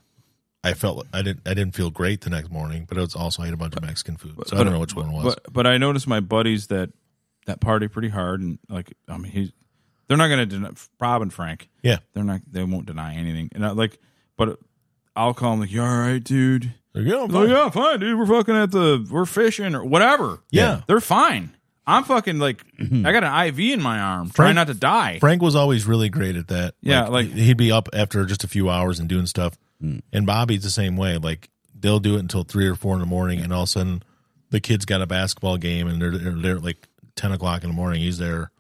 S4: I felt I didn't I didn't feel great the next morning, but it was also I ate a bunch of Mexican food, so I don't know which one it was.
S2: But but I noticed my buddies that that party pretty hard and like I mean he's they're not going to deny Rob and Frank.
S4: yeah,
S2: They're not they won't deny anything. And I, like but I'll call them like you all right, dude.
S4: Like, yeah, I'm
S2: They're like,
S4: fine.
S2: yeah, fine, dude. We're fucking at the we're fishing or whatever.
S4: Yeah. Mm-hmm.
S2: They're fine. I'm fucking like I got an IV in my arm trying
S4: Frank-
S2: not to die.
S4: Frank was always really great at that.
S2: Yeah, like-
S4: he- he'd be up after just a few hours and doing stuff.
S3: Hmm.
S4: And Bobby's the same way. Like they'll do it until three or four in the morning, and all of a sudden the kid's got a basketball game, and they're they're, they're at, like ten o'clock in the morning. He's there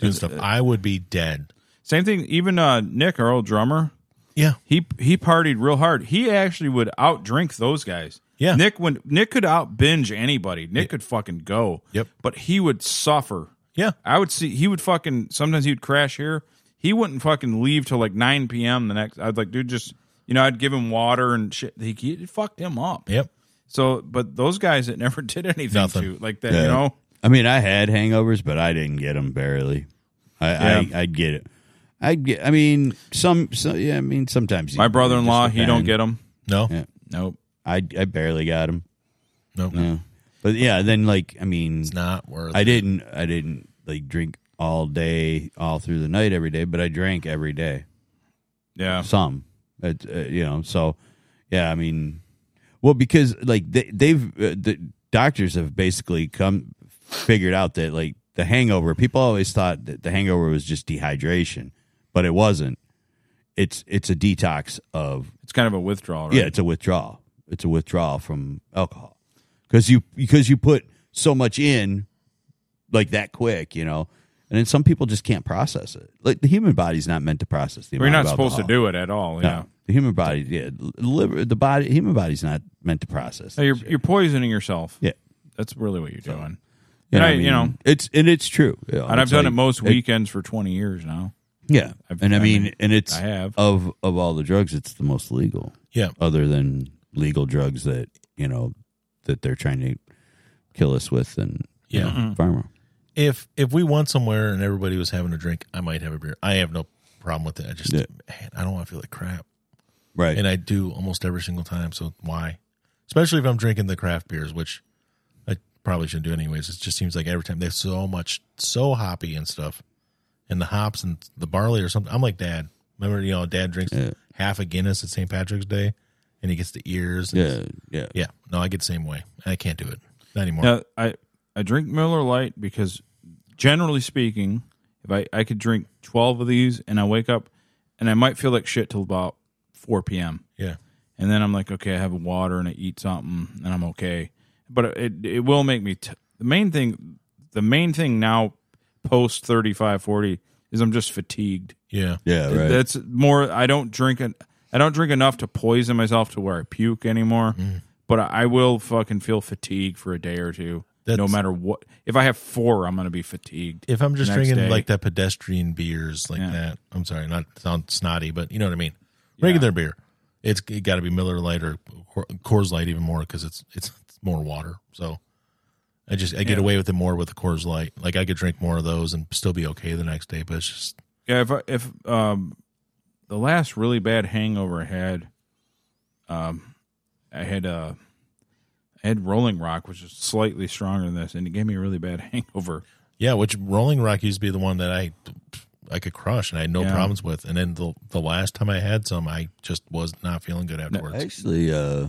S4: doing stuff.
S2: Uh,
S4: I would be dead.
S2: Same thing even uh Nick our old drummer,
S4: Yeah,
S2: he he partied real hard. He actually would outdrink those guys.
S4: Yeah.
S2: Nick when Nick could out binge anybody. Nick could fucking go.
S4: Yep.
S2: But he would suffer.
S4: yeah,
S2: I would see he would fucking sometimes he'd crash here. He wouldn't fucking leave till like nine p.m. the next. I'd like dude just you know I'd give him water and shit. He, he fucked him up.
S4: yep.
S2: So, but those guys that never did anything
S4: Nothing.
S2: to like that,
S3: Yeah.
S2: you know.
S3: I mean, I had hangovers, but I didn't get them barely. I,
S2: Yeah.
S3: I I'd get it. I'd get. I mean, some. So, yeah, I mean, sometimes you-
S2: My brother-in-law,
S3: it just
S2: he don't
S3: depends.
S2: get them.
S4: No,
S3: Yeah.
S2: Nope.
S3: I I barely got them.
S4: no,
S3: Yeah, but yeah, then like I mean,
S4: it's not worth.
S3: I didn't. I didn't like drink all day, all through the night, every day. But I drank every day.
S2: Yeah.
S3: Some, it, uh, you know. So, yeah, I mean, well, because like they, they've uh, the doctors have basically come figured out that like the hangover. People always thought that the hangover was just dehydration, but it wasn't. It's it's a detox of
S2: It's kind of a withdrawal, right?
S3: yeah, it's a withdrawal. It's a withdrawal from alcohol because you because you put so much in like that quick, you know. And then some people just can't process it. Like the human body's not meant to process the.
S2: We're
S3: amount
S2: not
S3: of
S2: supposed to
S3: alcohol.
S2: do it at all.
S3: No.
S2: Yeah.
S3: the human body, yeah, l- liver, the body, human body's not meant to process.
S2: No,
S3: that
S2: you're
S3: shit.
S2: you're poisoning yourself.
S3: yeah,
S2: That's really what you're doing.
S3: You
S2: And
S3: know,
S2: I-
S3: what I
S2: you know,
S3: mean? it's and it's true. You know,
S2: and I've
S3: it's
S2: done
S3: like-
S2: it most weekends for 20 years now.
S3: Yeah,
S2: I've-
S3: and I
S2: I
S3: mean,
S2: mean,
S3: and it's
S2: I have.
S3: of of all the drugs, it's the most legal,
S4: Yeah.
S3: other than legal drugs that you know that they're trying to kill us with and you
S4: Yeah.
S3: know, pharma.
S4: If if we went somewhere and everybody was having a drink, I might have a beer. I have no problem with it. I just
S3: Yeah.
S4: man, I don't want to feel like crap,
S3: Right.
S4: and I do almost every single time. So why? Especially if I'm drinking the craft beers, which I probably shouldn't do anyways. It just seems like every time they're so much so hoppy and stuff, and the hops and the barley or something. I'm like dad. Remember, you know, dad drinks
S3: Yeah.
S4: half a Guinness at St. Patrick's Day, and he gets the ears. and
S3: yeah, yeah.
S4: Yeah, no, I get the same way. I can't do it not anymore.
S2: Now, I I drink Miller Lite because generally speaking, if I I could drink 12 of these and I wake up and I might feel like shit till about 4 p.m.
S4: yeah,
S2: and then I'm like, okay, I have water and I eat something and I'm okay. But it it will make me. T- the main thing, the main thing now, post 35, 40, is I'm just fatigued.
S4: yeah,
S3: Yeah, right.
S2: That's more. I don't drink. An, I don't drink enough to poison myself to where I puke anymore. But I, I will fucking feel fatigue for a day or two. no
S4: That's-
S2: matter what, if I have four, I'm gonna be fatigued.
S4: If I'm just
S2: the next
S4: drinking
S2: day.
S4: like that pedestrian beers like
S2: Yeah.
S4: that, I'm sorry, not to sound snotty, but you know what I mean. Regular beer, it's it got to be Miller Lite or Cor- Coors Light even more because it's it's more water. So I just I get away with it more with the Coors Light. Like I could drink more of those and still be okay the next day, but it's just
S2: Yeah, if I, if um, the last really bad hangover I had, um, I had uh, I had Rolling Rock, which is slightly stronger than this, and it gave me a really bad hangover.
S4: yeah. Which Rolling Rock used to be the one that I I could crush and I had no
S2: Yeah.
S4: problems with. And then the the last time I had some, I just was not feeling good afterwards.
S3: Actually, uh,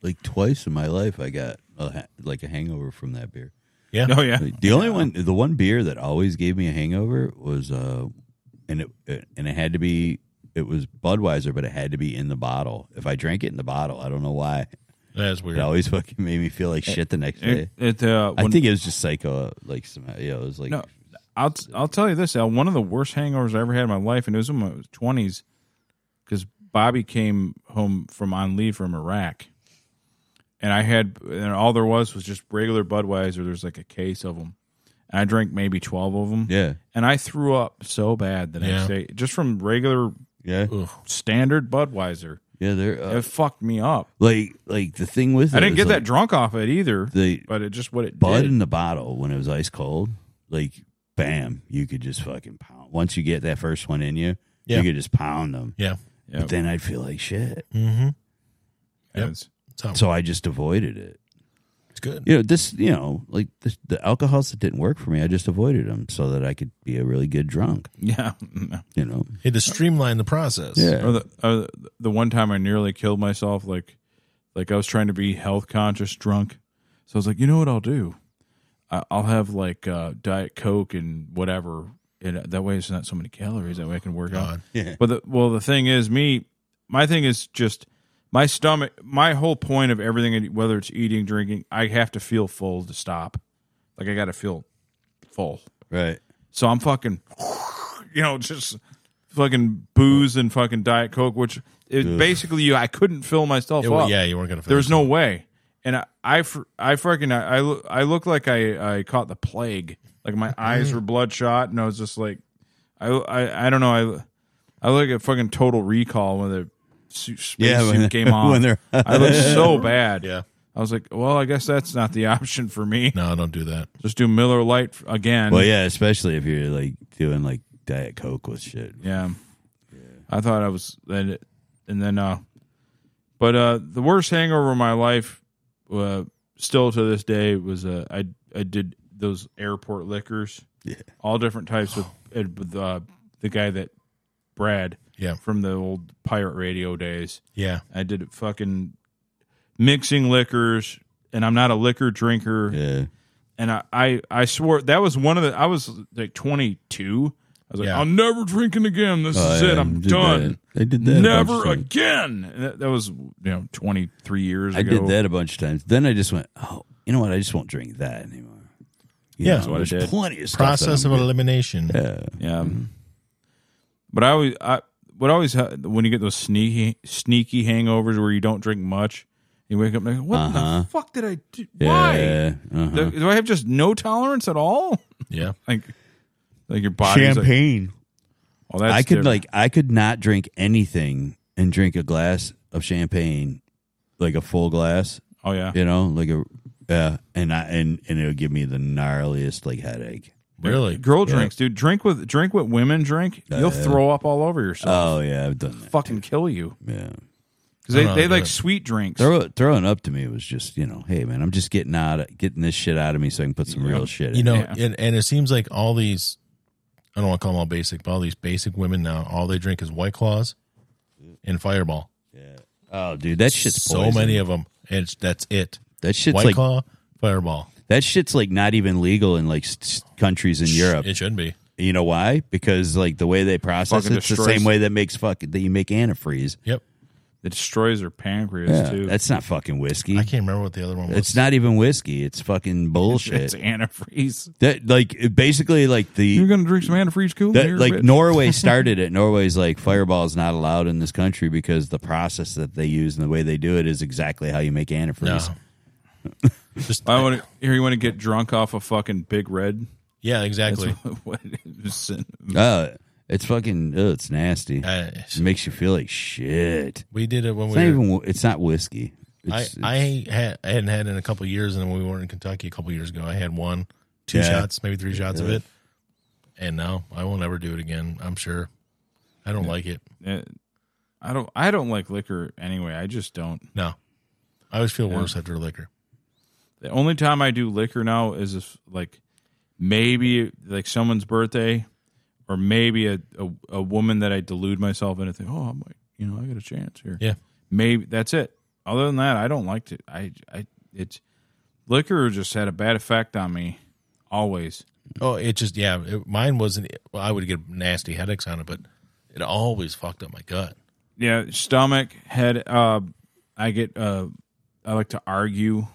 S3: like twice in my life, I got a, ha- like a hangover from that beer.
S4: yeah,
S2: Oh yeah,
S3: The only one, the one beer that always gave me a hangover was, uh, and it, it and it had to be, it was Budweiser, but it had to be in the bottle. If I drank it in the bottle, I don't know why.
S4: that's weird.
S3: It always fucking made me feel like shit the next day.
S2: it, it, uh,
S3: I
S2: when-
S3: think it was just psycho, like some, you know, it was like,
S2: no, I'll t- I'll tell you this, Al. One of the worst hangovers I ever had in my life, and it was in my twenties, because Bobby came home from on leave from Iraq, and I had and all there was was just regular Budweiser. There's like a case of them, and I drank maybe twelve of them.
S3: yeah,
S2: and I threw up so bad the next
S4: Yeah.
S2: day just from regular
S3: yeah,
S2: standard Budweiser.
S3: yeah. They're uh,
S2: It fucked me up.
S3: like, like the thing with
S2: I
S3: it
S2: didn't
S3: is,
S2: get
S3: like,
S2: that drunk off it either,
S3: The
S2: but it just what it
S3: Bud
S2: did.
S3: in the bottle when it was ice cold, like bam, you could just fucking pound. Once you get that first one in you,
S4: Yeah.
S3: you could just pound them.
S4: Yeah,
S2: Yeah, Mm.
S3: But then I'd feel like shit,
S4: mm-hmm.
S2: yeah,
S4: yep.
S2: it's-
S3: so I just avoided it.
S4: it's good.
S3: You know, this, you know, like this, the alcohols that didn't work for me, I just avoided them so that I could be a really good drunk.
S2: yeah.
S3: You know,
S4: It to streamline the process.
S2: or the or the one time I nearly killed myself, like like I was trying to be health conscious drunk, so I was like, you know what I'll do? I- I'll have like uh, diet coke and whatever, and that way it's not so many calories. That way I can work out.
S4: God.
S3: yeah,
S2: But the, well, the thing is, me, my thing is just my stomach. My whole point of everything, whether it's eating, drinking, I have to feel full to stop. Like I got to feel full.
S3: right.
S2: So I'm fucking, you know, just fucking booze and fucking diet coke, which is basically you. I couldn't fill myself
S4: It wa-
S2: up.
S4: yeah, you weren't gonna.
S2: There's
S4: finish
S2: no way. And I, I, fr- I freaking, I, I, look, I look like I, I caught the plague. Like my eyes were bloodshot, and I was just like, I, I, I don't know. I, I look at fucking Total Recall when the su- spacesuit
S3: Yeah, when they're-
S2: came on.
S3: when they're-
S2: I look so bad.
S4: Yeah.
S2: I was like, well, I guess that's not the option for me.
S4: it. No, don't do that.
S2: Just do Miller Lite f- again.
S3: Well, yeah, especially if you're like doing like diet coke with shit.
S2: Yeah. I thought I was then it- and then uh but uh the worst hangover of my life uh still to this day was uh I I did those airport liquors.
S3: Yeah.
S2: All different types of and with uh the guy that Brad
S4: Yeah.
S2: from the old pirate radio days.
S4: Yeah,
S2: I did fucking mixing liquors and I'm not a liquor drinker
S3: Yeah,
S2: and I, I I swore that was one of the. I was like 22. I was like,
S4: Yeah.
S2: I'll never drinking again. This
S3: Oh,
S2: is
S3: yeah,
S2: it. I'm
S3: did
S2: done.
S3: that. They did that. a bunch
S2: Never
S3: of times.
S2: again. And That, that was you know 23 years
S3: I
S2: ago.
S3: did that a bunch of times. Then I just went, oh, you know what? I just won't drink that anymore. You
S4: Yeah,
S3: know,
S4: that's what
S2: I
S3: there's
S2: did.
S3: plenty of stuff that
S4: Process
S3: I'm
S4: of elimination.
S2: Yeah.
S3: Mm-hmm.
S2: But I always I what always ha- when you get those sneaky sneaky hangovers where you don't drink much, you wake up and like, what the fuck did I do? Why?
S3: Uh-huh. Yeah. uh-huh.
S2: Do, do I have just no tolerance at all?
S4: Yeah.
S2: Like like your body's Like, oh, that's
S3: I could
S2: different.
S3: like I could not drink anything and drink a glass of champagne, like a full glass.
S2: oh yeah.
S3: You know, like a yeah, and I and and it would give me the gnarliest like headache.
S4: Really?
S2: Girl drinks, dude. Drink with drink what women drink. You'll throw up all over yourself.
S3: Oh yeah, I've done that.
S2: Fucking kill you
S3: Yeah,
S2: because they,
S4: know,
S2: they
S4: I
S2: like
S4: got it.
S2: sweet drinks.
S3: Throw, throwing up to me was just you know, hey man, I'm just getting out, of, getting this shit out of me so I can put some real shit. in
S4: You know,
S2: Yeah.
S4: and, and it seems like all these, I don't want to call them all basic, but all these basic women now, all they drink is White Claws and Fireball.
S3: Oh dude, that shit's
S4: so
S3: poison.
S4: many of them. And it's, that's it.
S3: That shit's
S4: White
S3: like
S4: Claw, Fireball.
S3: that shit's like not even legal in like s- countries in Europe.
S4: It shouldn't be.
S3: You know why? Because like the way they process
S2: Fucking
S3: it's the
S2: destroys-
S3: same way that makes fuck that you make antifreeze.
S4: Yep.
S2: It destroys their pancreas too.
S3: That's not fucking whiskey.
S4: I can't remember what the other one was.
S3: It's not even whiskey. It's fucking
S2: it's
S3: bullshit.
S2: antifreeze.
S3: that like it basically like
S2: You're
S3: the
S2: gonna drink some antifreeze cooling
S3: that,
S2: here,
S3: like
S2: bitch?
S3: Norway started it. Norway's like fireball is not allowed in this country because the process that they use and the way they do it is exactly how you make
S4: No.
S3: antifreeze.
S4: Just,
S2: I want to here. You want to get drunk off a fucking big red?
S4: yeah,
S2: That's
S4: exactly.
S2: what it is.
S3: Uh, it's fucking oh, it's nasty.
S4: Uh,
S3: It makes you feel like shit.
S4: we did it when
S3: It's
S4: we
S3: not
S4: were,
S3: even it's not whiskey. It's,
S4: I, I had I hadn't had it in a couple years, and then when we were in Kentucky a couple years ago, I had one, two
S3: Yeah.
S4: shots, maybe three shots of it, and now I will never do it again. I'm sure. I don't like it.
S2: Uh, I don't. I don't like liquor anyway. I just don't.
S4: No, I always feel worse after liquor.
S2: The only time I do liquor now is if like maybe like someone's birthday, or maybe a a, a woman that I delude myself in and think, oh, I'm like, you know, I got a chance here.
S4: Yeah,
S2: Maybe that's it. Other than that, I don't like to. I I it's liquor just had a bad effect on me. Always.
S4: Oh, it just yeah. It, mine wasn't. Well, I would get nasty headaches on it, but it always fucked up my gut.
S2: Yeah, stomach, head. Uh, I get. Uh, I like to argue.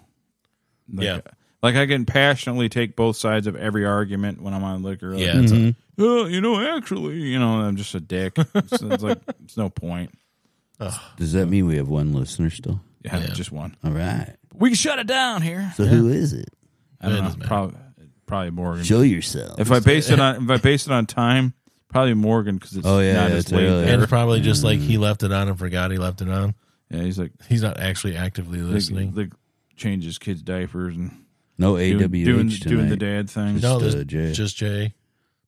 S2: Like,
S4: Yeah.
S2: like I can passionately take both sides of every argument when I'm on liquor. Like,
S4: Yeah, it's a-
S2: "Oh, you know, actually, you know, I'm just a dick. it's, it's like it's no point.
S3: does that mean we have one listener still?
S2: Yeah,
S4: Yeah.
S2: just one.
S3: All right.
S2: We can shut it down here.
S3: So who is it?
S2: I
S4: That
S2: don't
S4: doesn't
S2: know.
S4: matter.
S2: Probably, probably Morgan.
S3: Show yourself.
S2: if I base it on if I base it on time, probably Morgan because it's
S3: Oh, yeah,
S2: not
S3: yeah,
S2: as
S3: it's
S2: late.
S3: early.
S4: and
S2: there.
S4: it's probably just like he left it on and forgot he left it on.
S2: Yeah, he's like
S4: He's not actually actively listening.
S2: like, like changes kids diapers and
S3: No AWH
S2: doing doing,
S3: tonight.
S2: doing the dad thing.
S4: no,
S3: just,
S4: just,
S3: uh, Jay.
S4: just Jay.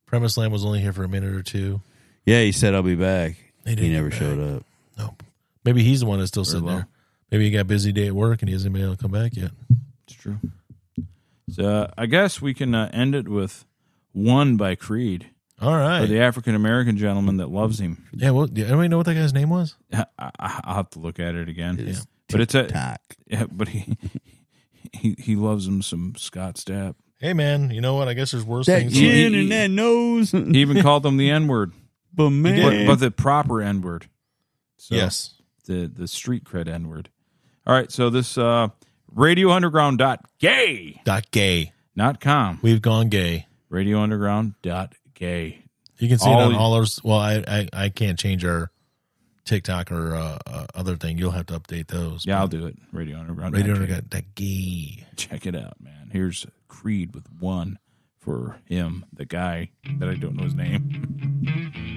S4: Premise Lamb was only here for a minute or two.
S3: Yeah, he said I'll be back.
S4: He
S3: He,
S4: didn't
S3: never
S4: be
S3: showed up.
S4: No. Maybe he's the one that's still sitting
S2: low.
S4: there. Maybe he got a busy day at work and he hasn't been able to come back yet.
S2: It's true. So uh, I guess we can uh, end it with one by Creed
S4: All
S2: for
S4: right.
S2: the African American gentleman that loves him.
S4: yeah. Well, do anybody know what that guy's name was?
S2: I, I, I'll have to look at it again.
S3: It is
S2: But it's a
S3: Talk.
S2: yeah, but he he he loves him some Scott Stapp.
S4: Hey, man. You know what? I guess there's worse
S3: That
S4: things.
S2: you-
S3: chin and that nose.
S2: He even called him the N word,
S3: but
S2: but,
S3: man.
S2: but the proper N word. So
S4: yes.
S2: the the street cred N word. All right, so this uh, Radio Underground dot gay
S4: Dot gay.
S2: not com
S4: We've gone gay.
S2: Radio Underground dot gay.
S4: You can see
S2: All-
S4: it on all our. Well, I, I, I can't change our TikTok or uh, uh, other thing. You'll have to update those.
S2: Yeah, I'll do it. Radio Underground.
S4: Radio got that gay.
S2: check it out, man. Here's Creed with one for him, the guy that I don't know his name.
S6: oh, oh,